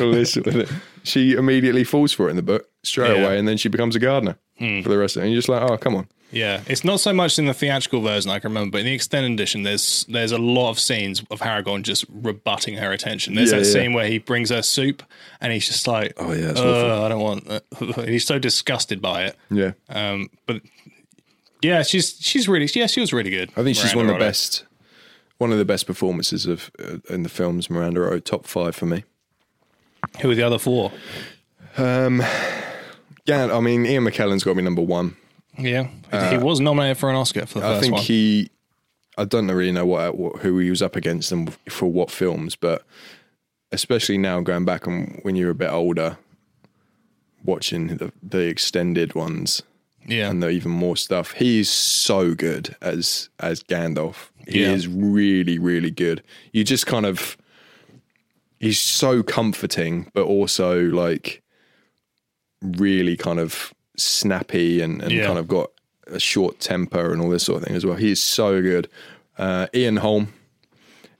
Speaker 2: all this sort of thing, she immediately falls for it in the book straight
Speaker 3: Yeah. Hmm.
Speaker 2: away and then she becomes a gardener for the rest of it and you're just like oh come on
Speaker 3: Yeah, it's not so much in the theatrical version I can remember, but in the extended edition, there's there's a lot of scenes of Harrigan just rebutting her attention. There's
Speaker 2: Yeah,
Speaker 3: that
Speaker 2: yeah.
Speaker 3: scene where he brings her soup, and he's just like, "Oh
Speaker 2: yeah, it's
Speaker 3: I don't want." That. And he's so disgusted by it.
Speaker 2: Uh, yeah
Speaker 3: Um, but yeah, she's she's really yeah she was really good.
Speaker 2: I think she's
Speaker 3: Miranda
Speaker 2: one of the
Speaker 3: Otto.
Speaker 2: best, one of the best performances of uh, in the films. Miranda Otto, top five for me.
Speaker 3: Who were the other four?
Speaker 2: Yeah, I mean Ian McKellen's got to be number one.
Speaker 3: Yeah, he was nominated for an Oscar for the first
Speaker 2: Uh, I think
Speaker 3: one.
Speaker 2: he, I don't really know what, what who he was up against and for what films, but especially now going back and when you're a bit older, watching the the extended ones
Speaker 3: yeah,
Speaker 2: and the even more stuff. He's so good as as Gandalf. He
Speaker 3: Yeah.
Speaker 2: is really, really good. You just kind of he's so comforting, but also like really kind of snappy and, and
Speaker 3: Yeah.
Speaker 2: kind of got a short temper and all this sort of thing as well. He is so good. Uh, Ian Holm,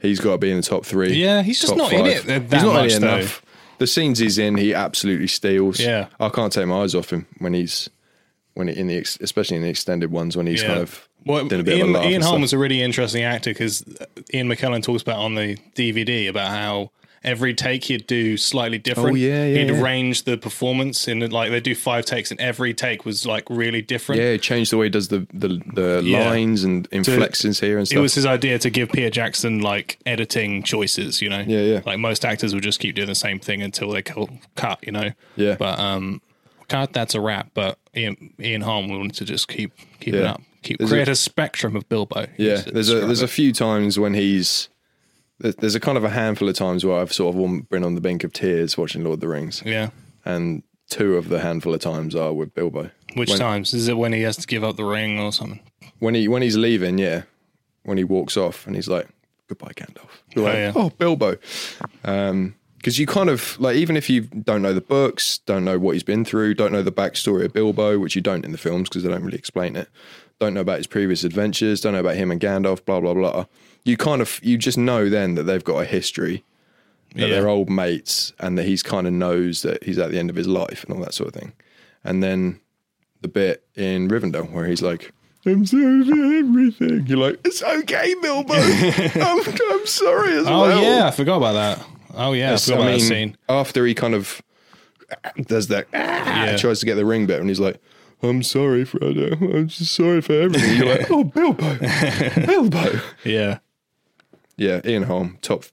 Speaker 2: he's got to be in the top three.
Speaker 3: Yeah, he's just
Speaker 2: top
Speaker 3: not in it that much, though.
Speaker 2: The scenes he's in, he absolutely steals.
Speaker 3: Yeah.
Speaker 2: I can't take my eyes off him when he's when he, in the ex, especially in the extended ones when he's
Speaker 3: Yeah.
Speaker 2: kind of
Speaker 3: Well,
Speaker 2: doing a bit
Speaker 3: Ian,
Speaker 2: of a laugh.
Speaker 3: Ian
Speaker 2: and
Speaker 3: Holm was
Speaker 2: stuff.
Speaker 3: a really interesting actor because Ian McKellen talks about on the DVD about how every take he'd do slightly different.
Speaker 2: Oh, yeah, yeah,
Speaker 3: He'd
Speaker 2: yeah.
Speaker 3: arrange the performance and like they do five takes and every take was like really different.
Speaker 2: yeah, he changed the way he does the the, the
Speaker 3: Yeah.
Speaker 2: lines and inflections here and
Speaker 3: It
Speaker 2: stuff.
Speaker 3: was his idea to give Peter Jackson like editing choices, you know.
Speaker 2: Yeah, yeah.
Speaker 3: Like most actors would just keep doing the same thing until they cut, cut you know.
Speaker 2: Yeah.
Speaker 3: But um, cut that's a wrap. But Ian, Ian Holm wanted to just keep keep it
Speaker 2: Yeah.
Speaker 3: up, keep
Speaker 2: There's a-
Speaker 3: create a, spectrum of Bilbo. He
Speaker 2: yeah,
Speaker 3: used to
Speaker 2: there's a
Speaker 3: describe
Speaker 2: there's
Speaker 3: it.
Speaker 2: a few times when he's there- there's a kind of a handful of times where I've sort of been on the brink of tears watching Lord of the Rings,
Speaker 3: yeah.
Speaker 2: and two of the handful of times are with Bilbo.
Speaker 3: Which
Speaker 2: When-
Speaker 3: times is it when he has to give up the ring or something?
Speaker 2: when he when he's leaving, yeah, when he walks off and he's like, "Goodbye, Gandalf." You're
Speaker 3: Oh,
Speaker 2: like,
Speaker 3: yeah.
Speaker 2: oh, Bilbo, because you kind of like even if you don't know the books, don't know what he's been through, don't know the backstory of Bilbo, which you don't in the films because they don't really explain it. Don't know about his previous adventures. Don't know about him and Gandalf. Blah blah blah. You kind of you just know then that they've got a history. That
Speaker 3: Yeah.
Speaker 2: they're old mates, and that he's kind of knows that he's at the end of his life and all that sort of thing. And then the bit in Rivendell where he's like, I'm sorry for everything. You're like, it's okay, Bilbo. I'm, I'm sorry as
Speaker 3: Oh
Speaker 2: well.
Speaker 3: yeah, I forgot about that. Oh yeah, I
Speaker 2: So,
Speaker 3: forgot
Speaker 2: I
Speaker 3: about
Speaker 2: mean,
Speaker 3: that scene.
Speaker 2: after he kind of does that, ah,
Speaker 3: Yeah.
Speaker 2: tries to get the ring bit, and he's like, I'm sorry, Frodo. I'm just sorry for everything. You're like, oh, Bilbo. Bilbo.
Speaker 3: Yeah.
Speaker 2: Yeah, Ian Holm, top.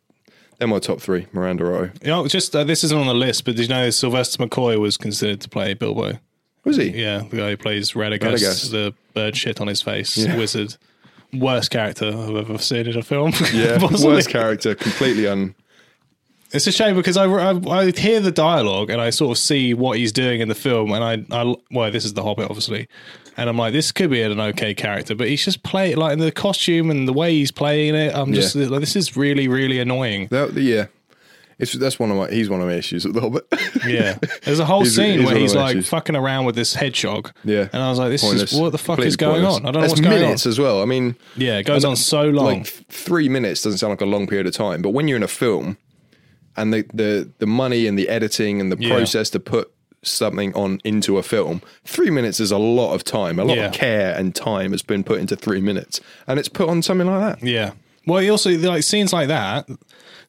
Speaker 2: They're my top three. Miranda Otto.
Speaker 3: You know, just uh, this isn't on the list, but did you know Sylvester McCoy was considered to play Bilbo?
Speaker 2: Was he?
Speaker 3: Yeah, the guy who plays Radagast,
Speaker 2: Radagast.
Speaker 3: the bird shit on his face wizard. Worst character I've ever seen in a film.
Speaker 2: Yeah.
Speaker 3: Possibly.
Speaker 2: worst character. Completely un.
Speaker 3: It's a shame because I, I, I hear the dialogue and I sort of see what he's doing in the film, and I, I well, this is the Hobbit, obviously, and I'm like, this could be an okay character, but he's just play like in the costume and the way he's playing it. I'm just
Speaker 2: Yeah.
Speaker 3: like, this is really, really annoying.
Speaker 2: That, yeah. It's, that's one of my. He's one of my issues at the Hobbit.
Speaker 3: Yeah, there's a whole
Speaker 2: He's- he's
Speaker 3: scene where
Speaker 2: one of
Speaker 3: he's
Speaker 2: those
Speaker 3: like
Speaker 2: issues.
Speaker 3: fucking around with this hedgehog.
Speaker 2: Yeah.
Speaker 3: and I was like, this
Speaker 2: Pointless.
Speaker 3: is what the fuck is
Speaker 2: Completely
Speaker 3: going
Speaker 2: pointless.
Speaker 3: on? I don't know
Speaker 2: That's
Speaker 3: what's going on.
Speaker 2: minutes as well. I mean,
Speaker 3: Yeah, it goes on so long.
Speaker 2: like th- three minutes doesn't sound like a long period of time, but when you're in a film and the the, the money and the editing and the
Speaker 3: Yeah.
Speaker 2: process to put something on into a film, three minutes is a lot of time. A lot
Speaker 3: Yeah.
Speaker 2: of care and time has been put into three minutes, and it's put on something like that.
Speaker 3: Yeah. Well, he also like scenes like that.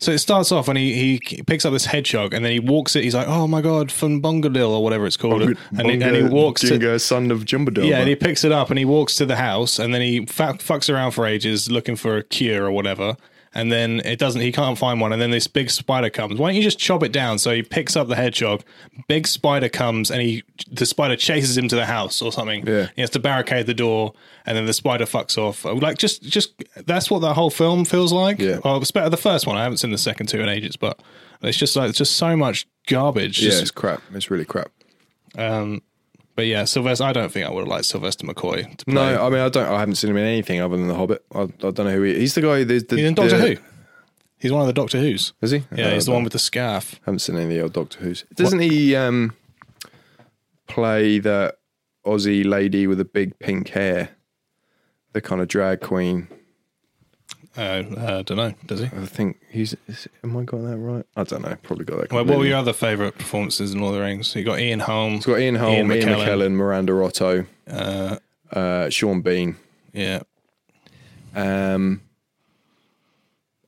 Speaker 3: So it starts off and he, he picks up this hedgehog and then he walks it. He's like, oh my God, Funbongadil or whatever it's called.
Speaker 2: Bunga-
Speaker 3: and, he, and he
Speaker 2: Bunga
Speaker 3: walks to,
Speaker 2: Jinga, son of Jumbadil.
Speaker 3: yeah, and he picks it up and he walks to the house and then he fa- fucks around for ages looking for a cure or whatever. And then it doesn't, he can't find one. And then this big spider comes. Why don't you just chop it down? So he picks up the hedgehog. Big spider comes and he, the spider chases him to the house or something.
Speaker 2: Yeah.
Speaker 3: He has to barricade the door and then the spider fucks off. Like, just, just, that's what that whole film feels like.
Speaker 2: Yeah.
Speaker 3: Well, it's better the first one. I haven't seen the second two in ages, but it's just like, it's just so much garbage.
Speaker 2: yeah,
Speaker 3: Just-
Speaker 2: it's crap. It's really crap.
Speaker 3: but yeah, Sylvester, I don't think I would have liked Sylvester McCoy to play.
Speaker 2: No, I mean, I don't. I haven't seen him in anything other than The Hobbit. I, I don't know who he. He's the guy. The, the,
Speaker 3: He's in Doctor
Speaker 2: the-
Speaker 3: Who. He's one of the Doctor Who's.
Speaker 2: Is he?
Speaker 3: Yeah,
Speaker 2: Oh,
Speaker 3: he's the
Speaker 2: no.
Speaker 3: one with the scarf.
Speaker 2: haven't seen any of the old Doctor Who's. Doesn't he um, play that Aussie lady with the big pink hair, the kind of drag queen?
Speaker 3: Uh, I don't know, does he?
Speaker 2: I think he's. Is, am I got that right? I don't know. Probably got that.
Speaker 3: Well, what were
Speaker 2: completely-
Speaker 3: your other favourite performances in Lord of the Rings? You got Ian Holm.
Speaker 2: It's got Ian Holm, Ian McKellen, Miranda Otto,
Speaker 3: Uh,
Speaker 2: uh, Sean Bean.
Speaker 3: yeah.
Speaker 2: Um,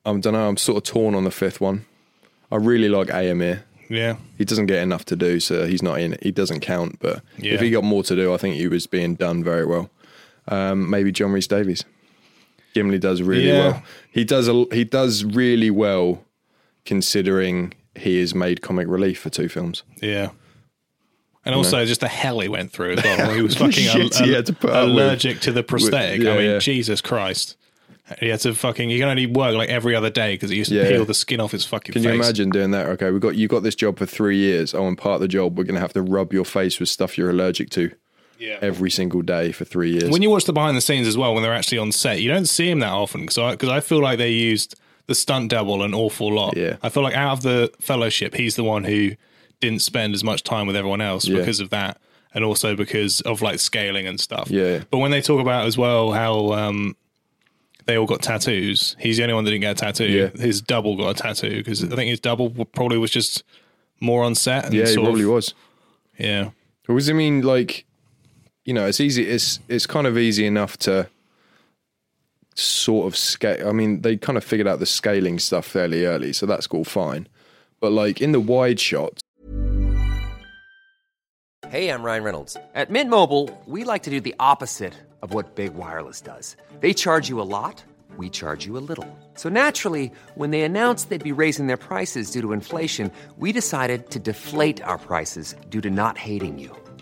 Speaker 2: I don't know. I'm sort of torn on the fifth one. I really like Amir.
Speaker 3: Yeah.
Speaker 2: He doesn't get enough to do, so he's not in. He doesn't count. But
Speaker 3: Yeah.
Speaker 2: if he got more to do, I think he was being done very well. Um, maybe John Rhys Davies. Gimli does really
Speaker 3: Yeah.
Speaker 2: well. He does. A, he does really well, considering he is made comic relief for two films.
Speaker 3: Yeah. And also just the hell he went through as well. He was fucking
Speaker 2: Shit,
Speaker 3: al-
Speaker 2: he had to put up with-
Speaker 3: allergic to the prosthetic.
Speaker 2: yeah,
Speaker 3: I mean,
Speaker 2: yeah.
Speaker 3: Jesus Christ. He had to fucking. He can only work like every other day because he used to
Speaker 2: Yeah.
Speaker 3: peel the skin off his fucking
Speaker 2: Can
Speaker 3: face.
Speaker 2: you imagine doing that? Okay, we got you got this job for three years. Oh, and part of the job, we're going to have to rub your face with stuff you're allergic to
Speaker 3: Yeah.
Speaker 2: every single day for three years.
Speaker 3: When you watch the behind the scenes as well, when they're actually on set, you don't see him that often because I, 'cause I feel like they used the stunt double an awful lot.
Speaker 2: Yeah.
Speaker 3: I feel like out of the fellowship, he's the one who didn't spend as much time with everyone else
Speaker 2: Yeah.
Speaker 3: because of that. And also because of like scaling and stuff.
Speaker 2: Yeah.
Speaker 3: But when they talk about as well how um, they all got tattoos, he's the only one that didn't get a tattoo.
Speaker 2: Yeah.
Speaker 3: His double got a tattoo because I think his double w- probably was just more on set. And
Speaker 2: yeah, he
Speaker 3: sort
Speaker 2: probably
Speaker 3: of,
Speaker 2: was.
Speaker 3: Yeah.
Speaker 2: Because I mean, like, you know, it's easy. It's it's kind of easy enough to sort of scale. I mean, they kind of figured out the scaling stuff fairly early, so that's all fine. But like in the wide shots,
Speaker 5: Hey, I'm Ryan Reynolds. At Mint Mobile, we like to do the opposite of what Big Wireless does. They charge you a lot, we charge you a little. So naturally, when they announced they'd be raising their prices due to inflation, we decided to deflate our prices due to not hating you.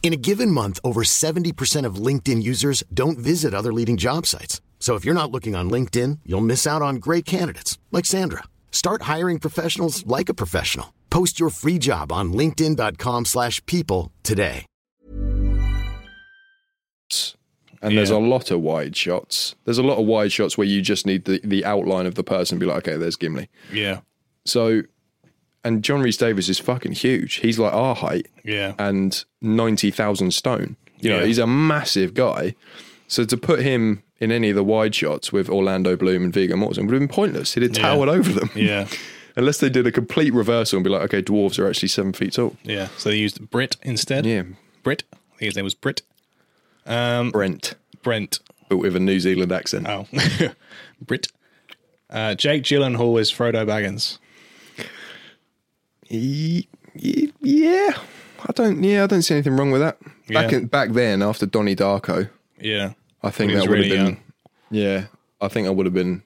Speaker 6: In a given month, over 70% of LinkedIn users don't visit other leading job sites. So if you're not looking on LinkedIn, you'll miss out on great candidates like Sandra. Start hiring professionals like a professional. Post your free job on linkedin.com/people slash people today.
Speaker 2: and there's
Speaker 3: Yeah.
Speaker 2: a lot of wide shots. There's a lot of wide shots where you just need the the outline of the person. Be like, okay, there's Gimli.
Speaker 3: Yeah.
Speaker 2: So, and John Rhys Davis is fucking huge. He's like our height.
Speaker 3: Yeah.
Speaker 2: and 90,000 stone. You know,
Speaker 3: Yeah.
Speaker 2: he's a massive guy. So to put him in any of the wide shots with Orlando Bloom and Viggo Mortensen would have been pointless. He'd have
Speaker 3: Yeah.
Speaker 2: towered over them.
Speaker 3: Yeah.
Speaker 2: Unless they did a complete reversal and be like, okay, dwarves are actually seven feet tall.
Speaker 3: Yeah. So they used Brit instead.
Speaker 2: Yeah.
Speaker 3: Brit. I think his name was Brit. Um,
Speaker 2: Brent,
Speaker 3: Brent.
Speaker 2: but with a New Zealand accent.
Speaker 3: Oh, Brit. Uh, Jake Gyllenhaal is Frodo Baggins.
Speaker 2: Ye- ye- Yeah. I don't, yeah, I don't see anything wrong with that. Back,
Speaker 3: Yeah.
Speaker 2: in, back then, after Donnie Darko,
Speaker 3: Yeah.
Speaker 2: I think
Speaker 3: When he was
Speaker 2: that would have
Speaker 3: really
Speaker 2: been.
Speaker 3: young.
Speaker 2: Yeah, I think I would have been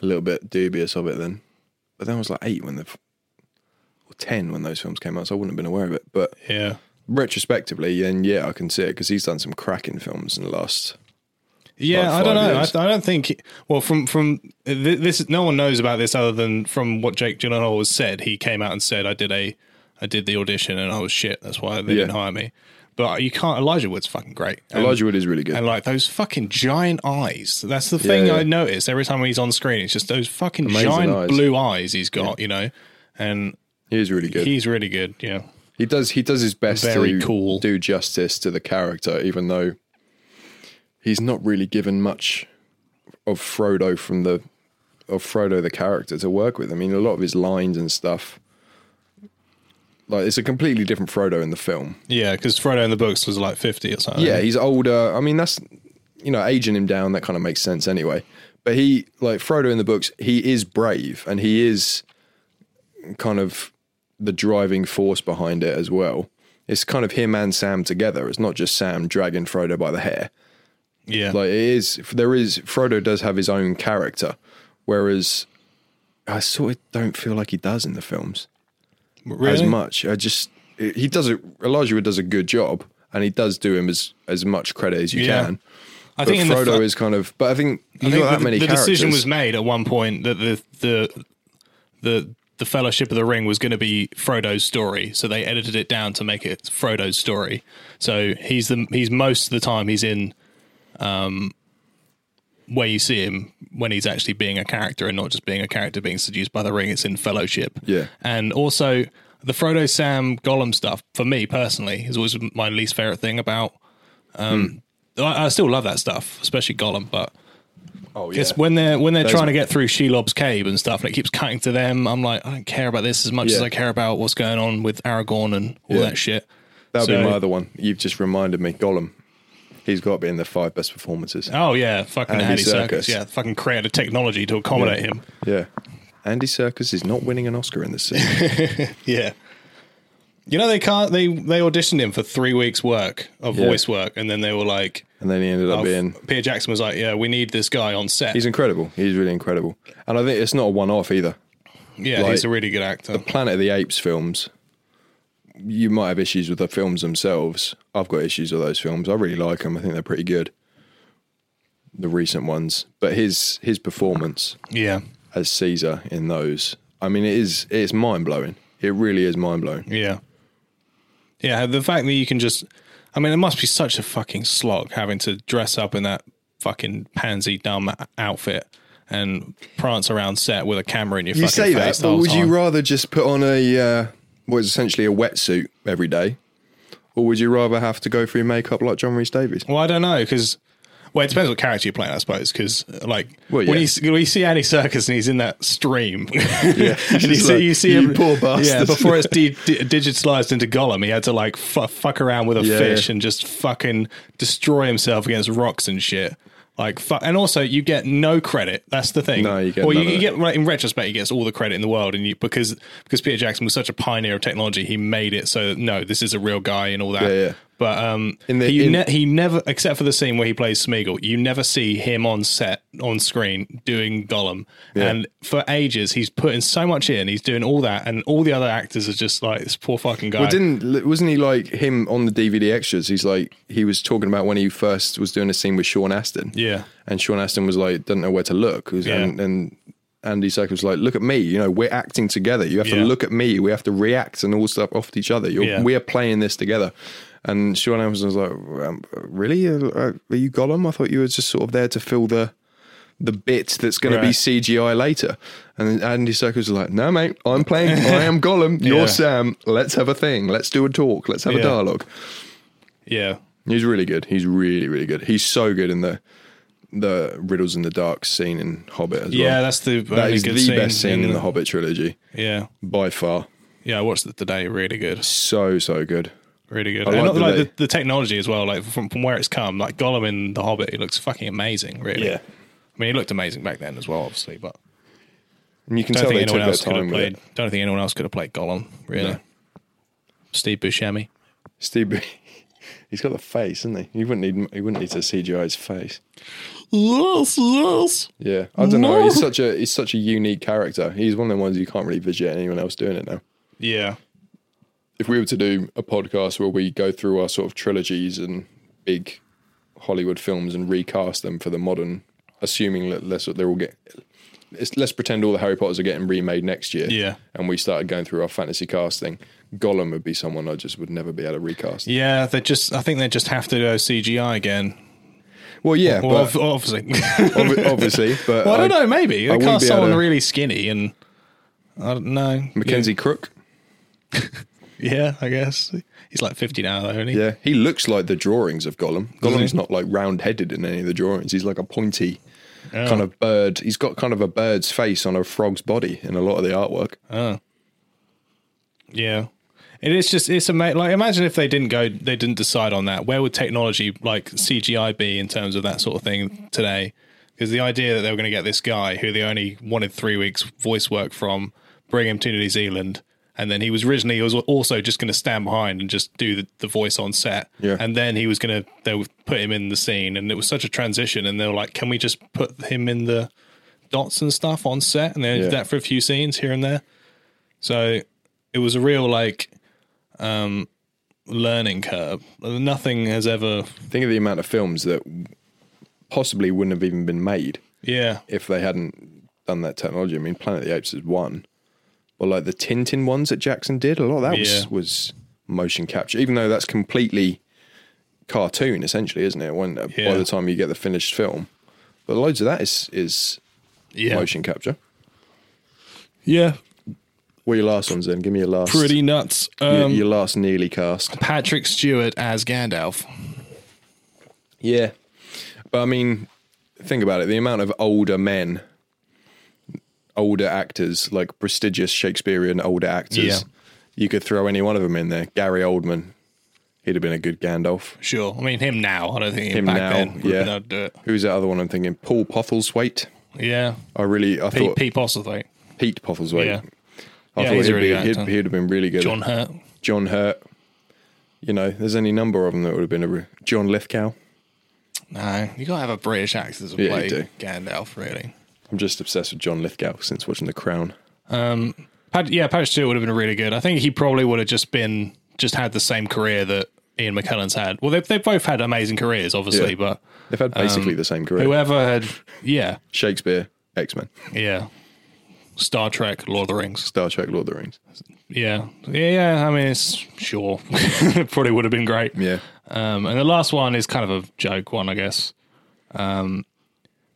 Speaker 2: a little bit dubious of it then. But then I was like eight when the f- or ten when those films came out, so I wouldn't have been aware of it. But
Speaker 3: Yeah.
Speaker 2: retrospectively, then yeah, I can see it because he's done some cracking films in the last. Like
Speaker 3: Yeah, I
Speaker 2: five
Speaker 3: don't know. I,
Speaker 2: years.
Speaker 3: I don't think. he- Well, from from th- this, no one knows about this other than from what Jake Gyllenhaal has said. He came out and said, "I did a, I did the audition and I was shit. That's why they
Speaker 2: Yeah.
Speaker 3: didn't hire me." But you can't. Elijah Wood's fucking great. And-
Speaker 2: Elijah Wood is really good.
Speaker 3: And like those fucking giant eyes. That's the thing
Speaker 2: yeah.
Speaker 3: I notice every time he's on screen. It's just those fucking
Speaker 2: Amazing
Speaker 3: giant
Speaker 2: eyes.
Speaker 3: blue eyes he's got, you know? And
Speaker 2: he is really good.
Speaker 3: he's really good. Yeah.
Speaker 2: He does he does his best
Speaker 3: Very
Speaker 2: to
Speaker 3: cool.
Speaker 2: do justice to the character, even though he's not really given much of Frodo from the of Frodo the character to work with. I mean, a lot of his lines and stuff. Like it's a completely different Frodo in the film.
Speaker 3: Yeah. Because Frodo in the books was like 50 or something.
Speaker 2: Yeah, he's older. I mean, that's you know, aging him down that kind of makes sense anyway. But he like Frodo in the books, he is brave and he is kind of the driving force behind it as well. It's kind of him and Sam together. It's not just Sam dragging Frodo by the hair.
Speaker 3: Yeah.
Speaker 2: Like it is there is Frodo does have his own character whereas I sort of don't feel like he does in the films
Speaker 3: really?
Speaker 2: as much. I just he does it. Elijah Wood does a good job, and he does do him as as much credit as you
Speaker 3: Yeah.
Speaker 2: can.
Speaker 3: I
Speaker 2: But
Speaker 3: think in the
Speaker 2: Frodo
Speaker 3: fir-
Speaker 2: is kind of. But I think you got
Speaker 3: I think
Speaker 2: that
Speaker 3: the,
Speaker 2: many
Speaker 3: the
Speaker 2: characters.
Speaker 3: decision was made at one point that the the the the Fellowship of the Ring was going to be Frodo's story, so they edited it down to make it Frodo's story. So he's the he's most of the time he's in, um, where you see him when he's actually being a character and not just being a character being seduced by the ring. It's in Fellowship,
Speaker 2: Yeah.
Speaker 3: and also the Frodo Sam Gollum stuff for me personally is always my least favorite thing about.
Speaker 2: Hmm.
Speaker 3: Um, I, I still love that stuff, especially Gollum, but
Speaker 2: Oh
Speaker 3: it's when they're when they're
Speaker 2: Those-
Speaker 3: trying to get through Shelob's cave and stuff, and it keeps cutting to them. I'm like, I don't care about this as much
Speaker 2: Yeah.
Speaker 3: as I care about what's going on with Aragorn and all
Speaker 2: Yeah.
Speaker 3: that shit.
Speaker 2: that'll be
Speaker 3: so-
Speaker 2: my other one. You've just reminded me, Gollum. He's got to be in the five best performances.
Speaker 3: Oh yeah, fucking
Speaker 2: Andy
Speaker 3: Andy
Speaker 2: Serkis.
Speaker 3: Circus. Yeah, fucking created technology to accommodate him.
Speaker 2: Yeah, Andy Serkis is not winning an Oscar in this scene.
Speaker 3: Yeah. You know they can't. They they auditioned him for three weeks' work of
Speaker 2: Yeah.
Speaker 3: voice work, and then they were like,
Speaker 2: and then he ended up
Speaker 3: oh,
Speaker 2: being.
Speaker 3: Peter Jackson was like, yeah, we need this guy on set.
Speaker 2: He's incredible. He's really incredible, and I think it's not a one-off either.
Speaker 3: yeah,
Speaker 2: like-
Speaker 3: he's a really good actor.
Speaker 2: Planet of the Apes films, you might have issues with the films themselves. I've got issues with those films. I really like them. I think they're pretty good. The recent ones, but his his performance
Speaker 3: yeah,
Speaker 2: as Caesar in those, I mean, it is it's mind blowing. It really is mind blowing.
Speaker 3: Yeah. Yeah, the fact that you can just I mean, it must be such a fucking slog having to dress up in that fucking pansy dumb outfit and prance around set with a camera in your
Speaker 2: You
Speaker 3: fucking
Speaker 2: say
Speaker 3: face.
Speaker 2: that,
Speaker 3: the
Speaker 2: but
Speaker 3: whole
Speaker 2: would you
Speaker 3: time.
Speaker 2: rather just put on a uh, what is essentially a wetsuit every day, or would you rather have to go through makeup like John Rhys Davies?
Speaker 3: Well, I don't know because well, it depends what character you're playing, I suppose. Because like
Speaker 2: Well,
Speaker 3: when,
Speaker 2: yeah.
Speaker 3: you, s- when you see Andy Circus and he's in that stream, and you
Speaker 2: just
Speaker 3: see,
Speaker 2: like,
Speaker 3: you see
Speaker 2: "You
Speaker 3: him,
Speaker 2: poor
Speaker 3: Yeah,
Speaker 2: bastard.
Speaker 3: before it's de- di- digitalized into Gollum, he had to like fu fuck around with a
Speaker 2: Yeah,
Speaker 3: fish
Speaker 2: yeah.
Speaker 3: and just fucking destrory himself against rocks and shit. Like fu- and also you get no credit. That's the thing.
Speaker 2: No, you get
Speaker 3: Well,
Speaker 2: none
Speaker 3: you,
Speaker 2: of
Speaker 3: you
Speaker 2: it.
Speaker 3: get right in retrospect, he gets all the credit in the world, and you because because Peter Jackson was such a pioneer of technology, he made it so that no, this is a real guy and all that.
Speaker 2: Yeah, yeah.
Speaker 3: But um,
Speaker 2: In the-
Speaker 3: he,
Speaker 2: in-
Speaker 3: ne- he never, except for the scene where he plays Smeagol, you never see him on set, on screen, doing Gollum. And for ages, he's putting so much in, he's doing all that, and all the other actors are just like, this poor fucking guy.
Speaker 2: Well, didn't wasn't he like him on the DVD extras? He's like he was talking about when he first was doing a scene with Sean Astin.
Speaker 3: Yeah.
Speaker 2: and Sean Astin was like, doesn't know where to look, He was-
Speaker 3: Yeah.
Speaker 2: and, and Andy Serkis was like, look at me. You know, we're acting together. You have
Speaker 3: Yeah.
Speaker 2: to look at me. We have to react and all stuff off to each other. You're,
Speaker 3: Yeah.
Speaker 2: We're playing this together. And Sean Astin was like, um, really? Uh, Are you Gollum? I thought you were just sort of there to fill the the bit that's going to be
Speaker 3: Right.
Speaker 2: CGI later. And then Andy Serkis was like, no, mate, I'm playing. I am Gollum. You're
Speaker 3: Yeah.
Speaker 2: Sam. Let's have a thing. Let's do a talk. Let's have a
Speaker 3: Yeah.
Speaker 2: dialogue.
Speaker 3: yeah.
Speaker 2: He's really good. He's really, really good. He's so good in the the Riddles in the Dark scene in Hobbit as well.
Speaker 3: Yeah, that's the
Speaker 2: that
Speaker 3: only
Speaker 2: is
Speaker 3: good
Speaker 2: the
Speaker 3: scene
Speaker 2: best scene
Speaker 3: in
Speaker 2: in the
Speaker 3: the-
Speaker 2: Hobbit trilogy
Speaker 3: Yeah.
Speaker 2: by far.
Speaker 3: Yeah, I watched it today. Really good.
Speaker 2: So so good.
Speaker 3: Really good.
Speaker 2: I
Speaker 3: and
Speaker 2: like
Speaker 3: not,
Speaker 2: that
Speaker 3: like
Speaker 2: they-
Speaker 3: the, the technology as well, like from, from where it's come. Like Gollum in The Hobbit, he looks fucking amazing, really.
Speaker 2: Yeah.
Speaker 3: I mean, he looked amazing back then as well, obviously, but.
Speaker 2: And you can
Speaker 3: don't
Speaker 2: tell
Speaker 3: think
Speaker 2: they took
Speaker 3: anyone
Speaker 2: their
Speaker 3: else could have
Speaker 2: time with
Speaker 3: played.
Speaker 2: it.
Speaker 3: Don't think anyone else could have played Gollum. Really,
Speaker 2: No.
Speaker 3: Steve Buscemi.
Speaker 2: Steve, he's got the face, isn't he? You wouldn't need you wouldn't need to CGI his face.
Speaker 3: Yes, yes.
Speaker 2: Yeah, I don't know. He's such a he's such a unique character. He's one of the ones you can't really vision anyone else doing it now.
Speaker 3: Yeah,
Speaker 2: If we were to do a podcast where we go through our sort of trilogies and big Hollywood films and recast them for the modern, assuming that let's they're all get. It's, let's pretend all the Harry Potters are getting remade next year.
Speaker 3: Yeah.
Speaker 2: and we started going through our fantasy casting. Gollum would be someone I just would never be able to recast.
Speaker 3: Yeah, they just. I think they just have to go CGI again.
Speaker 2: Well, yeah,
Speaker 3: Well,
Speaker 2: but
Speaker 3: ob- obviously.
Speaker 2: obvi- obviously, but
Speaker 3: well, I, don't know. Maybe
Speaker 2: I
Speaker 3: they
Speaker 2: wouldn't
Speaker 3: cast
Speaker 2: be able
Speaker 3: someone
Speaker 2: to-
Speaker 3: really skinny and I don't know.
Speaker 2: Mackenzie Crook.
Speaker 3: Yeah, yeah, I guess he's like fifty now, though, isn't he?
Speaker 2: Yeah, he looks like the drawings of Gollum.
Speaker 3: Doesn't
Speaker 2: Gollum's
Speaker 3: he?
Speaker 2: not like round-headed in any of the drawings. He's like a pointy
Speaker 3: Oh.
Speaker 2: kind of bird. He's got kind of a bird's face on a frog's body in a lot of the artwork.
Speaker 3: Oh. Yeah. It is just it's amazing. Like imagine if they didn't go, they didn't decide on that. Where would technology like CGI be in terms of that sort of thing today? Because the idea that they were going to get this guy who they only wanted three weeks voice work from, bring him to New Zealand, and then he was originally he was also just going to stand behind and just do the, the voice on set,
Speaker 2: Yeah.
Speaker 3: and then he was going to they would put him in the scene, and it was such a transition. And they were like, "Can we just put him in the dots and stuff on set?" And they
Speaker 2: Yeah.
Speaker 3: did that for a few scenes here and there. So it was a real like um learning curve. Nothing has ever
Speaker 2: Think of the amount of films that possibly wouldn't have even been made
Speaker 3: yeah.
Speaker 2: if they hadn't done that technology. I mean, Planet of the Apes is one, but like the Tintin ones that Jackson did, a lot of that was,
Speaker 3: Yeah.
Speaker 2: was motion capture, even though that's completely cartoon essentially, isn't it? When uh, by
Speaker 3: Yeah.
Speaker 2: the time you get the finished film, but loads of that is is
Speaker 3: Yeah.
Speaker 2: motion capture.
Speaker 3: Yeah.
Speaker 2: What are your last ones then? Give me your last.
Speaker 3: Pretty nuts.
Speaker 2: your,
Speaker 3: Um
Speaker 2: your last nearly cast.
Speaker 3: Patrick Stewart as Gandalf.
Speaker 2: Yeah, but I mean, think about it. The amount of older men, older actors, like prestigious Shakespearean older actors.
Speaker 3: Yeah.
Speaker 2: You could throw any one of them in there. Gary Oldman, he'd have been a good Gandalf.
Speaker 3: Sure. I mean him now. I don't think him,
Speaker 2: Him
Speaker 3: back
Speaker 2: now,
Speaker 3: then would
Speaker 2: yeah.
Speaker 3: not do it.
Speaker 2: Who's that other one? I'm thinking Paul Postlethwaite.
Speaker 3: Yeah.
Speaker 2: I really, I
Speaker 3: Pete
Speaker 2: thought
Speaker 3: Pete Postlethwaite.
Speaker 2: Pete Postlethwaite.
Speaker 3: Yeah.
Speaker 2: I
Speaker 3: Yeah,
Speaker 2: thought
Speaker 3: he's
Speaker 2: he'd,
Speaker 3: a really
Speaker 2: be,
Speaker 3: good
Speaker 2: he'd,
Speaker 3: actor.
Speaker 2: he'd have been really good.
Speaker 3: John Hurt.
Speaker 2: John Hurt. You know, there's any number of them that would have been a re- John Lithgow.
Speaker 3: No. You gotta have a British accent to
Speaker 2: Yeah, you
Speaker 3: play
Speaker 2: do.
Speaker 3: Gandalf, really.
Speaker 2: I'm just obsessed with John Lithgow since watching The Crown.
Speaker 3: Um Pat, yeah, Patrick Stewart would have been really good. I think he probably would have just been just had the same career that Ian McKellen's had. Well, they they both had amazing careers, obviously,
Speaker 2: Yeah.
Speaker 3: but
Speaker 2: They've had basically
Speaker 3: Um,
Speaker 2: the same career.
Speaker 3: Whoever had, yeah,
Speaker 2: Shakespeare, X Men,
Speaker 3: yeah, Star Trek, Lord of the Rings,
Speaker 2: Star Trek, Lord of the Rings.
Speaker 3: yeah, yeah, yeah. I mean, it's sure, It probably would have been great.
Speaker 2: Yeah.
Speaker 3: Um, and the last one is kind of a joke one, I guess. Um,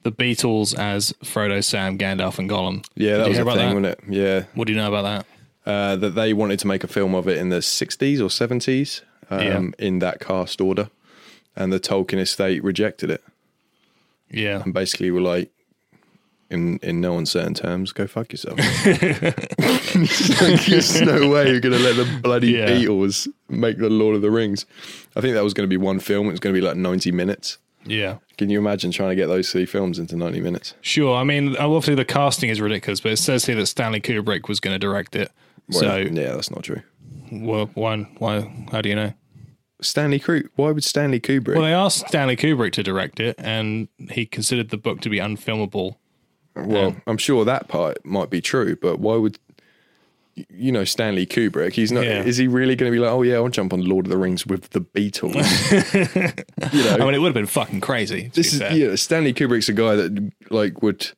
Speaker 3: the Beatles as Frodo, Sam, Gandalf, and Gollum.
Speaker 2: Yeah,
Speaker 3: Did
Speaker 2: that
Speaker 3: you
Speaker 2: was
Speaker 3: hear
Speaker 2: a
Speaker 3: about
Speaker 2: thing,
Speaker 3: that?
Speaker 2: wasn't it? Yeah.
Speaker 3: What do you know about that?
Speaker 2: Uh, that they wanted to make a film of it in the 60s or 70s um, in that cast order. And the Tolkien estate rejected it
Speaker 3: Yeah,
Speaker 2: and basically were like, in, in no uncertain terms, go fuck yourself. It's like, There's no way you're going to let the bloody
Speaker 3: Yeah.
Speaker 2: Beatles make the Lord of the Rings. I think that was going to be one film. It was going to be like 90 minutes.
Speaker 3: yeah.
Speaker 2: Can you imagine trying to get those three films into 90 minutes?
Speaker 3: Sure. I mean, obviously the casting is ridiculous, but it says here that Stanley Kubrick was going to direct it. so,
Speaker 2: Well, yeah, that's not true.
Speaker 3: well, why? Why? How do you know?
Speaker 2: Stanley Kubrick. Why would Stanley Kubrick?
Speaker 3: Well, they asked Stanley Kubrick to direct it, and he considered the book to be unfilmable.
Speaker 2: Well, um, I'm sure that part might be true, but why would you know Stanley Kubrick? He's not.
Speaker 3: Yeah.
Speaker 2: Is he really going to be like, oh yeah, I'll jump on Lord of the Rings with the Beatles? you know,
Speaker 3: I mean, it would have been fucking crazy. To
Speaker 2: this
Speaker 3: be
Speaker 2: is
Speaker 3: fair.
Speaker 2: yeah. Stanley Kubrick's a guy that like would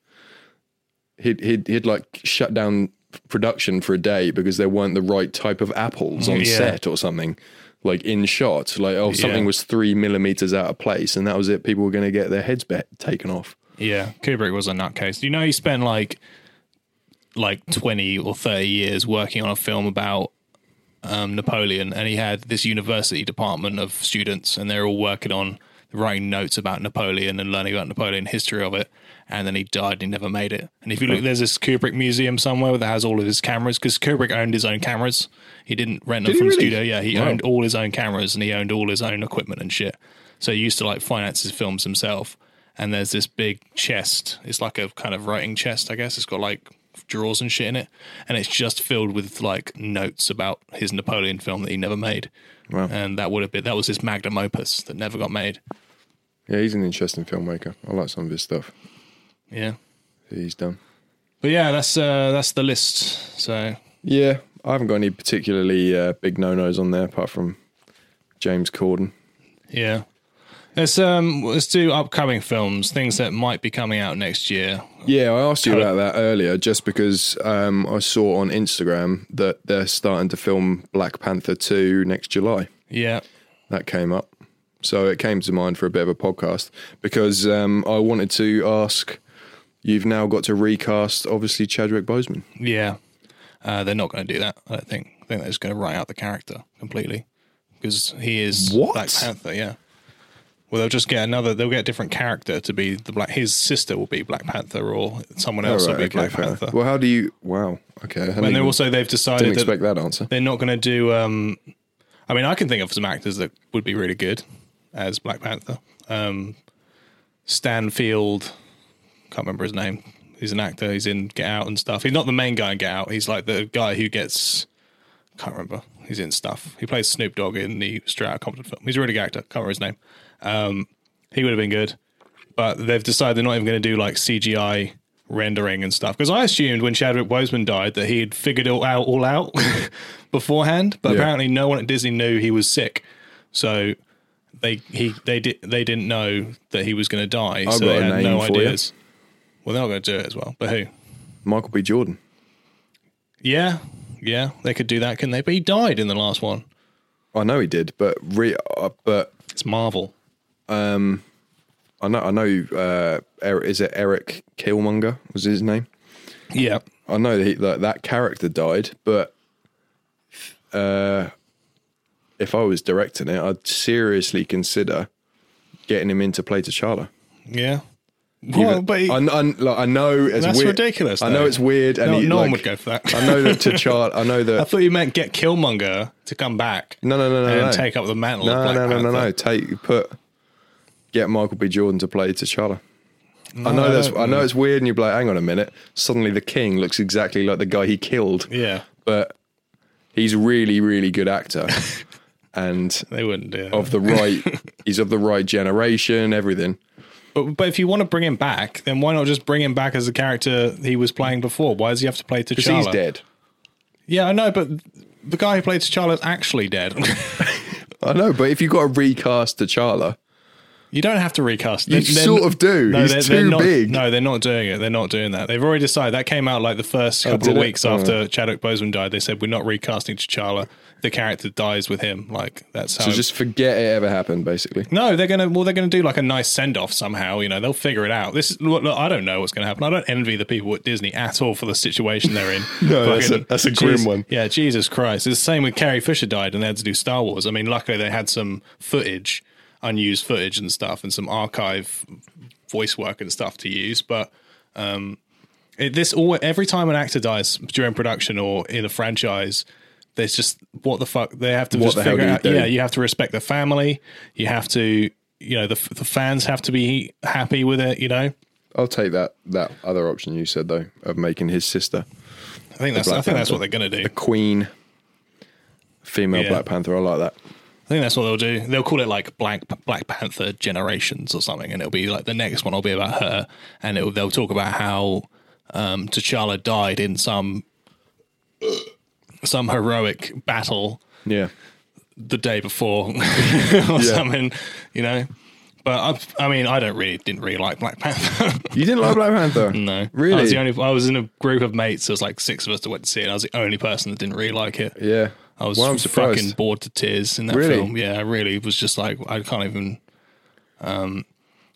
Speaker 2: he'd he'd he'd like shut down production for a day because there weren't the right type of apples on
Speaker 3: Mm. Yeah.
Speaker 2: set or something. Like in shot, like oh something
Speaker 3: Yeah.
Speaker 2: was three millimeters out of place, and that was it. People were going to get their heads be- taken off.
Speaker 3: Yeah, Kubrick was a nutcase. You know, he spent like like twenty or thirty years working on a film about um, Napoleon, and he had this university department of students, and they're all working on writing notes about Napoleon and learning about Napoleon history of it. And then he died and he never made it. And if you look, there's this Kubrick museum somewhere that has all of his cameras because Kubrick owned his own cameras. He didn't rent them
Speaker 2: he
Speaker 3: from the
Speaker 2: really?
Speaker 3: studio. Yeah, he owned all his own cameras and he owned all his own equipment and shit. So he used to like finance his films himself. And there's this big chest. It's like a kind of writing chest, I guess. It's got like drawers and shit in it. And it's just filled with like notes about his Napoleon film that he never made. And that would have been, that was his magnum opus that never got made.
Speaker 2: Yeah, he's an interesting filmmaker. I like some of his stuff.
Speaker 3: Yeah.
Speaker 2: he's done.
Speaker 3: But yeah, that's uh, that's the list. So
Speaker 2: Yeah, I haven't got any particularly uh, big no nos on there apart from James Corden.
Speaker 3: yeah, Let's um let's do upcoming films, things that might be coming out next year.
Speaker 2: Yeah, I asked you about that earlier just because um, I saw on Instagram that they're starting to film Black Panther 2 next July.
Speaker 3: Yeah.
Speaker 2: That came up. So it came to mind for a bit of a podcast because um, I wanted to ask you've now got to recast, obviously, Chadwick Boseman.
Speaker 3: Yeah. Uh, they're not going to do that, I don't think. I think they're just going to write out the character completely because he is
Speaker 2: What?
Speaker 3: Black Panther, yeah. Well, they'll just get another, they'll get a different character to be the Black, his sister will be Black Panther or someone else will be Black
Speaker 2: Oh, fair.
Speaker 3: Panther.
Speaker 2: Well, how do you. Wow. Okay. I hadn't
Speaker 3: and
Speaker 2: even-
Speaker 3: they're also, they've
Speaker 2: didn't
Speaker 3: decided that
Speaker 2: expect that answer.
Speaker 3: they're not going to do, um, I mean, I can think of some actors that would be really good as Black Panther. Um, Stanfield, can't remember his name. He's an actor. He's in Get Out and stuff. He's not the main guy in Get Out. He's like the guy who gets. Can't remember. He's in stuff. He plays Snoop Dogg in the Straight Outta Compton film. He's a really good actor. Can't remember his name. Um, he would have been good, but they've decided they're not even going to do like CGI rendering and stuff. Because I assumed when Chadwick Boseman died that he had figured it all out all out beforehand, but
Speaker 2: Yeah.
Speaker 3: apparently no one at Disney knew he was sick. So they he they did they didn't know that he was going to die,
Speaker 2: I've
Speaker 3: so
Speaker 2: got
Speaker 3: they
Speaker 2: a
Speaker 3: had
Speaker 2: name
Speaker 3: no
Speaker 2: for you.
Speaker 3: ideas. Well, they're not going to do it as well, but who?
Speaker 2: Michael B. Jordan.
Speaker 3: Yeah, yeah, they could do that, couldn't they? But he died in the last one.
Speaker 2: I know he did, but re- uh, but um,
Speaker 3: It's Marvel.
Speaker 2: I know I know uh, Eric, is it Eric Killmonger was his name?
Speaker 3: Yeah,
Speaker 2: I know that, he, that that character died, but uh, if I was directing it, I'd seriously consider getting him in to play T'Challa.
Speaker 3: yeah. Well,
Speaker 2: Even-
Speaker 3: but he-
Speaker 2: I, I, like, I know it's
Speaker 3: that's
Speaker 2: weird.
Speaker 3: ridiculous.
Speaker 2: I know
Speaker 3: though.
Speaker 2: it's weird, and
Speaker 3: no,
Speaker 2: he,
Speaker 3: no one
Speaker 2: like,
Speaker 3: would go for that.
Speaker 2: I know that T'Challa. I know that
Speaker 3: I thought you meant get Killmonger to come back.
Speaker 2: No, no, no, no,
Speaker 3: and
Speaker 2: no.
Speaker 3: take up the mantle. of
Speaker 2: No,
Speaker 3: Black
Speaker 2: no, no, no,
Speaker 3: Panther.
Speaker 2: no. Take put get Michael B. Jordan to play T'Challa. I know that's I know it's weird, and you're like, hang on a minute. Suddenly, the king looks exactly like the guy he killed,
Speaker 3: Yeah,
Speaker 2: but he's really, really good actor, and
Speaker 3: they wouldn't do that.
Speaker 2: of the right, he's of the right generation, everything.
Speaker 3: But, but if you want to bring him back, then why not just bring him back as the character he was playing before? Why does he have to play
Speaker 2: Because
Speaker 3: T'Challa?
Speaker 2: he's dead.
Speaker 3: Yeah, I know, but the guy who played T'Challa is actually dead.
Speaker 2: I know, but if you've got to recast T'Challa,
Speaker 3: you don't have to recast.
Speaker 2: You sort of do. He's too
Speaker 3: not,
Speaker 2: big.
Speaker 3: No, they're not doing it. They're not doing that. They've already decided. That came out like the first couple
Speaker 2: Oh, did
Speaker 3: of
Speaker 2: it?
Speaker 3: weeks after Chadwick Boseman died. They said we're not recasting T'Challa. The character dies with him. Like that's how.
Speaker 2: so just forget it ever happened, basically.
Speaker 3: No, they're gonna. Well, they're gonna do like a nice send off somehow. You know, they'll figure it out. This is. Look, look, I don't know what's gonna happen. I don't envy the people at Disney at all for the situation they're in.
Speaker 2: No, that's
Speaker 3: Fucking-
Speaker 2: a- that's a grim
Speaker 3: Jeez-
Speaker 2: one.
Speaker 3: Yeah, Jesus Christ. It's the same with Carrie Fisher died and they had to do Star Wars. I mean, luckily they had some footage, unused footage and stuff, and some archive voice work and stuff to use, but. Um, it, this all every time an actor dies during production or in a franchise, there's just what the fuck they have to
Speaker 2: What
Speaker 3: just
Speaker 2: the hell
Speaker 3: figure
Speaker 2: do you
Speaker 3: out.
Speaker 2: do?
Speaker 3: Yeah, you have to respect the family. You have to, you know, the f- the fans have to be happy with it. You know,
Speaker 2: I'll take that that other option you said though of making his sister.
Speaker 3: I think that's I
Speaker 2: Black
Speaker 3: think that's
Speaker 2: Panther.
Speaker 3: what they're gonna do.
Speaker 2: the Queen female
Speaker 3: Yeah.
Speaker 2: Black Panther. I like that.
Speaker 3: I think that's what they'll do. They'll call it like Black Black Panther Generations or something, and it'll be like the next one will be about her, and it'll, they'll talk about how um, T'Challa died in some some heroic battle
Speaker 2: Yeah.
Speaker 3: the day before or something, you know. But I, I mean, I don't really didn't really like Black Panther.
Speaker 2: You didn't like Black Panther?
Speaker 3: no, I
Speaker 2: Really?
Speaker 3: was the only. I was in a group of mates. There was like six of us that went to see it. I was the only person that didn't really like it.
Speaker 2: yeah.
Speaker 3: I was
Speaker 2: well, I'm
Speaker 3: fucking
Speaker 2: surprised.
Speaker 3: bored to tears in that
Speaker 2: Really?
Speaker 3: film. Yeah, I really was just like I can't even. Um,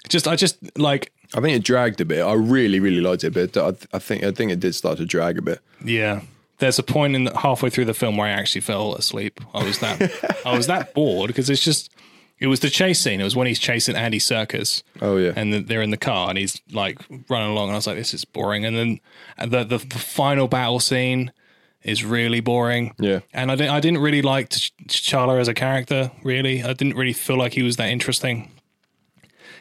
Speaker 3: just I just like
Speaker 2: I think it dragged a bit. I really, really liked it, but I, I think I think it did start to drag a bit.
Speaker 3: yeah. There's a point in the, halfway through the film where I actually fell asleep. I was that I was that bored because it's just it was the chase scene. It was when he's chasing Andy Circus.
Speaker 2: Oh yeah.
Speaker 3: and then they're in the car and he's like running along and i was like this is boring and then the the, the final battle scene is really boring
Speaker 2: Yeah.
Speaker 3: and i didn't i didn't really like T'Ch- t'challa as a character really i didn't really feel like he was that interesting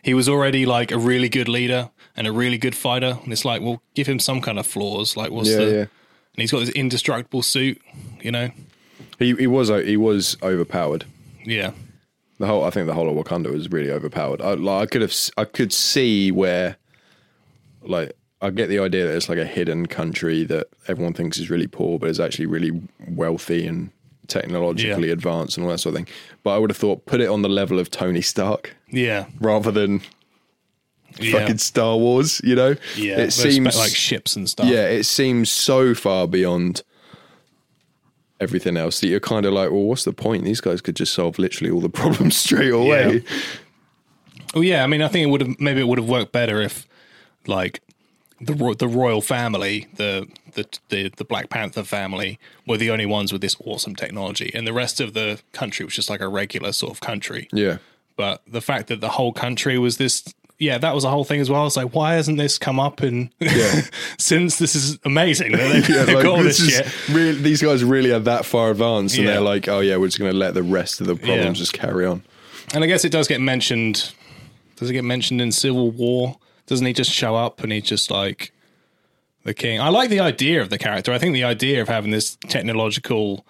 Speaker 3: he was already like a really good leader and a really good fighter and it's like well give him some kind of flaws like what's
Speaker 2: yeah,
Speaker 3: the
Speaker 2: yeah.
Speaker 3: and he's got this indestructible suit you know
Speaker 2: He he was o- he was overpowered.
Speaker 3: yeah
Speaker 2: The whole I think the whole of Wakanda was really overpowered. I like I could have s- I could see where like I get the idea that it's like a hidden country that everyone thinks is really poor, but is actually really wealthy and technologically advanced and all that sort of thing. But I would have thought put it on the level of Tony Stark
Speaker 3: Yeah.
Speaker 2: rather than
Speaker 3: Yeah.
Speaker 2: fucking Star Wars. You know,
Speaker 3: yeah.
Speaker 2: it
Speaker 3: Those spe-
Speaker 2: seems
Speaker 3: like ships and stuff.
Speaker 2: yeah, it seems so far beyond everything else that you're kind of like, well, what's the point? These guys could just solve literally all the problems straight away.
Speaker 3: Well, Oh, yeah. I mean, I think it would have maybe it would have worked better if like the ro- the royal family, the, the the the Black Panther family, were the only ones with this awesome technology, and the rest of the country was just like a regular sort of country.
Speaker 2: Yeah.
Speaker 3: But the fact that the whole country was this. Yeah, that was a whole thing as well. It's like, why hasn't this come up? And since this is amazing, that they've, they've
Speaker 2: Like,
Speaker 3: got all
Speaker 2: this
Speaker 3: this,
Speaker 2: is
Speaker 3: shit.
Speaker 2: really- these guys really are that far advanced, and
Speaker 3: Yeah.
Speaker 2: they're like, "Oh yeah, we're just going to let the rest of the problems
Speaker 3: Yeah.
Speaker 2: just carry on."
Speaker 3: And I guess it does get mentioned. Does it get mentioned in Civil War? Doesn't he just show up and he's just like the king? I like the idea of the character. I think the idea of having this technological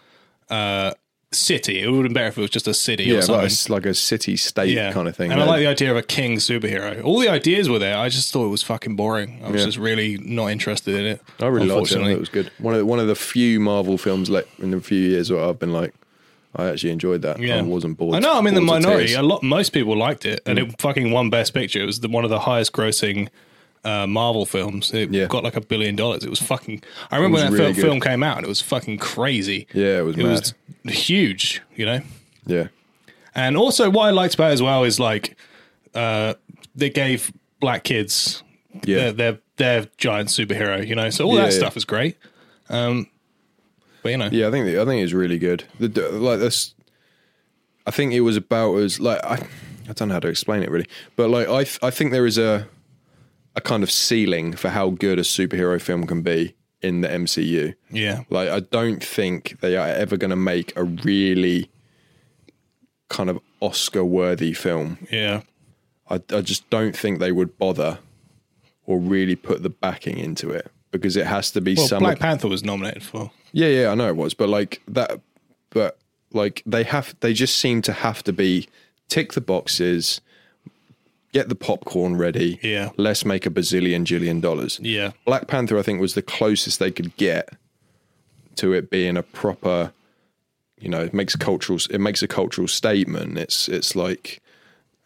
Speaker 3: uh, city. It would have been better if it was just a city
Speaker 2: Yeah,
Speaker 3: or
Speaker 2: like
Speaker 3: something.
Speaker 2: a s- like a city state kind of thing.
Speaker 3: And I
Speaker 2: though.
Speaker 3: like the idea of a king superhero. All the ideas were there. I just thought it was fucking boring. I was
Speaker 2: Yeah.
Speaker 3: just really not interested in it.
Speaker 2: I really liked it. I thought
Speaker 3: unfortunately.
Speaker 2: It was good. One of the, one of the few Marvel films like in the few years where I've been like, I actually enjoyed that. I wasn't bored.
Speaker 3: I know I'm in the
Speaker 2: bored to
Speaker 3: minority.
Speaker 2: tears.
Speaker 3: A lot, most people liked it,
Speaker 2: Mm.
Speaker 3: and it fucking won Best Picture. It was the, one of the highest grossing uh, Marvel films. It
Speaker 2: Yeah.
Speaker 3: got like a billion dollars. It was fucking. I remember
Speaker 2: was
Speaker 3: when that
Speaker 2: really
Speaker 3: fil- film
Speaker 2: good.
Speaker 3: came out, and it was fucking crazy.
Speaker 2: Yeah, it was
Speaker 3: It was huge, you know.
Speaker 2: yeah,
Speaker 3: And also, what I liked about it as well is like uh, they gave black kids
Speaker 2: Yeah.
Speaker 3: their, their their giant superhero, you know. So all
Speaker 2: Yeah,
Speaker 3: that
Speaker 2: yeah.
Speaker 3: stuff is great. Um, but you know,
Speaker 2: yeah. I think the, I think it's really good. The, the- like this, I think it was about as like I, I don't know how to explain it really, but like I th- I think there is a a kind of ceiling for how good a superhero film can be in the MCU.
Speaker 3: yeah,
Speaker 2: Like, I don't think they are ever going to make a really kind of Oscar worthy film.
Speaker 3: yeah.
Speaker 2: I, I just don't think they would bother or really put the backing into it because it has to be
Speaker 3: Well,
Speaker 2: some.
Speaker 3: Black Panther was nominated for.
Speaker 2: yeah, yeah, I know it was, but like that, but like they have, they just seem to have to be tick the boxes, get the popcorn ready.
Speaker 3: Yeah.
Speaker 2: Let's make a bazillion, jillion dollars.
Speaker 3: Yeah,
Speaker 2: Black Panther, I think, was the closest they could get to it being a proper, you know, it makes cultural, it makes a cultural statement. It's it's like,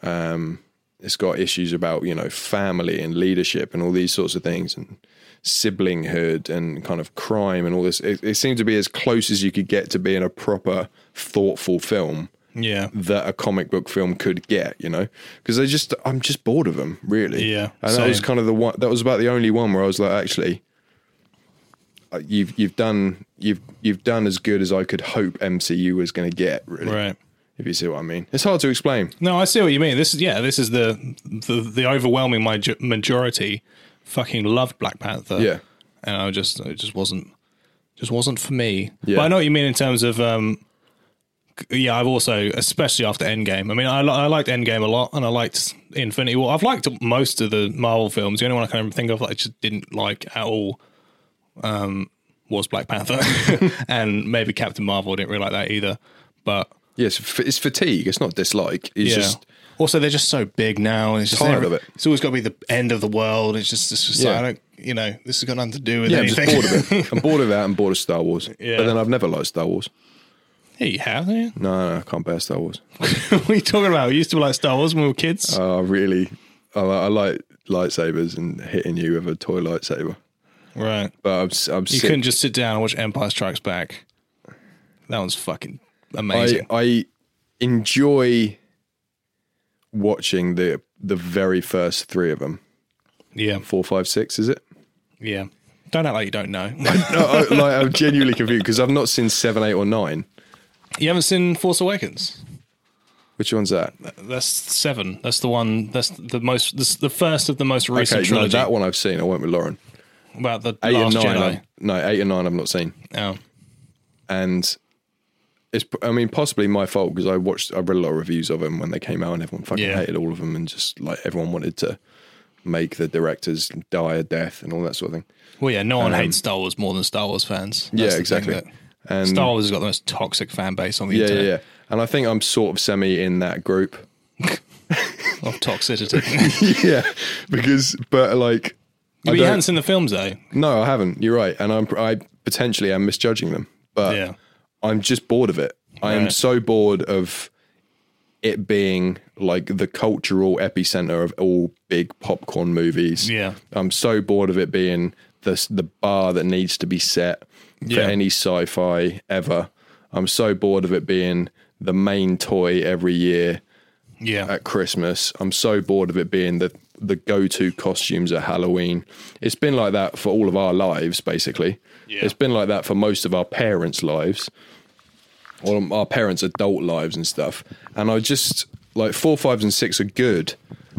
Speaker 2: um, it's got issues about you know family and leadership and all these sorts of things and siblinghood and kind of crime and all this. It, it seemed to be as close as you could get to being a proper, thoughtful film
Speaker 3: yeah.
Speaker 2: that a comic book film could get, you know, because they just I'm just bored of them, really.
Speaker 3: Yeah,
Speaker 2: and that was
Speaker 3: same.
Speaker 2: kind of the one that was about the only one where I was like, actually, uh, you've you've done you've you've done as good as I could hope MCU was going to get, really.
Speaker 3: Right.
Speaker 2: If you see what I mean, it's hard to explain.
Speaker 3: No, I see what you mean. This is yeah, this is the the, the overwhelming maj- majority fucking loved Black Panther.
Speaker 2: Yeah.
Speaker 3: and I just it just wasn't just wasn't for me.
Speaker 2: Yeah.
Speaker 3: But I know what you mean in terms of um, c- yeah, I've also especially after Endgame. I mean, I li- I liked Endgame a lot, and I liked Infinity War. I've liked most of the Marvel films. The only one I can think of that I just didn't like at all. Um, was Black Panther and maybe Captain Marvel. I didn't really like that either, but
Speaker 2: Yes, f it's fatigue. It's not dislike. It's just
Speaker 3: also, they're just so big now, and it's just
Speaker 2: Tired of
Speaker 3: every-
Speaker 2: it.
Speaker 3: It's always got to be the end of the world. It's just, it's just
Speaker 2: Yeah.
Speaker 3: like, I don't, you know, this has got nothing to do with
Speaker 2: yeah, I'm just
Speaker 3: anything.
Speaker 2: bored of it. I'm bored of that. I'm bored of Star Wars.
Speaker 3: Yeah.
Speaker 2: But then I've never liked Star Wars.
Speaker 3: yeah, you have. Yeah.
Speaker 2: No, no, I can't bear Star Wars.
Speaker 3: what are you talking about? We used to like Star Wars when we were kids.
Speaker 2: I really, I, li- I like lightsabers and hitting you with a toy lightsaber.
Speaker 3: right.
Speaker 2: But I'm, s- I'm
Speaker 3: You
Speaker 2: sick.
Speaker 3: couldn't just sit down and watch Empire Strikes Back. That one's fucking amazing.
Speaker 2: I, I enjoy watching the the very first three of them.
Speaker 3: yeah.
Speaker 2: Four, five, six, is it?
Speaker 3: Yeah. Don't act like you don't know.
Speaker 2: No, I, like, I'm genuinely confused because I've not seen seven, eight, or nine.
Speaker 3: you haven't seen Force Awakens.
Speaker 2: Which one's that?
Speaker 3: That's seven. That's the one. That's the most. That's the first of the most recent
Speaker 2: Okay, no,
Speaker 3: trilogy.
Speaker 2: that one I've seen. I went with Lauren.
Speaker 3: about the
Speaker 2: Eight
Speaker 3: last
Speaker 2: and nine.
Speaker 3: Jedi.
Speaker 2: I've- no, eight and nine I've not seen.
Speaker 3: Oh.
Speaker 2: And it's, p- I mean, possibly my fault because I watched, I read a lot of reviews of them when they came out and everyone fucking
Speaker 3: Yeah.
Speaker 2: hated all of them and just like everyone wanted to make the directors die a death and all that sort of thing.
Speaker 3: Well, yeah, no one hates Star Wars more than Star Wars fans.
Speaker 2: Um, yeah,
Speaker 3: That's the
Speaker 2: exactly.
Speaker 3: thing that-
Speaker 2: And
Speaker 3: Star Wars has got the most toxic fan base on the
Speaker 2: yeah, yeah,
Speaker 3: internet
Speaker 2: yeah. And I think I'm sort of semi in that group.
Speaker 3: of toxicity.
Speaker 2: yeah, because but like, I
Speaker 3: but you
Speaker 2: don't-
Speaker 3: haven't seen the films though.
Speaker 2: no, I haven't. You're right, and I'm I potentially am misjudging them, but
Speaker 3: yeah.
Speaker 2: I'm just bored of it. I am
Speaker 3: Right.
Speaker 2: so bored of it being like the cultural epicenter of all big popcorn movies.
Speaker 3: Yeah.
Speaker 2: I'm so bored of it being the the bar that needs to be set for
Speaker 3: Yeah.
Speaker 2: any sci-fi ever. I'm so bored of it being the main toy every year
Speaker 3: Yeah.
Speaker 2: at Christmas. I'm so bored of it being the the go-to costumes at Halloween. It's been like that for all of our lives, basically.
Speaker 3: Yeah.
Speaker 2: It's been like that for most of our parents' lives, or our parents' adult lives and stuff. And I just like four, fives, and six are good,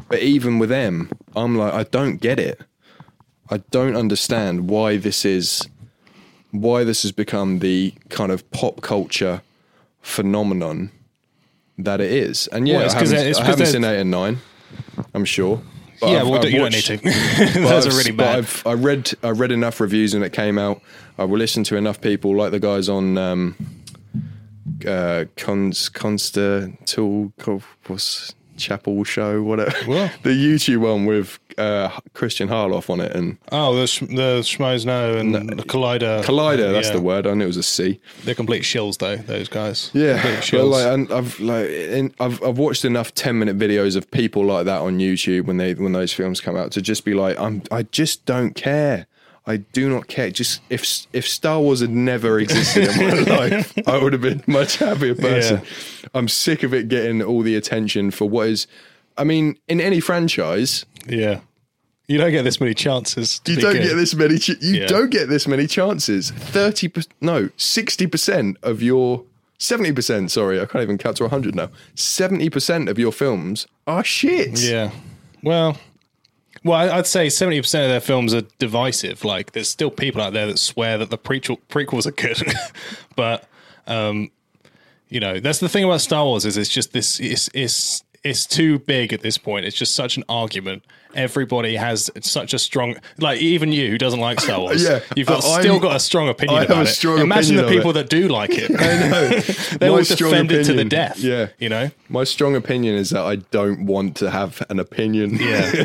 Speaker 2: but even with them, I'm like, I don't get it. I don't understand why this is, why this has become the kind of pop culture phenomenon that it is. And yeah,
Speaker 3: Well, it's
Speaker 2: I
Speaker 3: 'cause
Speaker 2: haven't,
Speaker 3: it's
Speaker 2: I
Speaker 3: 'cause
Speaker 2: haven't
Speaker 3: they're-
Speaker 2: seen eight and nine. I'm sure. But
Speaker 3: yeah,
Speaker 2: I've-
Speaker 3: well,
Speaker 2: I've
Speaker 3: you
Speaker 2: watched-
Speaker 3: don't need to. Those
Speaker 2: I've-
Speaker 3: are really
Speaker 2: but
Speaker 3: bad.
Speaker 2: I've, I read I read enough reviews when it came out. I will listen to enough people, like the guys on um, uh, Cons Consta Tool Co- what's Chapel Show, whatever
Speaker 3: Well.
Speaker 2: the YouTube one with uh, Christian Harloff on it and
Speaker 3: Oh, the sh- the Schmoes now and the Collider.
Speaker 2: Collider. That's
Speaker 3: yeah.
Speaker 2: the word. I knew it was a C.
Speaker 3: They're complete shills, though. Those guys.
Speaker 2: Yeah,
Speaker 3: Complete
Speaker 2: but
Speaker 3: shills.
Speaker 2: like and I've like in, I've I've watched enough ten minute videos of people like that on YouTube when they when those films come out to just be like I'm I just don't care. I do not care. Just if if Star Wars had never existed in my life, I would have been a much happier person. I'm sick of it getting all the attention for what is. I mean, in any franchise,
Speaker 3: yeah. You don't get this many chances. To
Speaker 2: you
Speaker 3: be
Speaker 2: don't
Speaker 3: good.
Speaker 2: get this many. Ch- you
Speaker 3: Yeah.
Speaker 2: don't get this many chances. Thirty percent, no, sixty percent of your seventy percent. Sorry, I can't even count to hundred now. Seventy percent of your films are shit.
Speaker 3: Yeah. Well, well, I- I'd say seventy percent of their films are divisive. Like, there's still people out there that swear that the prequel prequels are good, but um, you know, that's the thing about Star Wars is it's just this. It's it's it's too big at this point. It's just such an argument. Everybody has such a strong, like even you who doesn't like Star Wars.
Speaker 2: Yeah.
Speaker 3: you've got,
Speaker 2: Uh, I'm-
Speaker 3: still got a strong opinion
Speaker 2: I have
Speaker 3: about
Speaker 2: a
Speaker 3: it.
Speaker 2: strong opinion
Speaker 3: Imagine the
Speaker 2: of
Speaker 3: people
Speaker 2: it.
Speaker 3: that do like it.
Speaker 2: I know.
Speaker 3: They
Speaker 2: My
Speaker 3: will
Speaker 2: strong
Speaker 3: defend it to the
Speaker 2: opinion-
Speaker 3: death.
Speaker 2: Yeah,
Speaker 3: you know.
Speaker 2: My strong opinion is that I don't want to have an opinion.
Speaker 3: Yeah.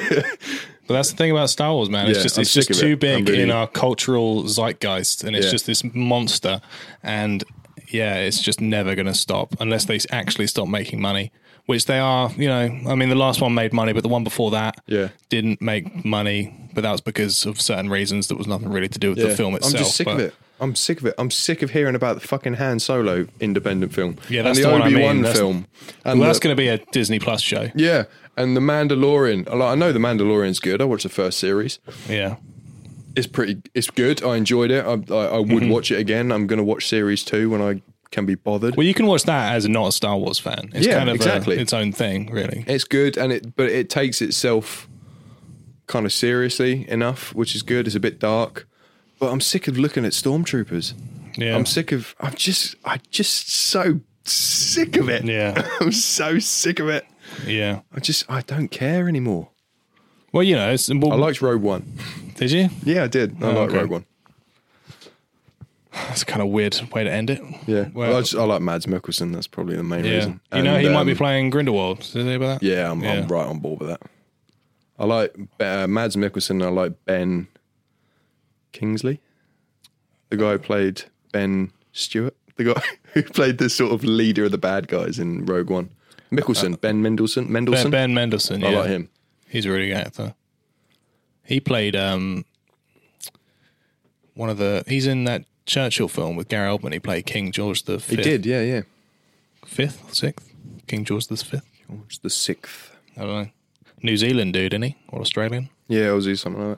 Speaker 3: but that's the thing about Star Wars, man. It's
Speaker 2: Yeah,
Speaker 3: just
Speaker 2: I'm
Speaker 3: it's just
Speaker 2: sick of
Speaker 3: too
Speaker 2: it. I'm
Speaker 3: big
Speaker 2: really-
Speaker 3: in our cultural zeitgeist, and it's
Speaker 2: Yeah.
Speaker 3: just this monster. And yeah, it's just never going to stop unless they actually stop making money, which they are. You know, I mean, the last one made money, but the one before that
Speaker 2: Yeah.
Speaker 3: didn't make money, but that was because of certain reasons that was nothing really to do with the
Speaker 2: Yeah.
Speaker 3: film itself.
Speaker 2: I'm just sick of
Speaker 3: but-
Speaker 2: it. I'm sick of it. I'm sick of hearing about the fucking Han Solo independent film.
Speaker 3: Yeah, that's
Speaker 2: and
Speaker 3: the
Speaker 2: the,
Speaker 3: one I mean.
Speaker 2: Obi-Wan
Speaker 3: That's-
Speaker 2: film. And
Speaker 3: Well, that's
Speaker 2: the-
Speaker 3: going to be a Disney Plus show.
Speaker 2: yeah, and the Mandalorian. Like, I know the Mandalorian's good. I watched the first series.
Speaker 3: Yeah.
Speaker 2: it's pretty it's good i enjoyed it i, I, I
Speaker 3: Mm-hmm.
Speaker 2: would watch it again i'm going to watch series two when i can be bothered
Speaker 3: Well, you can watch that as not a Star Wars fan. It's
Speaker 2: Yeah,
Speaker 3: kind of a-
Speaker 2: exactly.
Speaker 3: its own thing, really.
Speaker 2: it's good and it but it takes itself kind of seriously enough which is good it's a bit dark but i'm sick of looking at stormtroopers
Speaker 3: Yeah.
Speaker 2: i'm sick of i'm just i'm just so sick of it
Speaker 3: Yeah.
Speaker 2: i'm so sick of it
Speaker 3: Yeah.
Speaker 2: i just i don't care anymore
Speaker 3: Well, you know, it's, well,
Speaker 2: i liked rogue one
Speaker 3: did you?
Speaker 2: yeah i did i
Speaker 3: Oh,
Speaker 2: like
Speaker 3: okay.
Speaker 2: rogue one
Speaker 3: That's a kind of weird way to end it.
Speaker 2: yeah
Speaker 3: Well,
Speaker 2: I, just, I like mads mikkelsen that's probably the main
Speaker 3: yeah.
Speaker 2: reason
Speaker 3: you know,
Speaker 2: And,
Speaker 3: he might be
Speaker 2: um,
Speaker 3: playing Grindelwald. Did you hear about that?
Speaker 2: Yeah, I'm, I'm right on board with that. I like uh, Mads Mikkelsen. I like Ben Kingsley, the
Speaker 3: Oh.
Speaker 2: guy who played Ben Stewart, the guy who played the sort of leader of the bad guys in Rogue One. Mikkelsen, Ben Mendelsohn,
Speaker 3: Ben,
Speaker 2: Mendelsohn.
Speaker 3: Uh, ben Mendelsohn.
Speaker 2: I
Speaker 3: yeah.
Speaker 2: like him.
Speaker 3: He's a really good actor. He played um, one of the. He's in that Churchill film with Gary Oldman. He played King George the
Speaker 2: He
Speaker 3: Fifth.
Speaker 2: did, yeah, yeah.
Speaker 3: fifth, or sixth. King George the Fifth.
Speaker 2: What's the sixth?
Speaker 3: I don't know. New Zealand dude, isn't he? Or Australian?
Speaker 2: Yeah, Aussie, something like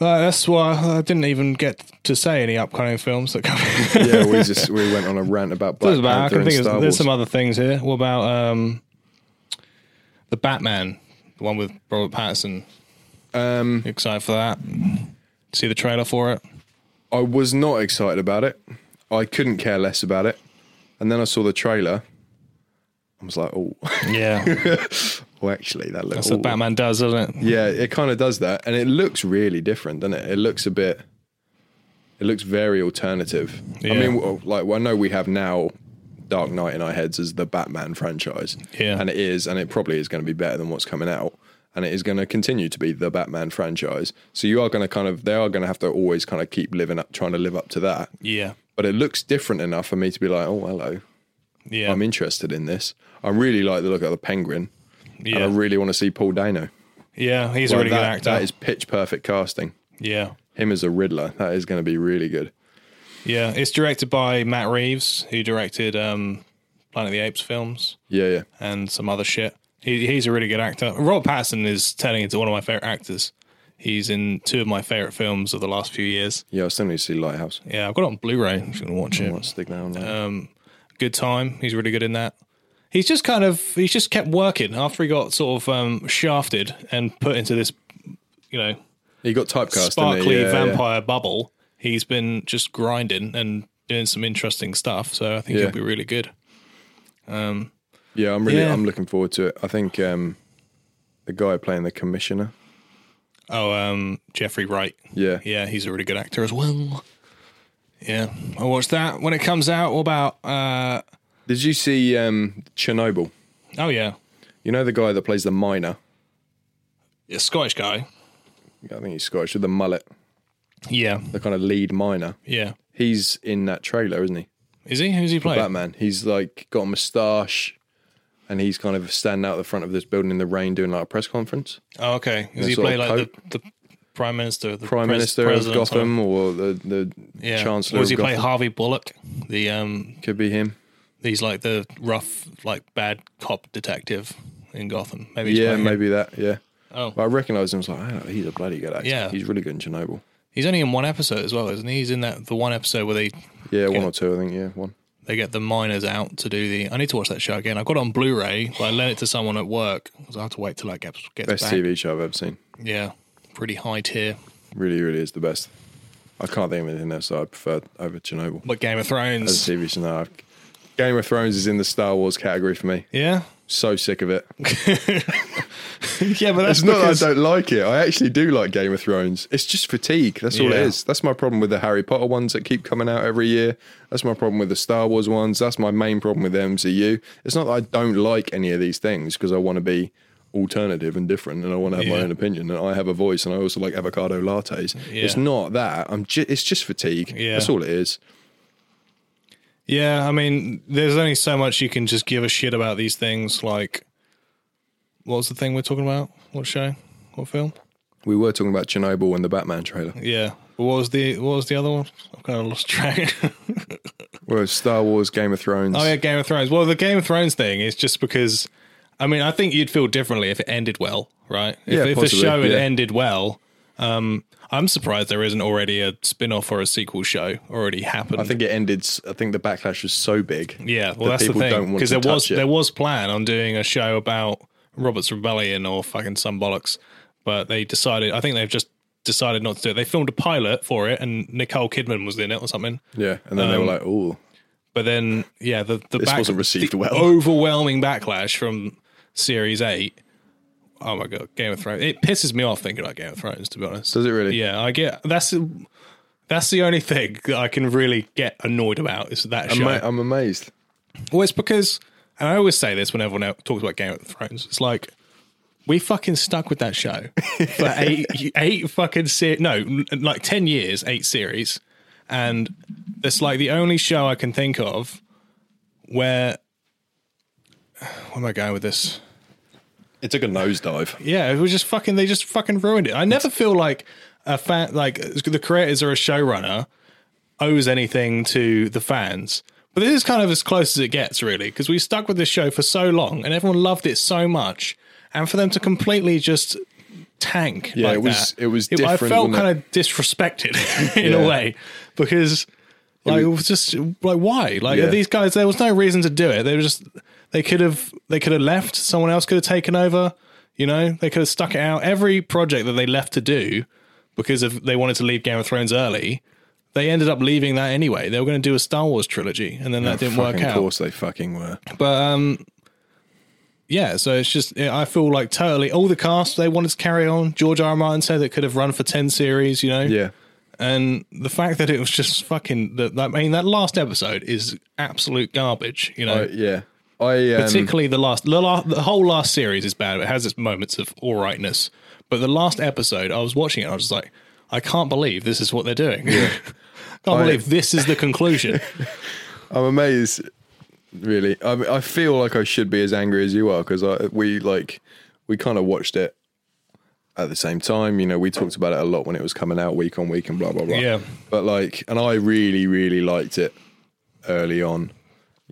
Speaker 3: Uh, that's why I didn't even get to say any upcoming films that come.
Speaker 2: that. Yeah, we just we went on a rant about Black
Speaker 3: Doesn't matter. I
Speaker 2: Panther
Speaker 3: can
Speaker 2: and
Speaker 3: think of,
Speaker 2: Star
Speaker 3: there's
Speaker 2: Wars.
Speaker 3: some other things here. What about um, the Batman, the one with Robert Pattinson?
Speaker 2: um,
Speaker 3: You Excited for that? See the trailer for it?
Speaker 2: I was not excited about it. I couldn't care less about it. And then I saw the trailer. I was like, oh.
Speaker 3: Yeah,
Speaker 2: Well, actually, that looks.
Speaker 3: that's what Batman does, doesn't it?
Speaker 2: Yeah, it kind of does that, and it looks really different, doesn't it? It looks a bit. It looks very alternative. I
Speaker 3: Yeah.
Speaker 2: mean, w- like well, I know we have now Dark Knight in our heads as the Batman franchise,
Speaker 3: Yeah.
Speaker 2: and it is, and it probably is going to be better than what's coming out, and it is going to continue to be the Batman franchise. So you are going to kind of they are going to have to always kind of keep living up, trying to live up to that.
Speaker 3: Yeah,
Speaker 2: but it looks different enough for me to be like, oh, hello,
Speaker 3: Yeah.
Speaker 2: I'm interested in this. I really like the look of the penguin, and
Speaker 3: yeah.
Speaker 2: I really want to see Paul Dano.
Speaker 3: yeah. He's a
Speaker 2: Like,
Speaker 3: really
Speaker 2: uh, that-
Speaker 3: good actor.
Speaker 2: That is pitch perfect casting.
Speaker 3: yeah.
Speaker 2: Him as a Riddler, that is going to be really good.
Speaker 3: Yeah. It's directed by Matt Reeves, who directed um, Planet of the Apes films
Speaker 2: Yeah, yeah.
Speaker 3: and some other shit. He, he's a really good actor. Robert Pattinson is turning into one of my favorite actors. He's in two of my favorite films of the last few years.
Speaker 2: Yeah, I still need to see Lighthouse.
Speaker 3: Yeah, Um, I've got it on Blu-ray. I'm just gonna watch it.
Speaker 2: Might stick that on there.
Speaker 3: good time. He's really good in that. He's just kind of he's just kept working after he got sort of um, shafted and put into this, you know,
Speaker 2: he got typecast. didn't he?
Speaker 3: sparkly
Speaker 2: Yeah, yeah.
Speaker 3: vampire bubble. He's been just grinding and doing some interesting stuff. So I think
Speaker 2: Yeah.
Speaker 3: he'll be really good. Um,
Speaker 2: Yeah, I'm really
Speaker 3: Yeah.
Speaker 2: I'm looking forward to it. I think um, the guy playing the commissioner.
Speaker 3: Oh, um, Jeffrey Wright.
Speaker 2: Yeah.
Speaker 3: Yeah, he's a really good actor as well. Yeah, I'll watch that when it comes out. What about? Uh,
Speaker 2: Did you see um, Chernobyl?
Speaker 3: oh yeah,
Speaker 2: You know the guy that plays the miner.
Speaker 3: a Scottish guy.
Speaker 2: I think he's Scottish with the mullet,
Speaker 3: Yeah,
Speaker 2: the kind of lead miner.
Speaker 3: yeah.
Speaker 2: He's in that trailer, isn't he?
Speaker 3: Is he? Who's he playing?
Speaker 2: Batman. He's like got a moustache, and he's kind of standing out the front of this building in the rain doing like a press conference.
Speaker 3: Oh, okay. Does
Speaker 2: a
Speaker 3: he
Speaker 2: sort
Speaker 3: play
Speaker 2: of
Speaker 3: like the, the prime minister, the
Speaker 2: Prime
Speaker 3: pres-
Speaker 2: Minister of
Speaker 3: president or-
Speaker 2: Gotham or the the
Speaker 3: yeah.
Speaker 2: Chancellor.
Speaker 3: Or does he
Speaker 2: of
Speaker 3: play
Speaker 2: Gotham.
Speaker 3: Harvey Bullock? The um,
Speaker 2: Could be him.
Speaker 3: he's like the rough, like bad cop detective in Gotham. Maybe he's
Speaker 2: Yeah,
Speaker 3: playing him.
Speaker 2: maybe that. Yeah.
Speaker 3: Oh.
Speaker 2: But I recognised him. I was like, oh, he's a bloody good actor.
Speaker 3: Yeah.
Speaker 2: He's really good in Chernobyl.
Speaker 3: He's only in one episode as well, isn't he? He's in that the one episode where they
Speaker 2: Yeah, one
Speaker 3: Yeah.
Speaker 2: or two, I think. Yeah, one.
Speaker 3: they get the miners out to do the. I need to watch that show again. I got it on Blu-ray, but I lent it to someone at work because I have to wait till that gets gets
Speaker 2: Best
Speaker 3: back.
Speaker 2: TV show I've ever seen.
Speaker 3: Yeah, pretty high tier.
Speaker 2: Really, really is the best. I can't think of anything else that I prefer over Chernobyl.
Speaker 3: But Game of
Speaker 2: As
Speaker 3: Thrones,
Speaker 2: a TV show, no, I've- Game of Thrones is in the Star Wars category for me.
Speaker 3: yeah,
Speaker 2: So sick of it.
Speaker 3: yeah, but that's
Speaker 2: It's not
Speaker 3: because-
Speaker 2: that I don't like it. I actually do like Game of Thrones. It's just fatigue. That's all it
Speaker 3: Yeah.
Speaker 2: is. That's my problem with the Harry Potter ones that keep coming out every year. That's my problem with the Star Wars ones. That's my main problem with the MCU. It's not that I don't like any of these things because I want to be alternative and different and I want to have my
Speaker 3: Yeah.
Speaker 2: own opinion and I have a voice and I also like avocado lattes.
Speaker 3: Yeah.
Speaker 2: It's not that. I'm ju- it's just fatigue.
Speaker 3: Yeah.
Speaker 2: That's all it is.
Speaker 3: Yeah, I mean, there's only so much you can just give a shit about these things. Like, what was the thing we're talking about? What show? What film?
Speaker 2: We were talking about Chernobyl and the Batman trailer.
Speaker 3: Yeah. But what was the What was the other one? I've kind of lost track.
Speaker 2: Well, Star Wars, Game of Thrones.
Speaker 3: oh yeah, Game of Thrones. Well, the Game of Thrones thing is just because. I mean, I think you'd feel differently if it ended well, right? If,
Speaker 2: Yeah,
Speaker 3: if the
Speaker 2: possibly,
Speaker 3: show had
Speaker 2: yeah.
Speaker 3: ended well, um, I'm surprised there isn't already a spin off or a sequel show already happened.
Speaker 2: I think it ended. s- I think the backlash was so big.
Speaker 3: Yeah,
Speaker 2: that
Speaker 3: well, that's the
Speaker 2: people don't
Speaker 3: thing
Speaker 2: want
Speaker 3: because
Speaker 2: to
Speaker 3: there was
Speaker 2: touch it.
Speaker 3: there was plan on doing a show about Robert's Rebellion or fucking some bollocks, but they decided. I think they've just decided not to do it. They filmed a pilot for it, and Nicole Kidman was in it or something.
Speaker 2: Yeah, and then they
Speaker 3: Um,
Speaker 2: were like, "Oh,
Speaker 3: But then, yeah, the the
Speaker 2: This wasn't received
Speaker 3: the
Speaker 2: well.
Speaker 3: Overwhelming backlash from Series Eight. Oh my god, Game of Thrones! It pisses me off thinking about Game of Thrones. To be honest,
Speaker 2: does it really?"
Speaker 3: yeah, I get that's that's the only thing that I can really get annoyed about is that show.
Speaker 2: Ama- I'm amazed.
Speaker 3: Well, it's because, and I always say this when everyone else talks about Game of Thrones, it's like, we fucking stuck with that show for eight, eight fucking se- no, n- like 10 years, eight series. And it's like the only show I can think of where, where am I going with this?
Speaker 2: It took a nosedive.
Speaker 3: Yeah, it was just fucking. They just fucking ruined it. I never feel like a fan, like the creators or a showrunner, owes anything to the fans. But this is kind of as close as it gets, really, because we stuck with this show for so long and everyone loved it so much, and for them to completely just tank.
Speaker 2: Yeah,
Speaker 3: like
Speaker 2: it was-
Speaker 3: that,
Speaker 2: it was
Speaker 3: I
Speaker 2: different,
Speaker 3: felt
Speaker 2: wasn't it?
Speaker 3: kind of disrespected in
Speaker 2: Yeah.
Speaker 3: a way because. Like it was just like why? Like
Speaker 2: Yeah.
Speaker 3: these guys, there was no reason to do it. They were just they could have they could have left. Someone else could have taken over. You know, they could have stuck it out. Every project that they left to do because of they wanted to leave Game of Thrones early, they ended up leaving that anyway. They were going to do a Star Wars trilogy, and then that didn't work
Speaker 2: Oh, Fucking
Speaker 3: out.
Speaker 2: Of course, they fucking were.
Speaker 3: But um, yeah, so it's just I feel like totally all the cast they wanted to carry on. George R. R. Martin said it could have run for ten series. You know,
Speaker 2: Yeah,
Speaker 3: and the fact that it was just fucking that that- I mean that last episode is absolute garbage, you
Speaker 2: I,
Speaker 3: know.
Speaker 2: Uh, yeah. I um,
Speaker 3: Particularly the last the, la- the whole last series is bad. It has its moments of all rightness, but the last episode I was watching it I was just like I can't believe this is what they're doing. can't
Speaker 2: I-
Speaker 3: believe this is the conclusion.
Speaker 2: I'm amazed, really. I mean, I feel like I should be as angry as you are because I we like we kind of watched it at the same time. You know, we talked about it a lot when it was coming out week on week and blah blah blah.
Speaker 3: Yeah.
Speaker 2: But like, and I really really liked it early on.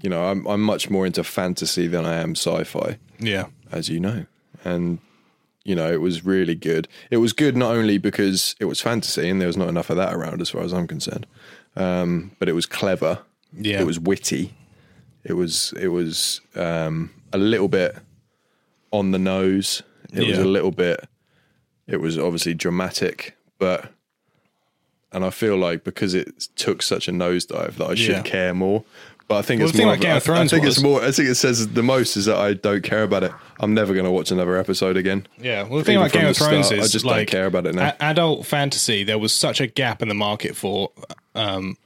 Speaker 2: You know, I'm I'm much more into fantasy than I am sci-fi
Speaker 3: yeah.
Speaker 2: as you know. And you know, it was really good. It was good not only because it was fantasy and there was not enough of that around as far as I'm concerned. Um, but it was clever.
Speaker 3: Yeah.
Speaker 2: It was witty. It was it was um, a little bit on the nose. It was
Speaker 3: Yeah.
Speaker 2: a little bit it was obviously dramatic, but and I feel like because it took such a nosedive that I should
Speaker 3: Yeah.
Speaker 2: care more. But I think
Speaker 3: Well,
Speaker 2: it's
Speaker 3: the thing
Speaker 2: more.
Speaker 3: about
Speaker 2: of-
Speaker 3: Game
Speaker 2: I,
Speaker 3: of Thrones
Speaker 2: I think it's
Speaker 3: was-
Speaker 2: more. I think it says the most is that I don't care about it. I'm never going to watch another episode again.
Speaker 3: Yeah, well, the thing
Speaker 2: Even
Speaker 3: about
Speaker 2: from
Speaker 3: Game of
Speaker 2: the
Speaker 3: Thrones
Speaker 2: start,
Speaker 3: is
Speaker 2: I just
Speaker 3: like,
Speaker 2: don't care about it now.
Speaker 3: a- adult fantasy, there was such a gap in the market for um,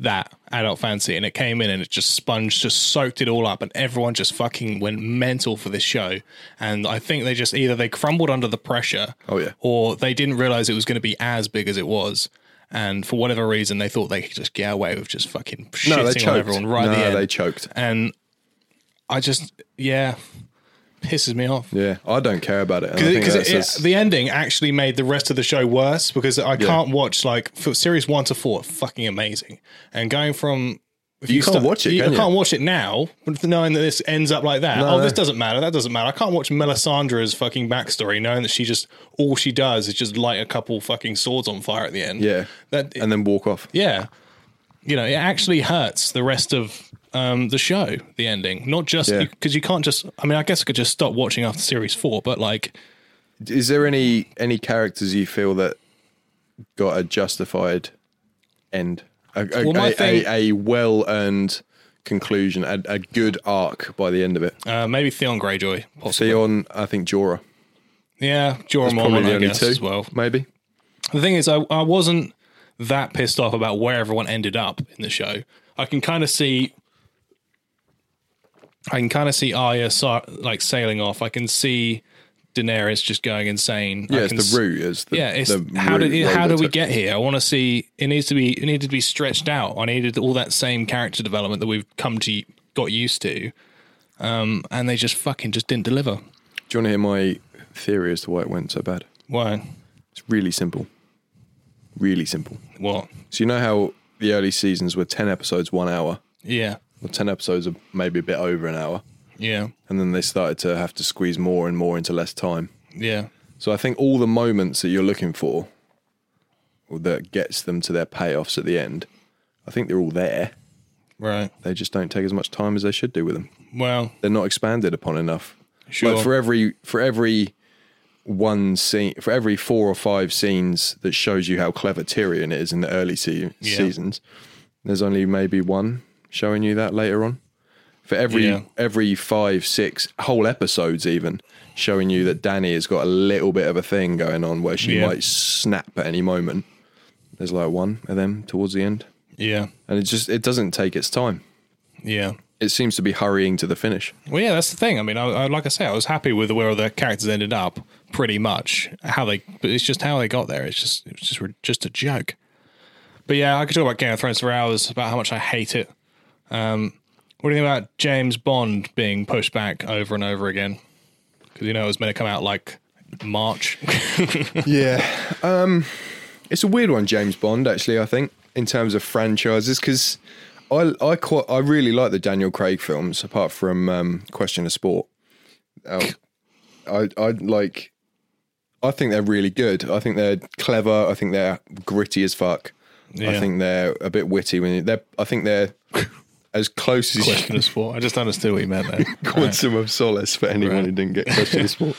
Speaker 3: that adult fantasy, and it came in and it just sponged, just soaked it all up, and everyone just fucking went mental for this show. And I think they just either they crumbled under the pressure,
Speaker 2: Oh, yeah.
Speaker 3: or they didn't realize it was going to be as big as it was. And for whatever reason, they thought they could just get away with just fucking
Speaker 2: No, they
Speaker 3: shitting on
Speaker 2: choked.
Speaker 3: everyone right
Speaker 2: no,
Speaker 3: at the end.
Speaker 2: they choked.
Speaker 3: and I just, yeah, pisses me off.
Speaker 2: Yeah, I don't care about it. and I think that
Speaker 3: Because
Speaker 2: says-
Speaker 3: the ending actually made the rest of the show worse because I can't watch like for series one to four, fucking amazing. And going from if
Speaker 2: You can't
Speaker 3: start-
Speaker 2: watch it, can
Speaker 3: I
Speaker 2: you?
Speaker 3: can't watch it now, but knowing that this ends up like that.
Speaker 2: No,
Speaker 3: oh,
Speaker 2: no.
Speaker 3: this doesn't matter. That doesn't matter. I can't watch Melisandre's fucking backstory, knowing that she just all she does is just light a couple fucking swords on fire at the end.
Speaker 2: yeah,
Speaker 3: that
Speaker 2: and then walk off.
Speaker 3: yeah, you know, it actually hurts the rest of um, the show. The ending, not just
Speaker 2: Yeah.
Speaker 3: because you can't just. I mean, I guess I could just stop watching after series four, but like.
Speaker 2: Is there any any characters you feel that got a justified end, a, a,
Speaker 3: Well, my
Speaker 2: a,
Speaker 3: thing-
Speaker 2: a, well earned conclusion, a, a good arc by the end of it?
Speaker 3: Uh, maybe Theon Greyjoy, possibly.
Speaker 2: Theon, I think Jorah.
Speaker 3: Yeah,
Speaker 2: Probably
Speaker 3: Jorah Mormont,
Speaker 2: the
Speaker 3: I
Speaker 2: only
Speaker 3: guess,
Speaker 2: two,
Speaker 3: as well.
Speaker 2: maybe.
Speaker 3: The thing is, I, I wasn't that pissed off about where everyone ended up in the show. I can kind of see... I can kind of see Arya sa- like sailing off. I can see Daenerys just going insane.
Speaker 2: Yeah,
Speaker 3: I
Speaker 2: it's the
Speaker 3: can
Speaker 2: route. It's the,
Speaker 3: yeah, it's
Speaker 2: the
Speaker 3: how
Speaker 2: route
Speaker 3: did it,
Speaker 2: road
Speaker 3: how
Speaker 2: they
Speaker 3: do we
Speaker 2: took.
Speaker 3: get here? I want to see it needs to be it needed to be stretched out. I needed all that same character development that we've come to got used to, um, and they just fucking just didn't deliver.
Speaker 2: Do you want to hear my theory as to why it went so bad?
Speaker 3: Why?
Speaker 2: It's really simple. Really simple.
Speaker 3: What?
Speaker 2: So you know how the early seasons were 10 episodes, one hour,
Speaker 3: Yeah,
Speaker 2: or 10 episodes of maybe a bit over an hour,
Speaker 3: yeah,
Speaker 2: and then they started to have to squeeze more and more into less time.
Speaker 3: yeah,
Speaker 2: So I think all the moments that you're looking for, or that gets them to their payoffs at the end, I think they're all there.
Speaker 3: right.
Speaker 2: They just don't take as much time as they should do with them.
Speaker 3: Well,
Speaker 2: they're not expanded upon enough.
Speaker 3: Sure.
Speaker 2: Like for every for every one scene, for every four or five scenes that shows you how clever Tyrion is in the early se-
Speaker 3: Yeah.
Speaker 2: seasons, there's only maybe one showing you that later on. For every
Speaker 3: Yeah.
Speaker 2: every five, six whole episodes, even showing you that Danny has got a little bit of a thing going on where she
Speaker 3: Yeah.
Speaker 2: might snap at any moment. There's like one of them towards the end,
Speaker 3: yeah,
Speaker 2: and it just it doesn't take its time.
Speaker 3: yeah.
Speaker 2: It seems to be hurrying to the finish.
Speaker 3: Well, yeah, that's the thing. I mean, I, I like I say, I was happy with where the characters ended up, pretty much. How they, but it's just how they got there. It's just, it's just, just a joke. But yeah, I could talk about Game of Thrones for hours about how much I hate it. Um, what do you think about James Bond being pushed back over and over again? Because you know it was meant to come out like March.
Speaker 2: Yeah. Um, it's a weird one, James Bond, actually, I think, in terms of franchises, because I, I, quite, I really like the Daniel Craig films, apart from um, Question of Sport. Oh, I, I like, I think they're really good. I think they're clever. I think they're gritty as fuck. I
Speaker 3: Yeah.
Speaker 2: think they're a bit witty when you, they're, I think they're as close as you
Speaker 3: Question of sport. I just understood what you meant there.
Speaker 2: Quantum of Solace for anyone who didn't get Question of Sport.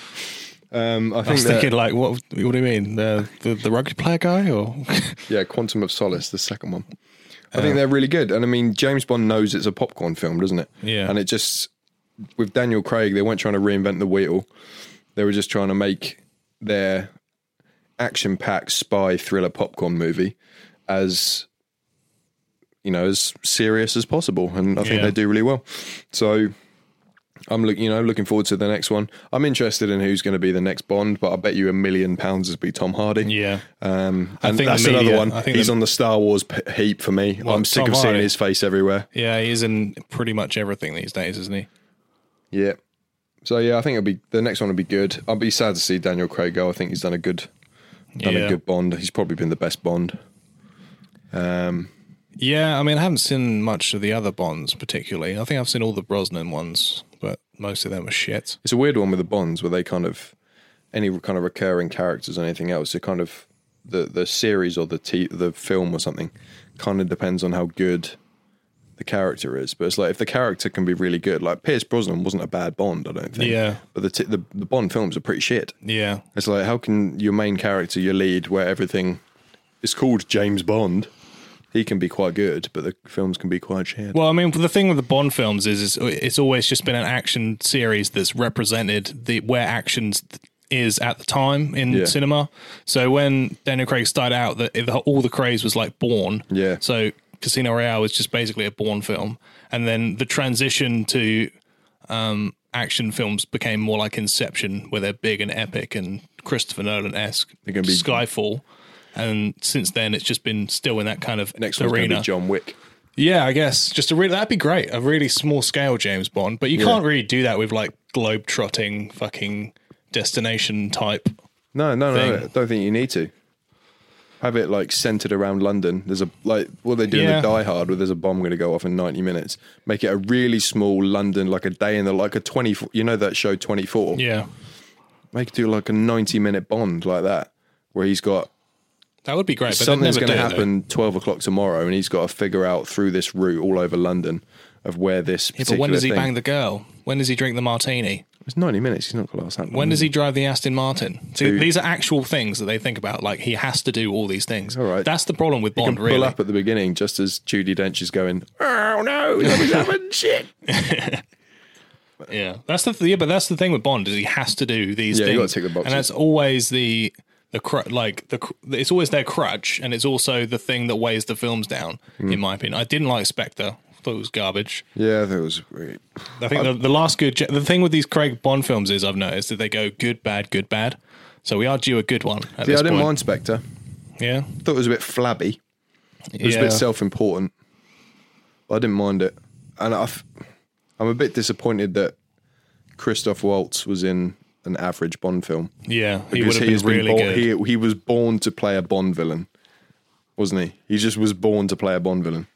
Speaker 2: Um, I
Speaker 3: I
Speaker 2: think
Speaker 3: was
Speaker 2: that,
Speaker 3: thinking like, what? What do you mean? The the, the rugby player guy or?
Speaker 2: Yeah, Quantum of Solace, the second one. I
Speaker 3: Uh,
Speaker 2: think they're really good. And I mean, James Bond knows it's a popcorn film, doesn't it?
Speaker 3: Yeah.
Speaker 2: And it just, with Daniel Craig, they weren't trying to reinvent the wheel. They were just trying to make their action packed spy thriller popcorn movie as, you know, as serious as possible. And I think
Speaker 3: Yeah.
Speaker 2: they do really well. So I'm look, you know, looking forward to the next one. I'm interested in who's going to be the next Bond, but I bet you a million pounds it'd be Tom Hardy.
Speaker 3: Yeah.
Speaker 2: um,
Speaker 3: I
Speaker 2: and
Speaker 3: think the
Speaker 2: that's
Speaker 3: media-
Speaker 2: another one.
Speaker 3: I think
Speaker 2: He's
Speaker 3: the-
Speaker 2: on the Star Wars p- heap for me.
Speaker 3: Well,
Speaker 2: I'm sick
Speaker 3: Tom
Speaker 2: of seeing
Speaker 3: Hardy.
Speaker 2: his face everywhere.
Speaker 3: Yeah, he's in pretty much everything these days, isn't he?
Speaker 2: Yeah. So yeah, I think it'll be the next one will be good. I'll be sad to see Daniel Craig go. I think he's done a good, done
Speaker 3: Yeah.
Speaker 2: a good Bond. He's probably been the best Bond. Um,
Speaker 3: Yeah, I mean, I haven't seen much of the other Bonds particularly. I think I've seen all the Brosnan ones, but most of them were shit.
Speaker 2: it's a weird one with the Bonds where they kind of any kind of recurring characters or anything else. It kind of the the series or the t- the film or something kind of depends on how good the character is. But it's like if the character can be really good, like Pierce Brosnan wasn't a bad Bond, I don't think.
Speaker 3: Yeah.
Speaker 2: But the t- the, the Bond films are pretty shit.
Speaker 3: Yeah.
Speaker 2: It's like how can your main character, your lead, where everything is called James Bond, he can be quite good, but the films can be quite shit.
Speaker 3: Well, I mean, the thing with the Bond films is, is it's always just been an action series that's represented the where action is at the time in
Speaker 2: Yeah.
Speaker 3: cinema. So when Daniel Craig started out, the, the, all the craze was like Born.
Speaker 2: Yeah.
Speaker 3: So Casino Royale was just basically a Born film, and then the transition to um, action films became more like Inception, where they're big and epic and Christopher Nolan esque.
Speaker 2: They're gonna be-
Speaker 3: Skyfall. And since then, it's just been still in that kind of
Speaker 2: Next one's going to
Speaker 3: arena.
Speaker 2: be John Wick.
Speaker 3: Yeah, I guess just a really that'd be great. A really small scale James Bond, but you can't really do that with like globe trotting fucking destination type.
Speaker 2: No, no, no,
Speaker 3: Thing.
Speaker 2: I don't think you need to. Have it like centered around London. There's a like what they do
Speaker 3: Yeah.
Speaker 2: in the Die Hard, where there's a bomb going to go off in 90 minutes. Make it a really small London, like a day in the like a 24. You know that show 24.
Speaker 3: Yeah,
Speaker 2: Make it do like a 90 minute Bond like that, where he's got
Speaker 3: that would be great. But
Speaker 2: something's
Speaker 3: going to
Speaker 2: happen 12 o'clock tomorrow and he's got to figure out through this route all over london of where this
Speaker 3: Yeah,
Speaker 2: particular
Speaker 3: but when does he
Speaker 2: thing-
Speaker 3: bang the girl? When does he drink the martini?
Speaker 2: it's 90 minutes he's not got last that
Speaker 3: When does he drive the Aston Martin? See, these are actual things that they think about. Like he has to do all these things.
Speaker 2: All right.
Speaker 3: that's the problem with
Speaker 2: he can
Speaker 3: Bond.
Speaker 2: pull
Speaker 3: really,
Speaker 2: up at the beginning just as judy dench is going oh no something's happened shit
Speaker 3: Yeah, that's the th- yeah, but that's the thing with Bond is he has to do these.
Speaker 2: Yeah, you gotta
Speaker 3: things.
Speaker 2: tick the boxes.
Speaker 3: and that's always the the cr- like the cr- it's always their crutch, and it's also the thing that weighs the films down.
Speaker 2: Hmm.
Speaker 3: In my opinion, I didn't like Spectre; thought it was garbage.
Speaker 2: yeah that was great.
Speaker 3: I think the, the last good the thing with these Craig Bond films is I've noticed that they go good, bad, good, bad. So we are due a good one. At
Speaker 2: yeah
Speaker 3: this
Speaker 2: i didn't
Speaker 3: point.
Speaker 2: mind spectre
Speaker 3: Yeah,
Speaker 2: thought it was a bit flabby it was
Speaker 3: yeah.
Speaker 2: a bit self-important but i didn't mind it and I've, i'm a bit disappointed that christoph waltz was in an average bond film
Speaker 3: yeah, he
Speaker 2: because
Speaker 3: would have
Speaker 2: he
Speaker 3: been
Speaker 2: has been
Speaker 3: really
Speaker 2: born,
Speaker 3: good.
Speaker 2: He, he was born to play a Bond villain, wasn't he? He just was born to play a Bond villain.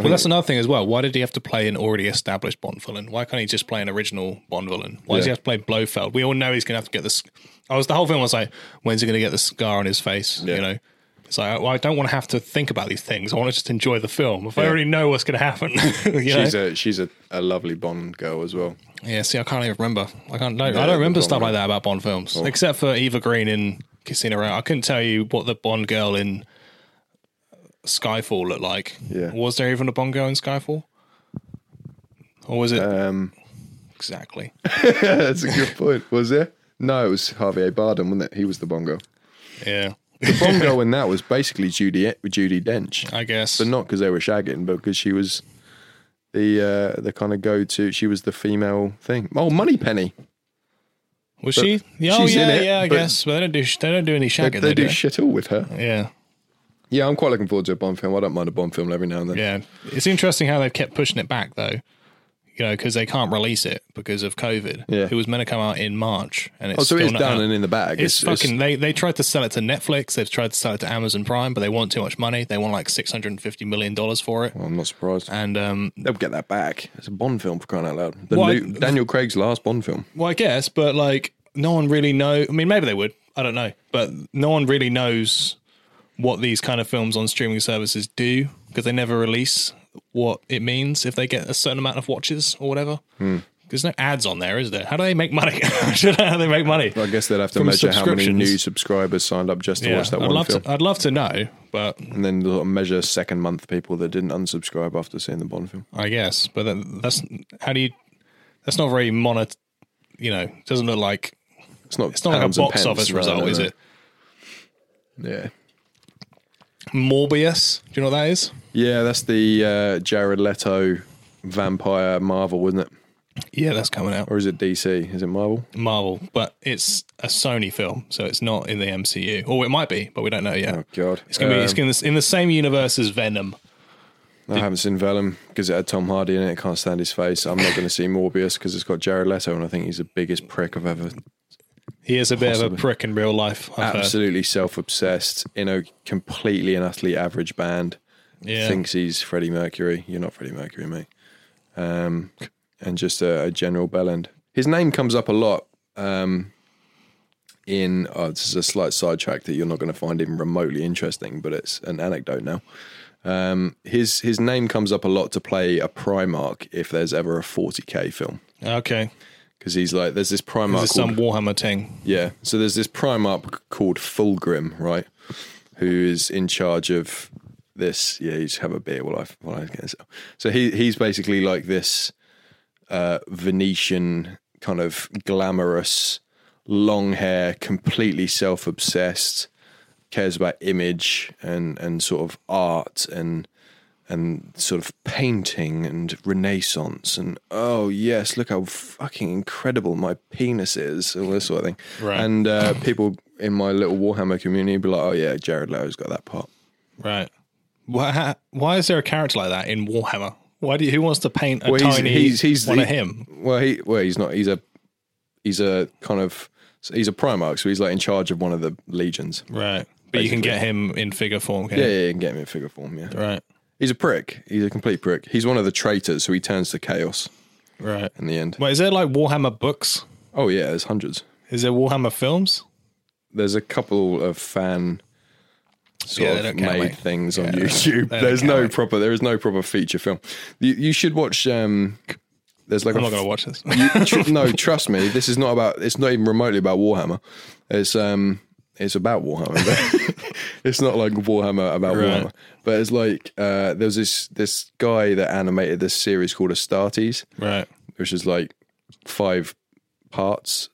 Speaker 3: well, that's another thing as well. Why did he have to play an already established Bond villain? Why can't he just play an original Bond villain? Why does he
Speaker 2: Yeah.
Speaker 3: have to play Blofeld? We all know he's going to have to get this. I was the whole film was like, when's he going to get the scar on his face?
Speaker 2: Yeah.
Speaker 3: You know, it's like well, I don't want to have to think about these things. I want to just enjoy the film. If I already know what's going to happen, you know?
Speaker 2: She's a she's a, a lovely Bond girl as well.
Speaker 3: yeah. See, I can't even remember. I can't. No,
Speaker 2: Yeah, Oh.
Speaker 3: I don't remember
Speaker 2: Bond
Speaker 3: stuff like
Speaker 2: villain.
Speaker 3: that about Bond films, except for Eva Green in Casino Royale. I couldn't tell you what the Bond girl in Skyfall looked like.
Speaker 2: Yeah.
Speaker 3: Was there even a Bond girl in Skyfall? Or was it
Speaker 2: Um,
Speaker 3: Exactly.
Speaker 2: that's a good point. Was there? No, it was Javier Bardem, wasn't it? He was the Bond girl.
Speaker 3: Yeah.
Speaker 2: The Bond girl in that was basically Judy Judy Dench,
Speaker 3: I guess.
Speaker 2: but not because they were shagging, but because she was the uh, the kind of go to. She was the female thing. Oh, Money Penny.
Speaker 3: was
Speaker 2: but
Speaker 3: she? Yeah, oh,
Speaker 2: she's in
Speaker 3: yeah,
Speaker 2: it,
Speaker 3: yeah. I
Speaker 2: but-
Speaker 3: guess. But they don't do. sh- They don't do any
Speaker 2: They,
Speaker 3: shagging.
Speaker 2: they do
Speaker 3: it.
Speaker 2: shit all with her.
Speaker 3: Yeah.
Speaker 2: Yeah, I'm quite looking forward to a Bond film. I don't mind a Bond film every now and then.
Speaker 3: Yeah. It's interesting how they've kept pushing it back though. You know, because they can't release it because of COVID.
Speaker 2: Yeah.
Speaker 3: It was meant to come out in March, and it's
Speaker 2: Oh, so
Speaker 3: still
Speaker 2: it's
Speaker 3: not
Speaker 2: done
Speaker 3: out.
Speaker 2: and in the bag.
Speaker 3: It's, fucking. they they tried to sell it to Netflix. They've tried to sell it to Amazon Prime, but they want too much money. They want like six hundred and fifty million dollars for it.
Speaker 2: Well, I'm not surprised.
Speaker 3: And um,
Speaker 2: They'll get that back. It's a Bond film for crying out loud. The
Speaker 3: Well,
Speaker 2: new-
Speaker 3: I-
Speaker 2: Daniel Craig's last Bond film.
Speaker 3: Well, I guess, but like no one really know. I mean, maybe they would. I don't know, but no one really knows what these kind of films on streaming services do because they never release what it means if they get a certain amount of watches or whatever.
Speaker 2: Hmm.
Speaker 3: There's no ads on there, is there? How do they make money? I don't know how they make money.
Speaker 2: I guess they'd have to
Speaker 3: From
Speaker 2: measure how many
Speaker 3: subscriptions.
Speaker 2: new subscribers signed up just to
Speaker 3: Yeah,
Speaker 2: watch that
Speaker 3: I'd
Speaker 2: one
Speaker 3: love
Speaker 2: film,
Speaker 3: to. uh, I'd love to know, but
Speaker 2: and then sort of measure second month people that didn't unsubscribe after seeing the Bond film.
Speaker 3: I guess. But that, that's how do you? That's not very monet. You know, doesn't look like
Speaker 2: It's not.
Speaker 3: it's not like a
Speaker 2: pounds and
Speaker 3: box
Speaker 2: pence,
Speaker 3: office
Speaker 2: no,
Speaker 3: result,
Speaker 2: no,
Speaker 3: is
Speaker 2: no.
Speaker 3: it?
Speaker 2: Yeah.
Speaker 3: Morbius. Do you know what that is?
Speaker 2: Yeah, that's the uh, Jared Leto vampire Marvel, wasn't it?
Speaker 3: Yeah, that's coming out.
Speaker 2: or is it DC? Is it Marvel?
Speaker 3: Marvel, but it's a Sony film, so it's not in the MCU. Or it might be, but we don't know yet.
Speaker 2: Oh God,
Speaker 3: It's gonna be it's gonna, in the same universe as Venom.
Speaker 2: Um, I haven't seen Vellum because it had Tom Hardy in it. I can't stand his face. I'm not going to see Morbius because it's got Jared Leto, and I think he's the biggest prick I've ever.
Speaker 3: He is a bit of a prick in real life. I've heard.
Speaker 2: Absolutely self obsessed in a completely and utterly average band.
Speaker 3: Yeah.
Speaker 2: Thinks he's Freddie Mercury. You're not Freddie Mercury, mate. Um, and just a, a general bellend. His name comes up a lot. Um, in oh, this is a slight sidetrack that you're not going to find even remotely interesting, but it's an anecdote now. Um, his his name comes up a lot to play a Primarch if there's ever a 40k film
Speaker 3: Okay.
Speaker 2: because he's like there's this Primarch
Speaker 3: This is some
Speaker 2: called-
Speaker 3: Warhammer thing.
Speaker 2: yeah. So there's this Primarch called Fulgrim, right? Who is in charge of this? Yeah, you just have a beer while I while I get this. up. So he he's basically like this uh, Venetian kind of glamorous, long hair, completely self obsessed, cares about image and and sort of art and and sort of painting and renaissance and oh yes look how fucking incredible my penis is all this sort of thing
Speaker 3: Right.
Speaker 2: and uh, people in my little warhammer community be like oh yeah jared leto's got that part
Speaker 3: Right. Why, why is there a character like that in Warhammer? Why do you, who wants to paint a
Speaker 2: well he's
Speaker 3: tiny
Speaker 2: he's, he's
Speaker 3: one
Speaker 2: he-
Speaker 3: of him?
Speaker 2: well he well he's not he's a he's a kind of he's a primarch so he's like in charge of one of the legions
Speaker 3: Right. But you can
Speaker 2: Basically.
Speaker 3: get him in figure form, can
Speaker 2: yeah yeah,
Speaker 3: you?
Speaker 2: yeah you can get him in figure form yeah
Speaker 3: Right.
Speaker 2: he's a prick he's a complete prick he's one of the traitors so he turns to chaos
Speaker 3: Right.
Speaker 2: in the end
Speaker 3: Wait, is there like Warhammer books?
Speaker 2: oh yeah there's hundreds
Speaker 3: Is there Warhammer films?
Speaker 2: there's a couple of fan
Speaker 3: Yeah,
Speaker 2: sort
Speaker 3: they
Speaker 2: of
Speaker 3: don't count,
Speaker 2: made
Speaker 3: mate.
Speaker 2: things
Speaker 3: Yeah,
Speaker 2: on
Speaker 3: they don't-
Speaker 2: YouTube.
Speaker 3: they don't
Speaker 2: There's
Speaker 3: count,
Speaker 2: no
Speaker 3: mate.
Speaker 2: proper there is no proper feature film. You, you should watch um there's like
Speaker 3: I'm
Speaker 2: a
Speaker 3: not going to watch this.
Speaker 2: tr- no, trust me, this is not about it's not even remotely about Warhammer. It's um it's about Warhammer. But it's not like Warhammer about
Speaker 3: Right.
Speaker 2: Warhammer. But it's like uh there was this this guy that animated this series called Astartes
Speaker 3: right.
Speaker 2: which is like five parts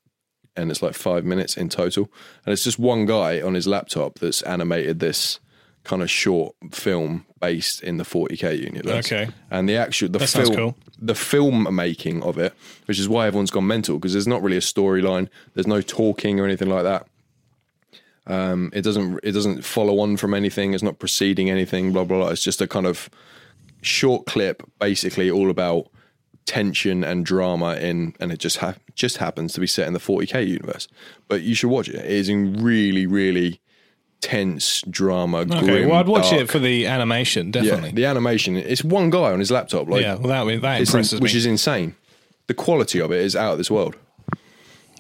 Speaker 2: and it's like five minutes in total. And it's just one guy on his laptop that's animated this kind of short film based in the 40k universe.
Speaker 3: Okay.
Speaker 2: And the actual the
Speaker 3: That sounds
Speaker 2: film
Speaker 3: cool.
Speaker 2: the film making of it, which is why everyone's gone mental because there's not really a storyline, there's no talking or anything like that. Um, it doesn't it doesn't follow on from anything. It's not preceding anything. Blah blah blah. It's just a kind of short clip, basically all about tension and drama in, and it just ha- just happens to be set in the 40k universe. But you should watch it. It is in really really tense drama.
Speaker 3: Okay.
Speaker 2: grim,
Speaker 3: well, I'd watch
Speaker 2: dark.
Speaker 3: it for the animation,
Speaker 2: yeah.
Speaker 3: definitely.
Speaker 2: The animation. It's one guy on his laptop.
Speaker 3: Yeah.
Speaker 2: Like
Speaker 3: well, that, would- that
Speaker 2: it's
Speaker 3: impresses
Speaker 2: which
Speaker 3: me.
Speaker 2: is insane. The quality of it is out of this world.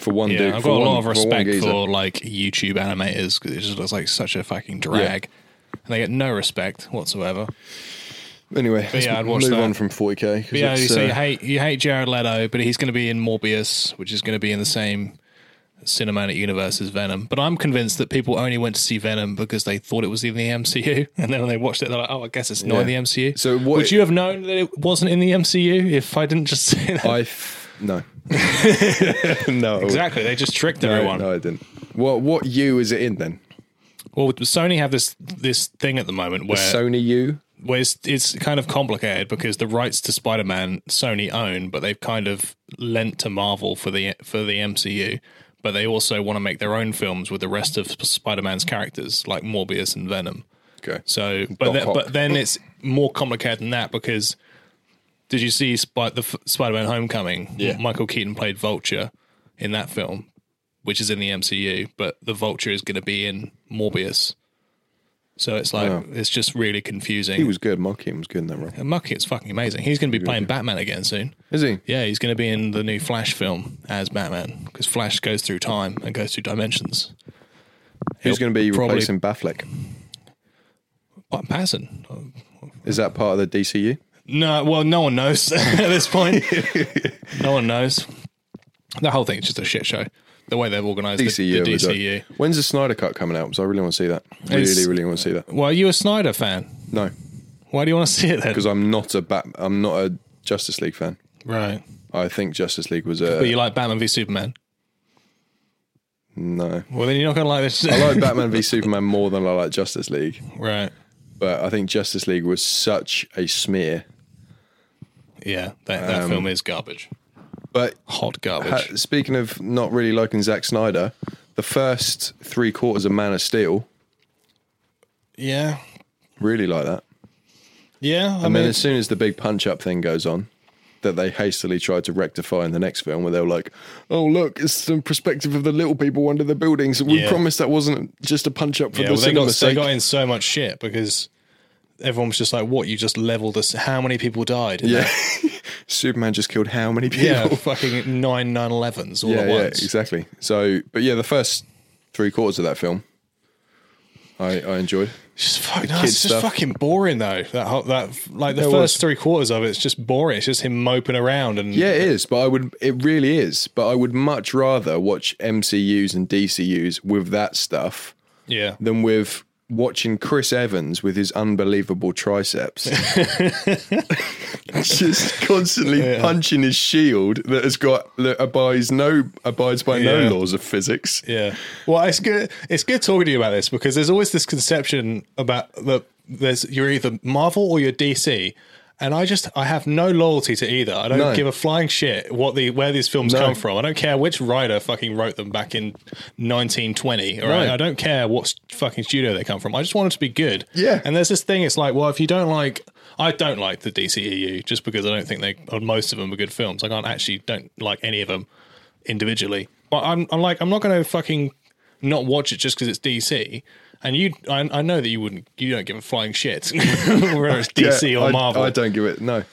Speaker 2: For one,
Speaker 3: yeah,
Speaker 2: dude,
Speaker 3: I've
Speaker 2: for
Speaker 3: got a
Speaker 2: one-
Speaker 3: lot of
Speaker 2: for one
Speaker 3: respect for,
Speaker 2: geezer.
Speaker 3: like YouTube animators because it just looks like such a fucking drag, and they get no respect whatsoever.
Speaker 2: Anyway, let's
Speaker 3: yeah, I'd watch
Speaker 2: move
Speaker 3: that.
Speaker 2: on from 40k. 'cause
Speaker 3: But yeah,
Speaker 2: it's,
Speaker 3: you, say you
Speaker 2: uh,
Speaker 3: hate you hate Jared Leto, but he's going to be in Morbius, which is going to be in the same cinematic universe as Venom. But I'm convinced that people only went to see Venom because they thought it was in the MCU, and then when they watched it, they're like, "Oh, I guess it's not in the
Speaker 2: Yeah.
Speaker 3: MCU."
Speaker 2: So what-
Speaker 3: would you have known that it wasn't in the MCU if I didn't just say that?
Speaker 2: I f- no, no,
Speaker 3: exactly, they just tricked
Speaker 2: No,
Speaker 3: everyone.
Speaker 2: no, I didn't. What what U is it in then?
Speaker 3: Well, Sony have this this thing at the moment where
Speaker 2: Sony U.
Speaker 3: well, it's, it's kind of complicated because the rights to Spider-Man Sony own, but they've kind of lent to Marvel for the for the MCU. But they also want to make their own films with the rest of Spider-Man's characters, like Morbius and Venom.
Speaker 2: Okay.
Speaker 3: So, but
Speaker 2: Doc
Speaker 3: then,
Speaker 2: Ock.
Speaker 3: but then it's more complicated than that because did you see Spy- the F- Spider-Man Homecoming?
Speaker 2: Yeah.
Speaker 3: Michael Keaton played Vulture in that film, which is in the MCU, but the Vulture is going to be in Morbius. So it's like
Speaker 2: Wow.
Speaker 3: it's just really confusing.
Speaker 2: He was good. Marketing was good in that role.
Speaker 3: And Mucky, it's fucking amazing. He's going to be playing Batman again soon.
Speaker 2: Is he?
Speaker 3: Yeah, he's going to be in the new Flash film as Batman because Flash goes through time and goes through dimensions.
Speaker 2: Who's
Speaker 3: He'll
Speaker 2: going to be
Speaker 3: probably-
Speaker 2: replacing Batfleck?
Speaker 3: What Patterson? Oh,
Speaker 2: Is that part of the DCU?
Speaker 3: No, well, no one knows at this point. no one knows. The whole thing is just a shit show. The way they've organised the, the
Speaker 2: DCU. is it?
Speaker 3: DCU.
Speaker 2: When's the Snyder Cut coming out? Because I really want to see that. Really,
Speaker 3: It's-
Speaker 2: really want to see that.
Speaker 3: Well, are you a Snyder fan?
Speaker 2: No,
Speaker 3: Why do you want to see it then?
Speaker 2: because I'm not a Bat. I'm not a Justice League fan.
Speaker 3: Right.
Speaker 2: I Uh, think Justice League was a
Speaker 3: But you like Batman v Superman.
Speaker 2: no.
Speaker 3: Well, then you're not going to like this.
Speaker 2: I like Batman v Superman more than I like Justice League,
Speaker 3: right.
Speaker 2: but I think Justice League was such a smear
Speaker 3: Yeah, that, that film is garbage.
Speaker 2: But
Speaker 3: Hot
Speaker 2: Um, ha-
Speaker 3: garbage.
Speaker 2: speaking of not really liking Zack Snyder, the first three quarters of Man of Steel
Speaker 3: yeah.
Speaker 2: really like that.
Speaker 3: Yeah. I
Speaker 2: And then
Speaker 3: mean,
Speaker 2: as soon as the big punch up thing goes on, that they hastily tried to rectify in the next film, where they were like, "Oh look, it's the perspective of the little people under the buildings. We
Speaker 3: Yeah.
Speaker 2: promised that wasn't just a punch up for
Speaker 3: yeah,
Speaker 2: the
Speaker 3: well, they, got,
Speaker 2: cinema
Speaker 3: they
Speaker 2: sake."
Speaker 3: got in so much shit because everyone was just like, what? You just leveled us. How many people died? in
Speaker 2: yeah,
Speaker 3: that?
Speaker 2: Superman just killed how many people?
Speaker 3: Yeah. fucking nine 911s all
Speaker 2: yeah,
Speaker 3: at
Speaker 2: yeah,
Speaker 3: once.
Speaker 2: exactly. So, but yeah, the first three quarters of that film, I, I enjoyed.
Speaker 3: It's just fuck, no,
Speaker 2: kid
Speaker 3: it's just
Speaker 2: stuff.
Speaker 3: fucking boring though. That whole, that like the
Speaker 2: There
Speaker 3: first
Speaker 2: was.
Speaker 3: three quarters of it's just boring. It's just him moping around and
Speaker 2: Yeah, it is, but I would it really is, but I would much rather watch MCUs and DCUs with that stuff
Speaker 3: yeah.
Speaker 2: than with watching Chris Evans with his unbelievable triceps. Just constantly punching his shield that has got that abides no abides by
Speaker 3: Yeah.
Speaker 2: no laws of physics.
Speaker 3: Yeah. Well, it's good. It's good talking to you about this because there's always this conception about that there's you're either Marvel or you're DC, and I just I have no loyalty to either. I don't
Speaker 2: No.
Speaker 3: give a flying shit what the where these films
Speaker 2: No.
Speaker 3: come from. I don't care which writer fucking wrote them back in 1920. All right.
Speaker 2: No.
Speaker 3: I don't care what s- fucking studio they come from. I just want them to be good.
Speaker 2: Yeah.
Speaker 3: And there's this thing. It's like, well, if you don't like. I don't like the DCEU just because I don't think they, or most of them are good films. I can't actually don't like any of them individually. But I'm, I'm like, I'm not going to fucking not watch it just because it's DC. And you, I, I know that you wouldn't, you don't give a flying shit whether it's DC
Speaker 2: Yeah,
Speaker 3: or
Speaker 2: I-
Speaker 3: Marvel.
Speaker 2: I don't give it no.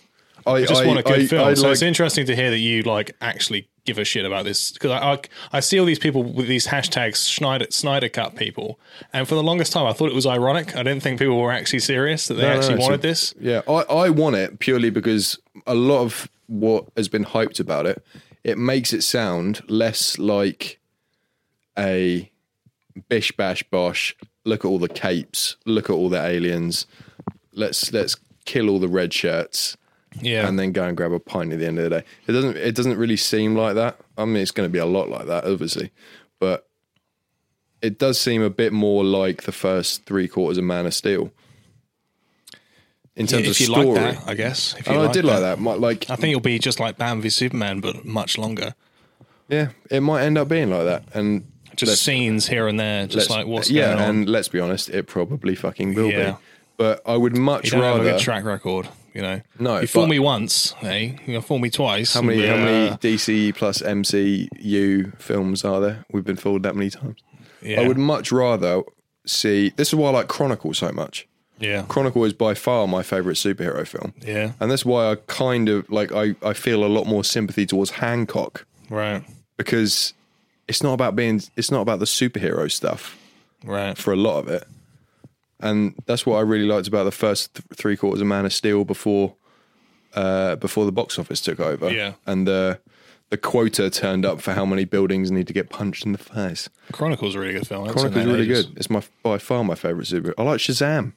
Speaker 2: I
Speaker 3: I just
Speaker 2: I,
Speaker 3: want a good
Speaker 2: I-
Speaker 3: film.
Speaker 2: I
Speaker 3: so
Speaker 2: like-
Speaker 3: it's interesting to hear that you like actually give a shit about this because I, I I see all these people with these hashtags Schneider Snyder Cut people, and for the longest time I thought it was ironic. I didn't think people were actually serious that they
Speaker 2: No, no,
Speaker 3: actually
Speaker 2: no,
Speaker 3: wanted
Speaker 2: so-
Speaker 3: this.
Speaker 2: Yeah, I, I want it purely because a lot of what has been hyped about it, it makes it sound less like a bish bash bosh. Look at all the capes. Look at all the aliens. Let's let's kill all the red shirts
Speaker 3: Yeah,
Speaker 2: and then go and grab a pint at the end of the day. It doesn't it doesn't really seem like that. I mean, it's going to be a lot like that, obviously, but it does seem a bit more like the first three quarters of Man of Steel in terms
Speaker 3: if
Speaker 2: of
Speaker 3: you
Speaker 2: story.
Speaker 3: like that, I guess. If you
Speaker 2: and I did like that. My, like,
Speaker 3: I think it'll be just like Batman v Superman, but much longer.
Speaker 2: yeah, it might end up being like that, and
Speaker 3: Just
Speaker 2: let's-
Speaker 3: scenes here and there,
Speaker 2: let's-
Speaker 3: just like what's
Speaker 2: yeah,
Speaker 3: going on.
Speaker 2: and let's be honest, it probably fucking will
Speaker 3: Yeah.
Speaker 2: be. But I would
Speaker 3: you
Speaker 2: much
Speaker 3: don't have a
Speaker 2: rather.
Speaker 3: good track record, you know.
Speaker 2: No,
Speaker 3: you fool
Speaker 2: but-
Speaker 3: me once, eh? You fool me twice. uh,
Speaker 2: How many, how many
Speaker 3: Yeah.
Speaker 2: DC plus MCU films are there? We've been fooled that many times.
Speaker 3: Yeah.
Speaker 2: I would much rather see. This is why I like Chronicle so much.
Speaker 3: Yeah,
Speaker 2: Chronicle is by far my favorite superhero film.
Speaker 3: yeah,
Speaker 2: And that's why I kind of like, I, I feel a lot more sympathy towards Hancock
Speaker 3: right,
Speaker 2: because it's not about being, it's not about the superhero stuff
Speaker 3: right.
Speaker 2: for a lot of it. And that's what I really liked about the first th- three quarters of Man of Steel before uh, before the box office took over.
Speaker 3: Yeah.
Speaker 2: And the the quota turned up for how many buildings need to get punched in the face.
Speaker 3: Chronicle's a really good film. I haven't seen
Speaker 2: Chronicle's
Speaker 3: that in
Speaker 2: really
Speaker 3: ages.
Speaker 2: good. It's my by far my favorite super. I like Shazam.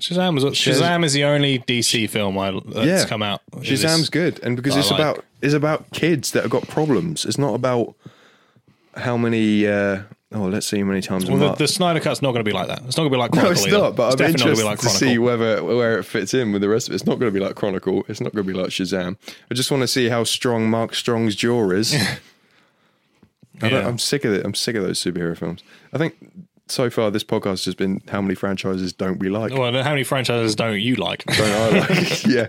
Speaker 3: Shazam was Shazam is the only DC film I, that's
Speaker 2: yeah,
Speaker 3: come out. in this-
Speaker 2: Shazam's good, and because
Speaker 3: that I
Speaker 2: it's
Speaker 3: like.
Speaker 2: about it's about kids that have got problems. It's not about how many. Uh, oh, let's see how many times. a
Speaker 3: Well,
Speaker 2: month.
Speaker 3: the, the Snyder Cut's not going to be like that. It's not going to be like
Speaker 2: No,
Speaker 3: Chronicle.
Speaker 2: it's
Speaker 3: either.
Speaker 2: not. But
Speaker 3: it's
Speaker 2: I'm
Speaker 3: definitely not
Speaker 2: interested
Speaker 3: gonna be like
Speaker 2: to see
Speaker 3: Chronicle.
Speaker 2: whether where it fits in with the rest of it. It's not going to be like Chronicle. It's not going to be like Shazam. I just want to see how strong Mark Strong's jaw is. I don't,
Speaker 3: Yeah.
Speaker 2: I'm sick of it. I'm sick of those superhero films. I think so far this podcast has been how many franchises don't we like?
Speaker 3: Well, how many franchises don't you like?
Speaker 2: Don't I like? yeah,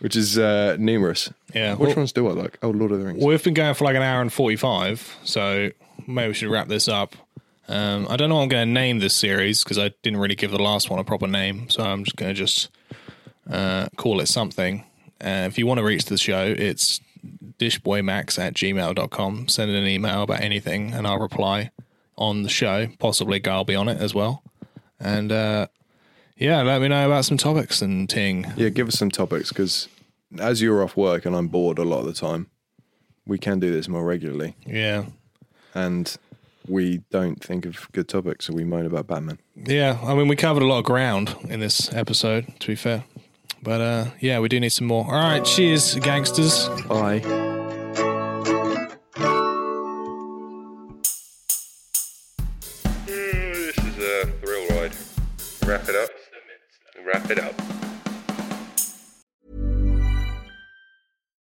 Speaker 2: which is uh, numerous.
Speaker 3: Yeah,
Speaker 2: Which
Speaker 3: well-
Speaker 2: ones do I like? Oh, Lord of the Rings.
Speaker 3: Well, We've been going for like an hour and 45, so maybe we should wrap this up. Um, I don't know what I'm going to name this series because I didn't really give the last one a proper name, so I'm just going to just uh, call it something. Uh, if you want to reach the show, it's dishboymax at gmail.com. Send an email about anything, and I'll reply on the show. Possibly Guy will be on it as well. And uh, yeah, let me know about some topics and ting.
Speaker 2: Yeah, give us some topics because as you're off work and I'm bored a lot of the time, we can do this more regularly.
Speaker 3: Yeah.
Speaker 2: and we don't think of good topics, so we moan about Batman.
Speaker 3: Yeah, I mean, we covered a lot of ground in this episode, to be fair. But uh, yeah, we do need some more. All right, cheers, gangsters.
Speaker 2: Bye.
Speaker 7: This is a thrill ride. Wrap it up. Wrap it up.